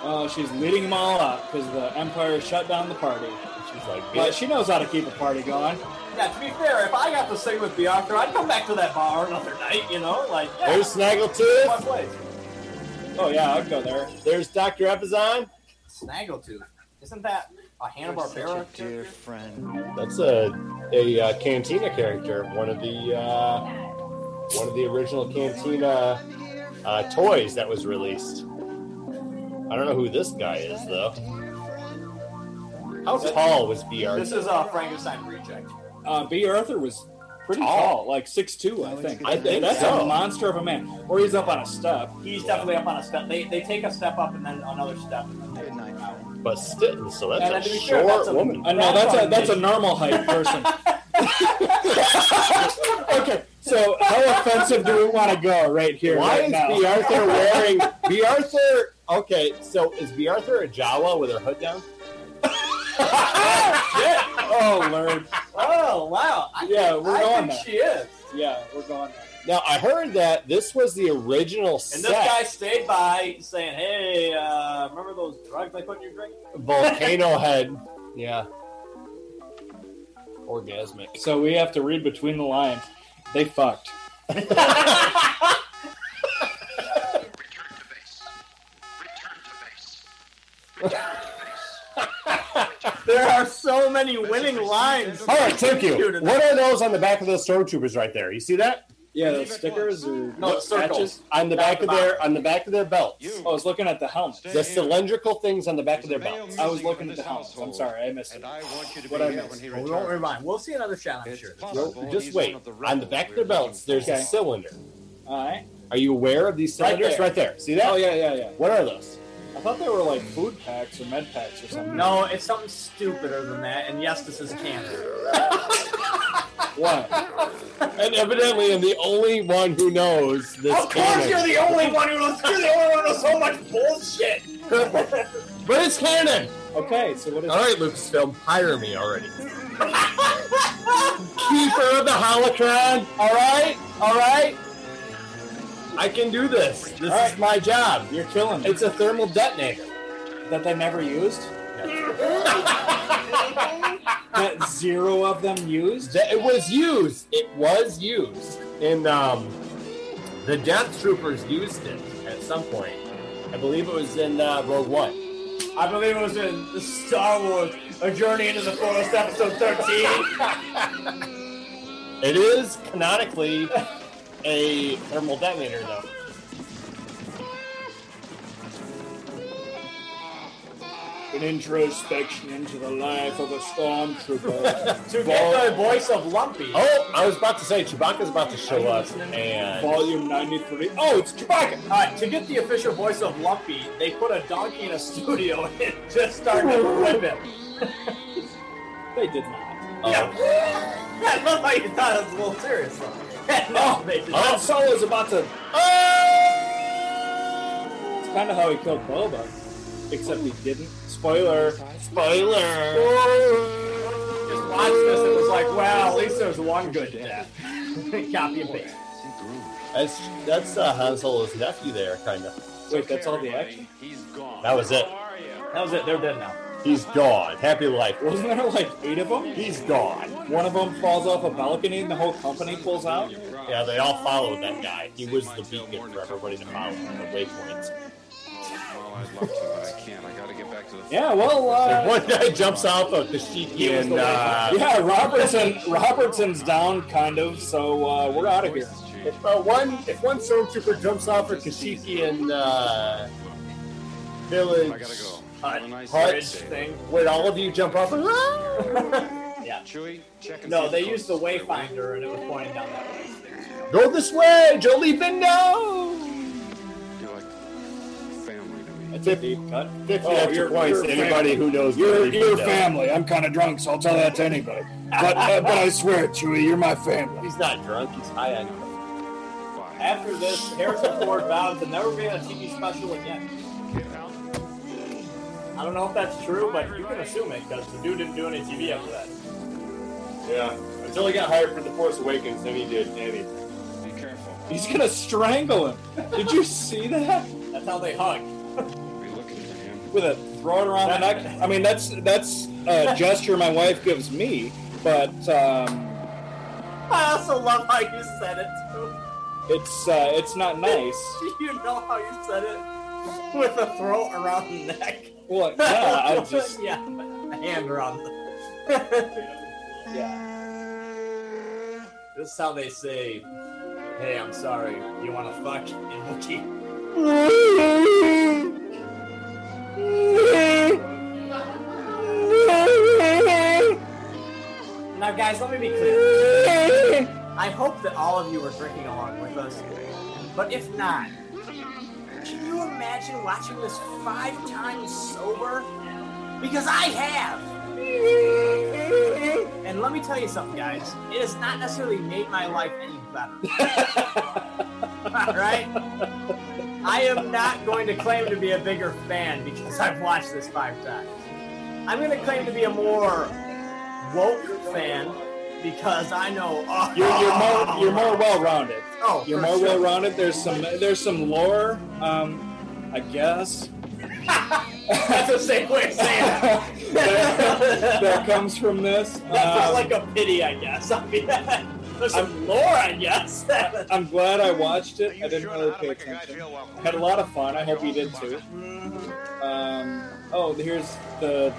Speaker 3: Oh, she's leading them all up because the Empire shut down the party. She's like,
Speaker 7: "Bitch."
Speaker 3: but she knows how to keep a party going.
Speaker 7: Yeah, to be fair, if I got to sing with Bianca, I'd come back to that bar another night, you know? Like, yeah.
Speaker 3: There's Snaggletooth.
Speaker 7: My place.
Speaker 3: Oh yeah, I'd go there. There's Doctor Epizon.
Speaker 7: Snaggletooth. Isn't that a Hanna-Barbera?
Speaker 29: Dear friend.
Speaker 2: That's a a uh, Cantina character, one of the uh, one of the original Cantina uh, toys that was released.
Speaker 6: I don't know who this guy is though. How tall was B. Arthur?
Speaker 7: This is a Frankenstein reject.
Speaker 3: Uh, B. Arthur was pretty
Speaker 6: Tall.
Speaker 3: tall, like 6'2", I think.
Speaker 6: I think
Speaker 3: that's
Speaker 6: so.
Speaker 3: a monster of a man. Or he's up on a step.
Speaker 7: He's definitely up on a step. They, they take a step up and then another step. Good night.
Speaker 6: But still, so
Speaker 7: And then
Speaker 6: that's
Speaker 7: to
Speaker 6: a
Speaker 7: be fair,
Speaker 6: short
Speaker 7: that's a-
Speaker 6: woman.
Speaker 3: Uh, no, that's a that's a normal height person. okay, so how offensive do we want to go right here?
Speaker 6: Why
Speaker 3: right
Speaker 6: is
Speaker 3: now?
Speaker 6: B. Arthur wearing B. Arthur? Okay, so is B. Arthur a Jawa with her hood down?
Speaker 3: oh, Lord.
Speaker 7: Oh, wow. I
Speaker 3: Yeah,
Speaker 7: think-
Speaker 3: we're
Speaker 7: I
Speaker 3: going
Speaker 7: think
Speaker 3: there.
Speaker 7: she is.
Speaker 3: Yeah, we're going.
Speaker 6: Now I heard that this was the original
Speaker 7: And
Speaker 6: set.
Speaker 7: this guy stayed by saying, hey, uh, remember those drugs I put in your drink?
Speaker 6: Volcano Head. Yeah. Orgasmic.
Speaker 3: So we have to read between the lines. They fucked.
Speaker 7: There are so many winning lines.
Speaker 6: All right, thank you.
Speaker 7: Dude,
Speaker 6: What are those on the back of those stormtroopers right there? You see that?
Speaker 3: Yeah, those stickers or
Speaker 6: No,
Speaker 3: what,
Speaker 6: circles.
Speaker 3: patches?
Speaker 6: On the
Speaker 3: Down
Speaker 6: back
Speaker 3: the
Speaker 6: of their on the back of their belts.
Speaker 3: I was looking at the helmets.
Speaker 6: The cylindrical things on the back of their belts.
Speaker 3: I was looking at the helmets. I'm sorry, I missed it. What I missed?
Speaker 7: We won't remind. We'll see another challenge here.
Speaker 6: Well, Just wait. On the back of their belts, there's
Speaker 3: Okay.
Speaker 6: a cylinder.
Speaker 3: All right.
Speaker 6: Are you aware of these
Speaker 3: Right
Speaker 6: cylinders
Speaker 3: there.
Speaker 6: right there? See that?
Speaker 3: Oh yeah, yeah, yeah.
Speaker 6: What are those?
Speaker 3: I thought they were like food packs or med packs or something.
Speaker 7: No, it's something stupider than that. And yes, this is canon.
Speaker 3: What?
Speaker 6: And evidently, I'm the only one who knows this.
Speaker 7: Of course,
Speaker 6: canon.
Speaker 7: you're the only one who knows. You're the only one who knows so much bullshit.
Speaker 6: But it's canon.
Speaker 3: Okay, so what is?
Speaker 6: All right, Lucasfilm, hire me already. Keeper of the Holocron. All right, all right. I can do this. This
Speaker 3: All right.
Speaker 6: is my job.
Speaker 3: You're killing me.
Speaker 6: It's a thermal detonator.
Speaker 3: that they never used. that zero of them used.
Speaker 6: That- It was used. It was used. And um, the Death Troopers used it at some point. I believe it was in uh, Rogue One.
Speaker 7: I believe it was in the Star Wars: A Journey into the Force, Episode 13.
Speaker 6: It is canonically a thermal detonator, though.
Speaker 3: An introspection into the life of a stormtrooper.
Speaker 7: to get the voice of Lumpy.
Speaker 6: Oh, I was about to say Chewbacca's about to show up, and
Speaker 3: Volume 93. Oh, it's Chewbacca!
Speaker 7: All right, to get the official voice of Lumpy, they put a donkey in a studio and just started to flip it.
Speaker 3: They did not.
Speaker 30: Oh.
Speaker 7: Yeah. I love how you thought it was a little serious. though.
Speaker 30: Oh.
Speaker 7: no, they did
Speaker 3: Han
Speaker 7: not.
Speaker 3: Solo's Oh, about to. Oh! It's kind of how he killed Boba, except he didn't. Spoiler.
Speaker 6: spoiler.
Speaker 7: Just watch this. It was like, wow, at least there's one good death. Copy and paste.
Speaker 6: I
Speaker 30: That's that's uh, Han Solo's nephew there, kind of.
Speaker 3: Wait, that's all the action?
Speaker 30: He's gone. That was it.
Speaker 3: That was it. They're dead now.
Speaker 30: He's gone. Happy life.
Speaker 3: Wasn't there like eight of them?
Speaker 30: He's gone.
Speaker 3: One of them falls off a balcony and the whole company pulls out.
Speaker 30: Yeah, they all followed that guy. He was the beacon for everybody to follow on the waypoint.
Speaker 1: Well, I'd love to, but I can't. I gotta get back to the.
Speaker 3: Yeah, well, uh,
Speaker 30: One guy jumps off of the sheet
Speaker 3: He was
Speaker 30: and
Speaker 3: the
Speaker 30: uh,
Speaker 3: one- yeah, Robertson. Robertson's down, kind of. So uh, we're out of here.
Speaker 30: If uh, one if one stormtrooper jumps off of Kashiki and uh, village hut, hut thing, would all of you jump off?
Speaker 6: yeah.
Speaker 1: Chewy, check
Speaker 30: and see
Speaker 6: No,
Speaker 30: if
Speaker 6: they
Speaker 30: the
Speaker 6: used the wayfinder and it was pointing down that way.
Speaker 30: Go this way, Jolie Bindo.
Speaker 1: You're like family to me.
Speaker 30: That's a deep cut. Fifty
Speaker 3: Oh,
Speaker 30: extra
Speaker 3: you're-
Speaker 30: points
Speaker 3: you're
Speaker 30: to anybody
Speaker 3: family.
Speaker 30: who knows.
Speaker 31: You're,
Speaker 30: Jolie
Speaker 31: you're
Speaker 30: Bindo.
Speaker 31: family. I'm kind of drunk, so I'll tell that to anybody. But uh, but I swear, Chewie, you're my family.
Speaker 30: He's not drunk. He's high on coke.
Speaker 6: After this, Harrison Ford vowed to never be on a TV special again. I don't know if that's true, but you can assume it because the dude didn't do any TV after that.
Speaker 30: Yeah. Until he got hired for The Force Awakens, then he did anything.
Speaker 1: Be careful.
Speaker 3: He's gonna strangle him. Did you see that?
Speaker 6: That's how they hug.
Speaker 1: Be looking for him.
Speaker 3: With a throw it around the neck. I mean, that's that's a gesture my wife gives me, but um,
Speaker 6: I also love how you said it too.
Speaker 3: it's uh, it's not nice.
Speaker 6: Do you know how you said it? With a throat around the neck.
Speaker 3: Well, yeah, I just
Speaker 6: yeah, a hand around the Yeah. This is how they say, hey, I'm sorry, you want to fuck in Wookiee? Now, guys, let me be clear. I hope that all of you are drinking along with us, but if not, can you imagine watching this five times sober? Because I have. And let me tell you something, guys. It has not necessarily made my life any better. All right? I am not going to claim to be a bigger fan because I've watched this five times. I'm going to claim to be a more woke fan because I know. Oh,
Speaker 3: You're, you're more you're more well-rounded.
Speaker 6: Oh,
Speaker 3: you're
Speaker 6: for
Speaker 3: more
Speaker 6: sure.
Speaker 3: well-rounded. There's some there's some lore, um, I guess.
Speaker 6: That's the same way of saying it.
Speaker 3: that, that comes from this.
Speaker 6: That felt
Speaker 3: Um,
Speaker 6: like a pity, I guess. I mean, there's some lore, I guess.
Speaker 3: I'm glad I watched it. I didn't really pay attention. I had a lot of fun. I hope you did too. Um, oh, here's the.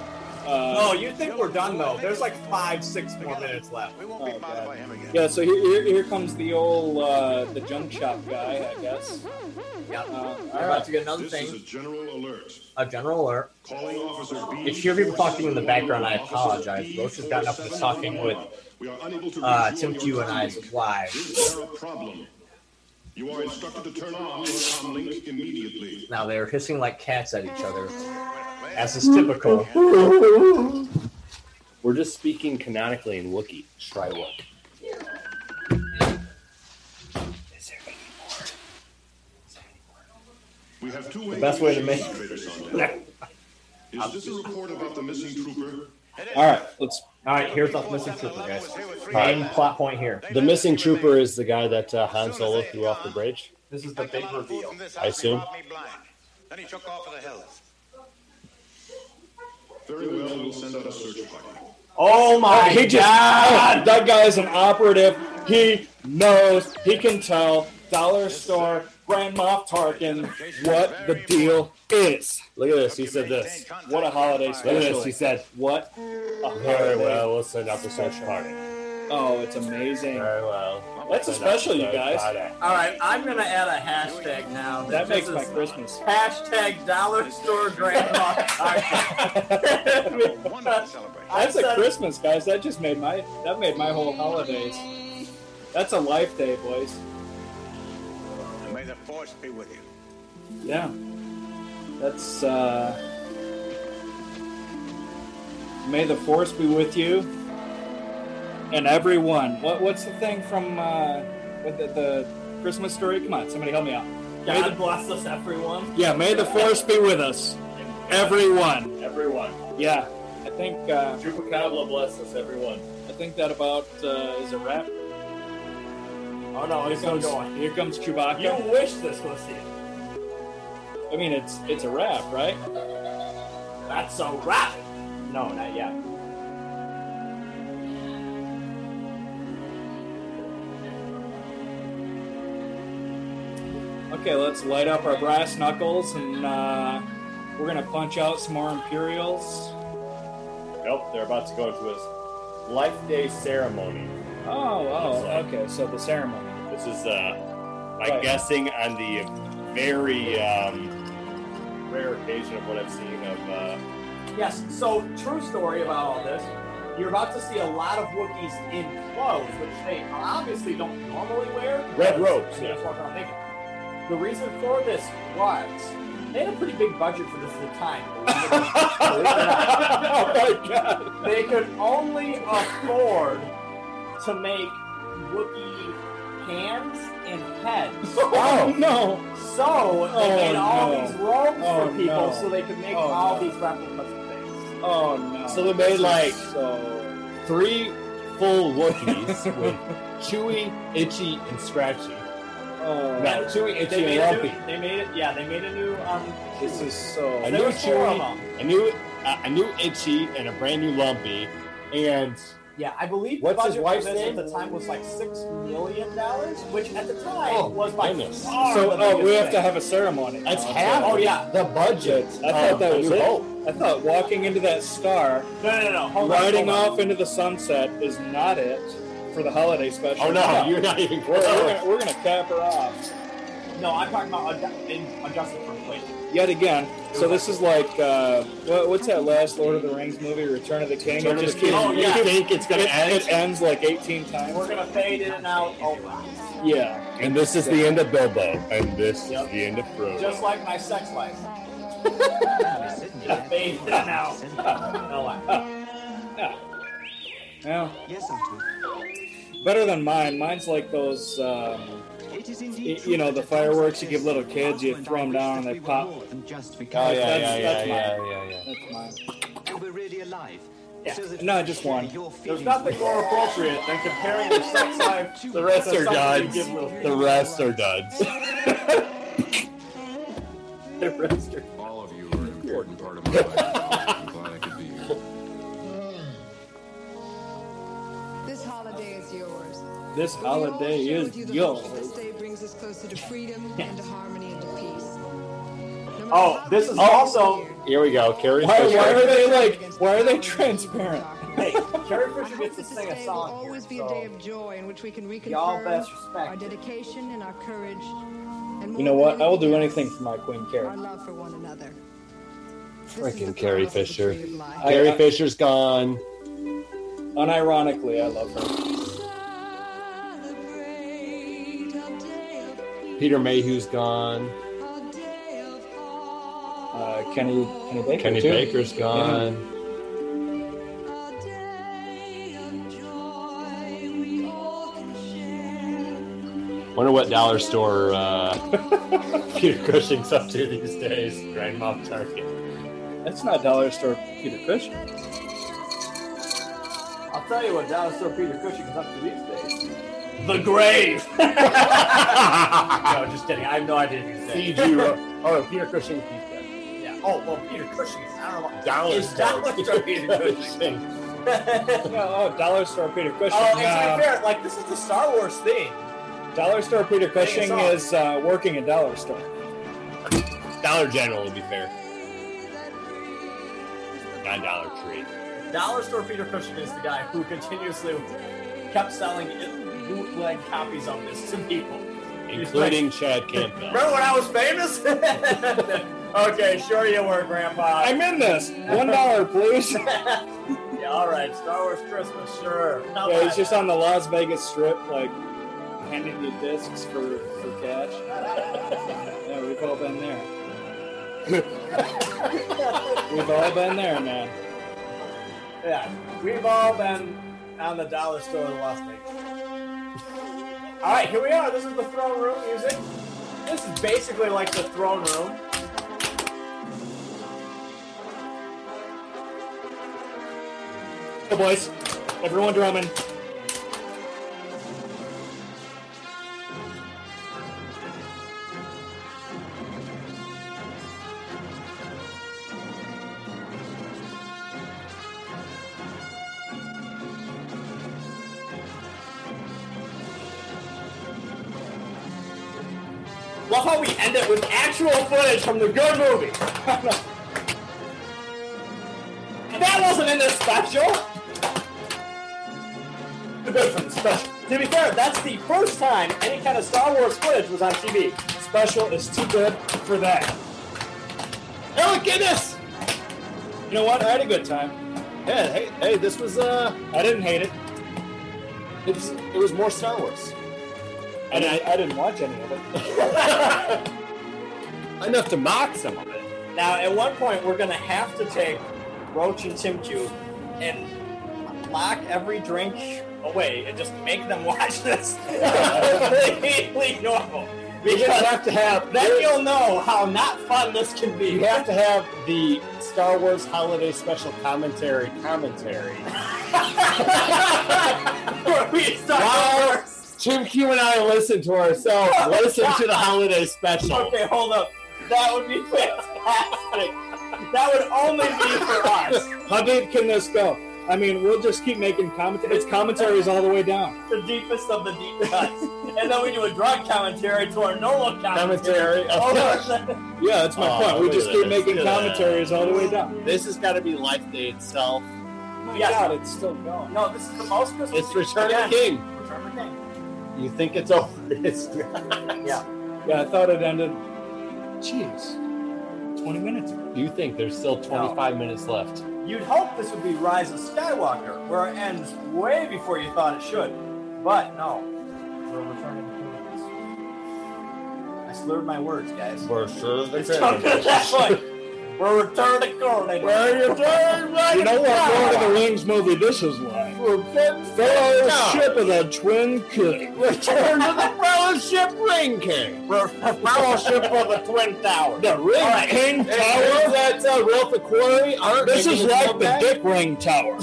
Speaker 3: Uh,
Speaker 6: oh, you think we're done though? There's like five, six more minutes left. We won't
Speaker 3: be bothered by him again. oh, Yeah, so here, here, here comes the old uh, the junk shop guy, I guess.
Speaker 6: Yeah.
Speaker 3: Uh,
Speaker 6: We're about to get another
Speaker 3: This
Speaker 6: thing.
Speaker 3: is
Speaker 6: a
Speaker 1: general alert.
Speaker 6: A Uh, general alert.
Speaker 1: Calling officer B.
Speaker 6: If you hear people talking in the background, I apologize. Roach has gotten up and is talking with
Speaker 1: We are unable to
Speaker 6: uh,
Speaker 1: reach you
Speaker 6: Tim
Speaker 1: on
Speaker 6: Q
Speaker 1: your
Speaker 6: and
Speaker 1: com
Speaker 6: I
Speaker 1: link.
Speaker 6: live.
Speaker 1: Is there a problem? You are instructed to turn on your com link immediately.
Speaker 6: Now they're hissing like cats at each other, as is typical.
Speaker 30: We're just speaking canonically in Wookiee. Try look.
Speaker 1: We have two
Speaker 30: The
Speaker 1: ways
Speaker 30: best way to make-
Speaker 1: administrators on that. Is this a report about the missing trooper?
Speaker 30: All right, let's.
Speaker 32: All right, here's the missing trooper, guys.
Speaker 30: Main
Speaker 32: plot point here.
Speaker 30: The missing trooper is the guy that uh, Han Solo threw off the bridge.
Speaker 32: This is the big reveal.
Speaker 30: I assume.
Speaker 8: Then he took off for the hills.
Speaker 1: Very well, we'll send out a search party.
Speaker 3: Oh
Speaker 1: my
Speaker 3: he just,
Speaker 1: God.
Speaker 3: Ah, that guy's an operative. He knows. He can tell. Dollar store Grand Moff Tarkin what the deal is.
Speaker 30: Look at this. He said this.
Speaker 3: What a holiday
Speaker 30: Look at this.
Speaker 3: special!
Speaker 30: He said, "What? Very well. We'll send out the search party."
Speaker 3: Oh, it's amazing.
Speaker 30: Very well.
Speaker 3: That's a special, you guys.
Speaker 6: All right, I'm gonna add a hashtag now.
Speaker 3: That
Speaker 6: This
Speaker 3: makes my
Speaker 6: is
Speaker 3: Christmas.
Speaker 6: Hashtag dollar store grandma.
Speaker 3: That's a Christmas, guys. That just made my that made my whole holidays. That's a life day, boys.
Speaker 8: And may the force be with you.
Speaker 3: Yeah. That's uh May the force be with you and everyone. What what's the thing from uh with the, the Christmas story? Come on, somebody help me out. May
Speaker 6: God
Speaker 3: the,
Speaker 6: bless us, everyone.
Speaker 3: yeah, may the force be with us. Everyone.
Speaker 30: Everyone.
Speaker 3: Yeah. I think uh
Speaker 30: Chupacabra bless us, everyone.
Speaker 3: I think that about uh, is a wrap.
Speaker 6: All Oh, no,
Speaker 3: here
Speaker 6: it's still
Speaker 3: comes
Speaker 6: going.
Speaker 3: here comes Chewbacca.
Speaker 6: You wish this was it.
Speaker 3: I mean, it's it's a wrap, right?
Speaker 6: That's a wrap. No, not yet.
Speaker 3: Okay, let's light up our brass knuckles and uh, we're gonna punch out some more Imperials.
Speaker 1: Nope, they're about to go into his life day ceremony.
Speaker 3: Oh, oh, okay. So the ceremony.
Speaker 1: This is, uh, I'm
Speaker 3: Right.
Speaker 1: guessing, on the very um, rare occasion of what I've seen of. Uh,
Speaker 6: Yes, so true story about all this. You're about to see a lot of Wookiees in clothes, which they obviously don't normally wear.
Speaker 1: Red robes,
Speaker 6: They
Speaker 1: yeah.
Speaker 6: just walk around naked. The reason for this was they had a pretty big budget for this at the time. oh my god! They could only afford to make Wookiee hands and heads.
Speaker 3: Oh no!
Speaker 6: So they
Speaker 3: Oh,
Speaker 6: made all
Speaker 3: no.
Speaker 6: these robes
Speaker 3: Oh,
Speaker 6: for people
Speaker 3: no.
Speaker 6: so they could make
Speaker 3: Oh,
Speaker 6: all
Speaker 3: no.
Speaker 6: these replicas of things.
Speaker 3: Oh no!
Speaker 1: So they made, like-
Speaker 3: so.
Speaker 8: Three full Wookiees with Chewy, Itchy, and Scratchy.
Speaker 3: Oh,
Speaker 8: Not Chewy,
Speaker 6: They
Speaker 8: Itchy,
Speaker 6: made,
Speaker 8: and
Speaker 6: a
Speaker 8: Rumpy.
Speaker 6: new, they made it. Yeah, they made a new. Um,
Speaker 3: This is so.
Speaker 8: A
Speaker 6: There
Speaker 8: new
Speaker 6: were four of
Speaker 8: Chewy, a new, uh, a new Itchy, and a brand new Lumpy. And
Speaker 6: yeah, I believe
Speaker 8: What's
Speaker 6: the
Speaker 8: his
Speaker 6: budget
Speaker 8: wife's
Speaker 6: for this
Speaker 8: name?
Speaker 6: at the time was like six million dollars, which at the time
Speaker 8: Oh,
Speaker 6: was by
Speaker 8: goodness.
Speaker 6: far
Speaker 3: So
Speaker 6: the
Speaker 3: oh, we
Speaker 6: biggest
Speaker 3: have to
Speaker 6: thing.
Speaker 3: have a ceremony.
Speaker 8: that's
Speaker 3: now.
Speaker 8: half
Speaker 6: Oh, yeah.
Speaker 8: the budget.
Speaker 3: I thought
Speaker 8: of
Speaker 3: that
Speaker 8: A
Speaker 3: was
Speaker 8: New
Speaker 3: it.
Speaker 8: Hope.
Speaker 3: Oh, I thought walking into that star,
Speaker 6: No, no, no, no. Hold on,
Speaker 3: riding
Speaker 6: hold on.
Speaker 3: off into the sunset, is not it for the holiday special.
Speaker 8: Oh, no, you're not even
Speaker 3: We're,
Speaker 8: close.
Speaker 3: we're, gonna, we're gonna cap her off
Speaker 6: No, I'm talking about ad- in, adjusted for inflation.
Speaker 3: yet again. So this is like uh, what, what's that last Lord of the Rings movie, Return of the King?
Speaker 8: Return
Speaker 3: it
Speaker 8: of
Speaker 3: just
Speaker 8: the King.
Speaker 3: keeps-
Speaker 6: Oh, yeah.
Speaker 3: it,
Speaker 8: You think it's going
Speaker 3: it-
Speaker 8: to end?
Speaker 3: it ends like 18
Speaker 6: We're
Speaker 3: times.
Speaker 6: gonna fade in and out. Oh,
Speaker 3: Yeah.
Speaker 1: and this is the end of Bilbo, and this
Speaker 6: Yep.
Speaker 1: is the end of Frodo.
Speaker 6: just like my sex life. Gonna fade in and out. No, I-
Speaker 3: Yeah.
Speaker 7: Yes, Otto.
Speaker 3: Better than mine. Mine's like those. Um,
Speaker 7: It is
Speaker 3: y-
Speaker 7: indeed.
Speaker 3: you know the fireworks you give little kids, you throw them down and they pop.
Speaker 8: Oh, yeah,
Speaker 3: That's-
Speaker 8: yeah, yeah,
Speaker 3: that's
Speaker 8: yeah,
Speaker 3: mine.
Speaker 8: yeah, yeah.
Speaker 3: That's mine.
Speaker 7: We're really alive.
Speaker 6: Yeah.
Speaker 7: So that
Speaker 3: No, just one.
Speaker 7: your
Speaker 6: There's
Speaker 7: feelings
Speaker 6: nothing
Speaker 7: will-
Speaker 6: more appropriate than comparing your sex life to
Speaker 8: The rest
Speaker 6: something you
Speaker 8: are duds.
Speaker 6: give little
Speaker 8: The rest are duds.
Speaker 3: The rest are-
Speaker 33: All of you are an important part of my life. I'm glad I could be here.
Speaker 13: This holiday is yours.
Speaker 3: This holiday
Speaker 13: We all
Speaker 3: is
Speaker 13: showed you the hope that This
Speaker 3: yours.
Speaker 13: day brings us closer to freedom and to harmony and to peace. No matter
Speaker 6: Oh,
Speaker 13: how
Speaker 6: this
Speaker 13: we
Speaker 6: is
Speaker 13: get
Speaker 6: also-
Speaker 13: here,
Speaker 8: Here we
Speaker 3: Oh,
Speaker 8: go. Carrie
Speaker 3: Why,
Speaker 8: Fisher.
Speaker 3: why are they like? Why are they transparent?
Speaker 6: Hey, Carrie Fisher
Speaker 13: I hope
Speaker 6: gets to
Speaker 13: that this
Speaker 6: sing a
Speaker 13: day will
Speaker 6: song here,
Speaker 13: always be a day
Speaker 6: so
Speaker 13: of joy in which we can
Speaker 6: y'all best
Speaker 13: reconfirm our
Speaker 6: respect. it.
Speaker 13: dedication and our courage. And
Speaker 3: You know what? I will do
Speaker 13: more than
Speaker 3: anything for my Queen
Speaker 13: Our
Speaker 3: Carrie.
Speaker 13: love for one another. This is the
Speaker 8: Freaking
Speaker 13: promise
Speaker 8: Carrie
Speaker 13: of the
Speaker 8: Fisher.
Speaker 13: tree of life.
Speaker 8: Carrie
Speaker 3: I-
Speaker 8: Fisher's gone.
Speaker 3: Unironically, I love her.
Speaker 8: Peter Mayhew's gone.
Speaker 3: Uh, Kenny Kenny Baker.
Speaker 8: Kenny
Speaker 3: too.
Speaker 8: Baker's gone. Wonder what dollar store uh, Peter Cushing's up to these days. Grand Moff Target.
Speaker 3: That's not dollar store Peter Cushing.
Speaker 6: I'll tell you what, Dallas Sir Peter Cushing is up to these days.
Speaker 3: The grave.
Speaker 6: No, just kidding. I have no idea what he's saying.
Speaker 8: CG. Ro- Oh, Peter Cushing. he's dead.
Speaker 6: Yeah. Oh, well, Peter Cushing is, I don't know.
Speaker 8: Dollar
Speaker 6: Is
Speaker 8: store.
Speaker 6: Dollar Store Peter Cushing?
Speaker 3: no, oh, dollar store Peter Cushing.
Speaker 6: Oh, and to
Speaker 3: Nah,
Speaker 6: be fair, like, this is the Star Wars theme.
Speaker 3: dollar store Peter Cushing
Speaker 6: song.
Speaker 3: is uh, working at dollar store.
Speaker 8: Dollar General would be fair. Not Dollar Tree.
Speaker 6: Dollar Store Peter Cushing is the guy who continuously kept selling it- bootleg copies of this to people.
Speaker 8: Including Chad Campbell.
Speaker 6: Remember when I was famous? okay, sure you were, Grandpa.
Speaker 3: I'm in this. One dollar, please.
Speaker 6: yeah, all right, Star Wars Christmas, sure. How
Speaker 3: Yeah,
Speaker 6: about
Speaker 3: he's just on the Las Vegas Strip, like handing you discs for, for cash. yeah, we've all been there. we've all been there, man.
Speaker 6: Yeah, we've all been on the dollar store in Las Vegas. All right, here we are. This is the throne room music. This is basically like the throne room.
Speaker 3: Hey, boys, everyone drumming.
Speaker 6: Love how we end it with actual footage from the good movie. that wasn't in this special. The good from the special. To be fair, that's the first time any kind of Star Wars footage was on TV. Special is too good for that.
Speaker 8: Oh,
Speaker 3: Alec Guinness. You know what? I had a good time.
Speaker 4: Yeah, hey, hey, this was uh,
Speaker 3: I didn't hate it,
Speaker 4: it was, it was more Star Wars.
Speaker 3: and I, I didn't watch any of it.
Speaker 4: Enough to mock some of it.
Speaker 6: Now, at one point, we're going to have to take Roach and Tim Q and lock every drink away and just make them watch this completely normal. Because
Speaker 4: You have to have-
Speaker 6: Then you'll know how not fun this can be.
Speaker 4: You have to have the Star Wars Holiday Special commentary commentary.
Speaker 6: we start
Speaker 4: While
Speaker 6: over.
Speaker 4: Jim Q and I listen to ourselves, listen to the Holiday Special.
Speaker 6: Okay, hold up. That would be fantastic. That would only be for us.
Speaker 3: How deep can this go? I mean, we'll just keep making commentaries. It's commentaries all the way down.
Speaker 6: the deepest of the deep cuts. and then we do a drug commentary to our normal commentary.
Speaker 4: Commentary, of course.
Speaker 6: Oh,
Speaker 3: Yeah, that's my
Speaker 4: Oh,
Speaker 3: point. We
Speaker 4: look
Speaker 3: just
Speaker 4: at
Speaker 3: keep
Speaker 4: this.
Speaker 3: making
Speaker 4: Look at that.
Speaker 3: commentaries all the way down.
Speaker 4: This has got to be Life Day itself.
Speaker 3: My
Speaker 6: Yes.
Speaker 3: God, it's still going.
Speaker 6: no, this is the most Christmas.
Speaker 4: It's Return
Speaker 6: Yes.
Speaker 4: of the King.
Speaker 6: Return of the King.
Speaker 4: You think it's over? It's
Speaker 6: Yeah.
Speaker 3: Yeah, I thought it ended. Jeez, twenty minutes. ago.
Speaker 4: You think there's still 25 minutes left?
Speaker 6: You'd hope this would be Rise of Skywalker, where it ends way before you thought it should. But no. We're returning to this. I slurred my words, guys.
Speaker 4: We're sure the
Speaker 6: It's come to that point. We're returning to Corlin.
Speaker 4: We're returning right
Speaker 3: You know what? Lord of the Rings movie. This is like fellowship of the Twin King.
Speaker 4: Return to the Fellowship Ring King.
Speaker 6: Fellowship of the Twin Towers.
Speaker 3: The Ring King Tower.
Speaker 4: That's uh, Ralph Aquari. Aren't
Speaker 3: This
Speaker 4: making
Speaker 3: is
Speaker 4: his
Speaker 3: like the
Speaker 4: comeback?
Speaker 3: Dick Ring Tower.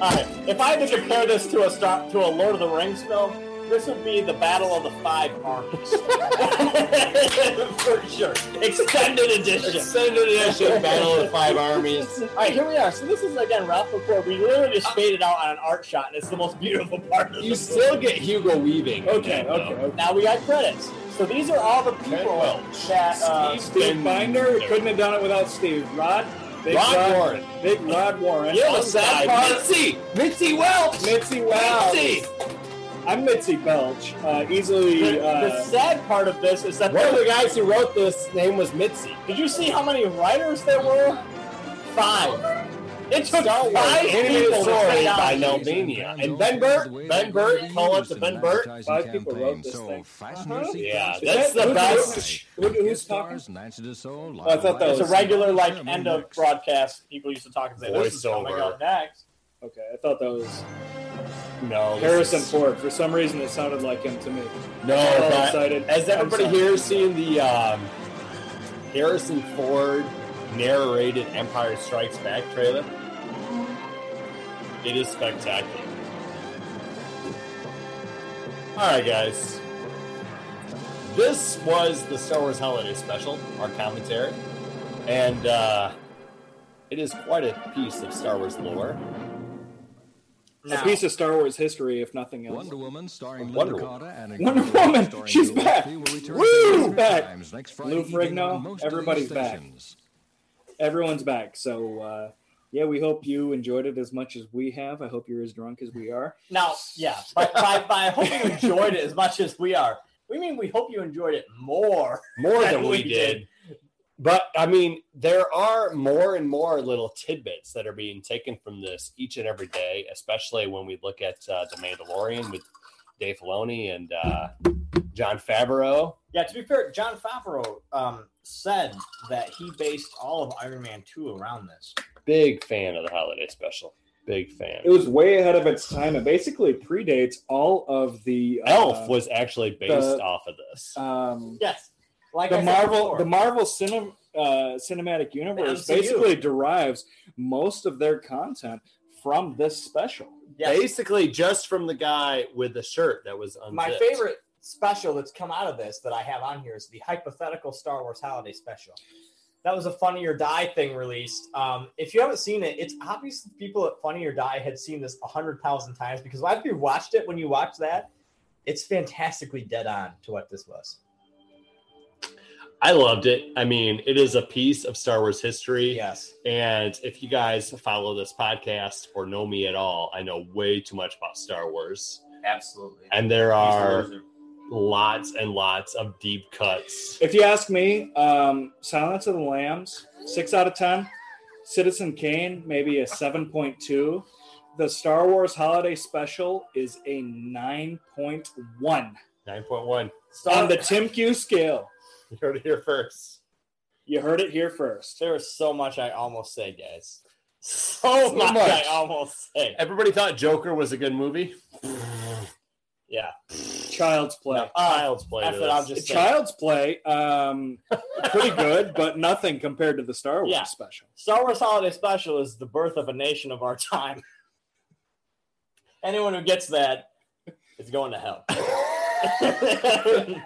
Speaker 6: Alright, if I had to compare this to a star, to a Lord of the Rings film, this would be the Battle of the Five Armies. For sure. Extended edition.
Speaker 4: Extended edition Battle of the Five Armies.
Speaker 6: Alright, here we are. So this is again Ralph McCord. We literally just faded out on an art shot, and it's the most beautiful part of the
Speaker 4: You
Speaker 6: movie.
Speaker 4: still get Hugo Weaving.
Speaker 3: Okay, okay, okay.
Speaker 6: Now we got credits. So these are all the
Speaker 4: Ted
Speaker 6: people
Speaker 4: Welch.
Speaker 6: that uh,
Speaker 3: Steve Binder couldn't have done it without Steve. Rod, big
Speaker 4: Rod Warren.
Speaker 3: big Rod Warren.
Speaker 4: You're the
Speaker 3: Outside.
Speaker 4: sad part. Mitzi. Mitzi Welch.
Speaker 3: Mitzi Welch.
Speaker 4: Mitzi.
Speaker 3: I'm Mitzi Belch. Uh, easily.
Speaker 6: The,
Speaker 3: Uh,
Speaker 6: the sad part of this is that
Speaker 4: One of the guys who wrote this name was Mitzi.
Speaker 6: did you see how many writers there were?
Speaker 4: Five.
Speaker 6: It took
Speaker 4: Star Wars
Speaker 6: five
Speaker 4: animated
Speaker 6: people to
Speaker 4: story
Speaker 6: put out
Speaker 4: by
Speaker 6: these.
Speaker 4: Nelmania. And Ben Burt, Ben Burt, call up to Ben Burt.
Speaker 6: Oh,
Speaker 3: five people wrote this thing.
Speaker 4: Yeah,
Speaker 3: Is
Speaker 4: that's
Speaker 3: that-
Speaker 4: the
Speaker 3: who-
Speaker 4: best.
Speaker 3: who- who- who's talking?
Speaker 6: Oh, I thought that was a regular like end of broadcast. People used to talk and say, "This is coming
Speaker 4: Voiceover.
Speaker 6: up next."
Speaker 3: Okay, I thought that was
Speaker 4: No,
Speaker 6: Oh,
Speaker 4: this
Speaker 3: Harrison
Speaker 4: is-
Speaker 3: Ford. For some reason, it sounded like him to me.
Speaker 4: No,
Speaker 3: I'm
Speaker 4: but
Speaker 3: excited.
Speaker 4: as
Speaker 3: I'm
Speaker 4: everybody
Speaker 3: sorry.
Speaker 4: here has seen the um, Harrison Ford narrated Empire Strikes Back trailer, it is spectacular. All right, guys. This was the Star Wars Holiday Special, our commentary, and uh, it is quite a piece of Star Wars lore.
Speaker 3: A piece of Star Wars history, if nothing else.
Speaker 8: Wonder Woman starring
Speaker 4: Wonder
Speaker 8: Linda
Speaker 4: Woman.
Speaker 8: Carter and
Speaker 3: Wonder
Speaker 8: Incredible
Speaker 3: Woman,
Speaker 8: Hulk starring
Speaker 3: she's
Speaker 8: Joe
Speaker 3: back.
Speaker 8: Pesci will return
Speaker 3: Woo,
Speaker 8: to the
Speaker 3: back.
Speaker 8: times next Friday
Speaker 3: Lou
Speaker 8: evening on
Speaker 3: Ferrigno,
Speaker 8: most
Speaker 3: everybody's
Speaker 8: TV
Speaker 3: back.
Speaker 8: stations.
Speaker 3: Everyone's back. So, uh, yeah, we hope you enjoyed it as much as we have. I hope you're as drunk as we are.
Speaker 6: Now, yeah, by, by, by I hope you enjoyed it as much as we are. We mean we hope you enjoyed it more.
Speaker 4: more
Speaker 6: that
Speaker 4: than we,
Speaker 6: we
Speaker 4: did.
Speaker 6: did.
Speaker 4: But I mean, there are more and more little tidbits that are being taken from this each and every day, especially when we look at uh, The Mandalorian with Dave Filoni and uh, John Favreau.
Speaker 6: Yeah, to be fair, John Favreau um, said that he based all of Iron Man 2 around this.
Speaker 4: Big fan of the holiday special. Big fan.
Speaker 3: It was way ahead of its time. It basically predates all of the uh,
Speaker 4: Elf was actually based
Speaker 3: the-
Speaker 4: off of this.
Speaker 3: um,
Speaker 6: Yes. Like I
Speaker 3: the
Speaker 6: said
Speaker 3: Marvel
Speaker 6: before.
Speaker 3: the Marvel cinem, uh, cinematic universe
Speaker 6: The MCU.
Speaker 3: basically derives most of their content from this special.
Speaker 6: Yes.
Speaker 4: Basically, just from the guy with the shirt that was unzipped.
Speaker 34: My favorite special that's come out of this that I have on here is the hypothetical Star Wars holiday special. That was a Funny or Die thing released. Um, if you haven't seen it, it's obvious people at Funny or Die had seen this a hundred thousand times because after you watched it, when you watch that,
Speaker 4: It's fantastically dead on to what this was.
Speaker 6: I loved it. I mean, it is a piece of Star Wars history.
Speaker 4: Yes.
Speaker 6: And if you guys follow this podcast or know me at all, I know way too much about Star Wars.
Speaker 35: Absolutely.
Speaker 6: And there are lots and lots of deep cuts.
Speaker 3: If you ask me, um, Silence of the Lambs, six out of ten. Citizen Kane, maybe a seven point two. The Star Wars Holiday Special is a nine point one
Speaker 6: 9.1.
Speaker 3: on the Tim Q scale.
Speaker 6: You heard it here first.
Speaker 3: You heard it here first.
Speaker 36: There was so much I almost said, guys. So much I almost said.
Speaker 6: Everybody thought Joker was a good movie.
Speaker 36: Yeah.
Speaker 3: Child's Play.
Speaker 34: Uh,
Speaker 6: Child's Play.
Speaker 36: That's
Speaker 6: to
Speaker 36: what
Speaker 6: this.
Speaker 36: I'll just say.
Speaker 3: Child's Play, um, pretty good, but nothing compared to the Star Wars
Speaker 36: Yeah.
Speaker 3: special.
Speaker 36: Star Wars Holiday Special is the birth of a nation of our time. Anyone who gets that is going to hell.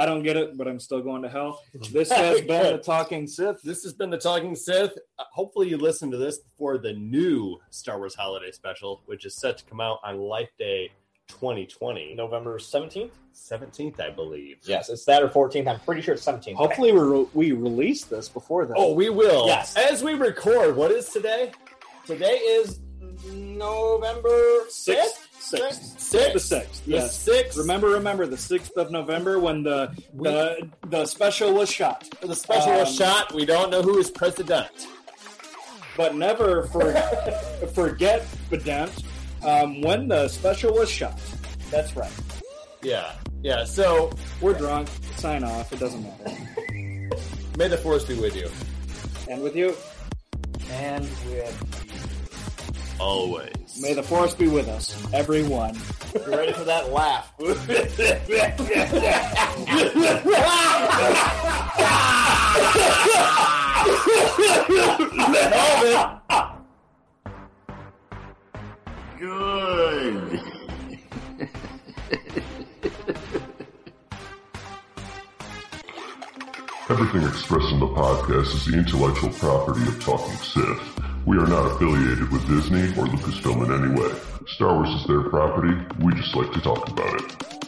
Speaker 3: I don't get it, but I'm still going to hell. This has been the Talking Sith.
Speaker 6: This has been the Talking Sith. Uh, Hopefully, you listen to this before the new Star Wars Holiday Special, which is set to come out on Life Day 2020,
Speaker 36: November 17th.
Speaker 6: 17th, I believe.
Speaker 36: Yes, it's that or 14th. I'm pretty sure it's 17th.
Speaker 3: Hopefully, we, re- we release this before then.
Speaker 6: Oh, we will.
Speaker 36: Yes.
Speaker 6: As we record, what is today?
Speaker 36: Today is November 6th.
Speaker 3: Sixth, sixth,
Speaker 6: Sixth?
Speaker 3: the sixth,
Speaker 6: The
Speaker 3: yes.
Speaker 6: sixth?
Speaker 3: Remember, remember the sixth of November when the the, the special was shot.
Speaker 6: The special was
Speaker 3: Um,
Speaker 6: shot. We don't know who is president.
Speaker 3: but never for, forget Bedent um, when the special was shot. That's right.
Speaker 6: Yeah. Yeah. So
Speaker 3: We're drunk. Sign off. It doesn't matter.
Speaker 6: may the force be with you.
Speaker 3: And with you,
Speaker 35: And with
Speaker 6: Always.
Speaker 3: may the force be with us, everyone.
Speaker 36: You ready for that laugh?
Speaker 37: Good.
Speaker 1: Everything expressed in the podcast is the intellectual property of Talking Sith. We are not affiliated with Disney or Lucasfilm in any way. Star Wars is their property. We just like to talk about it.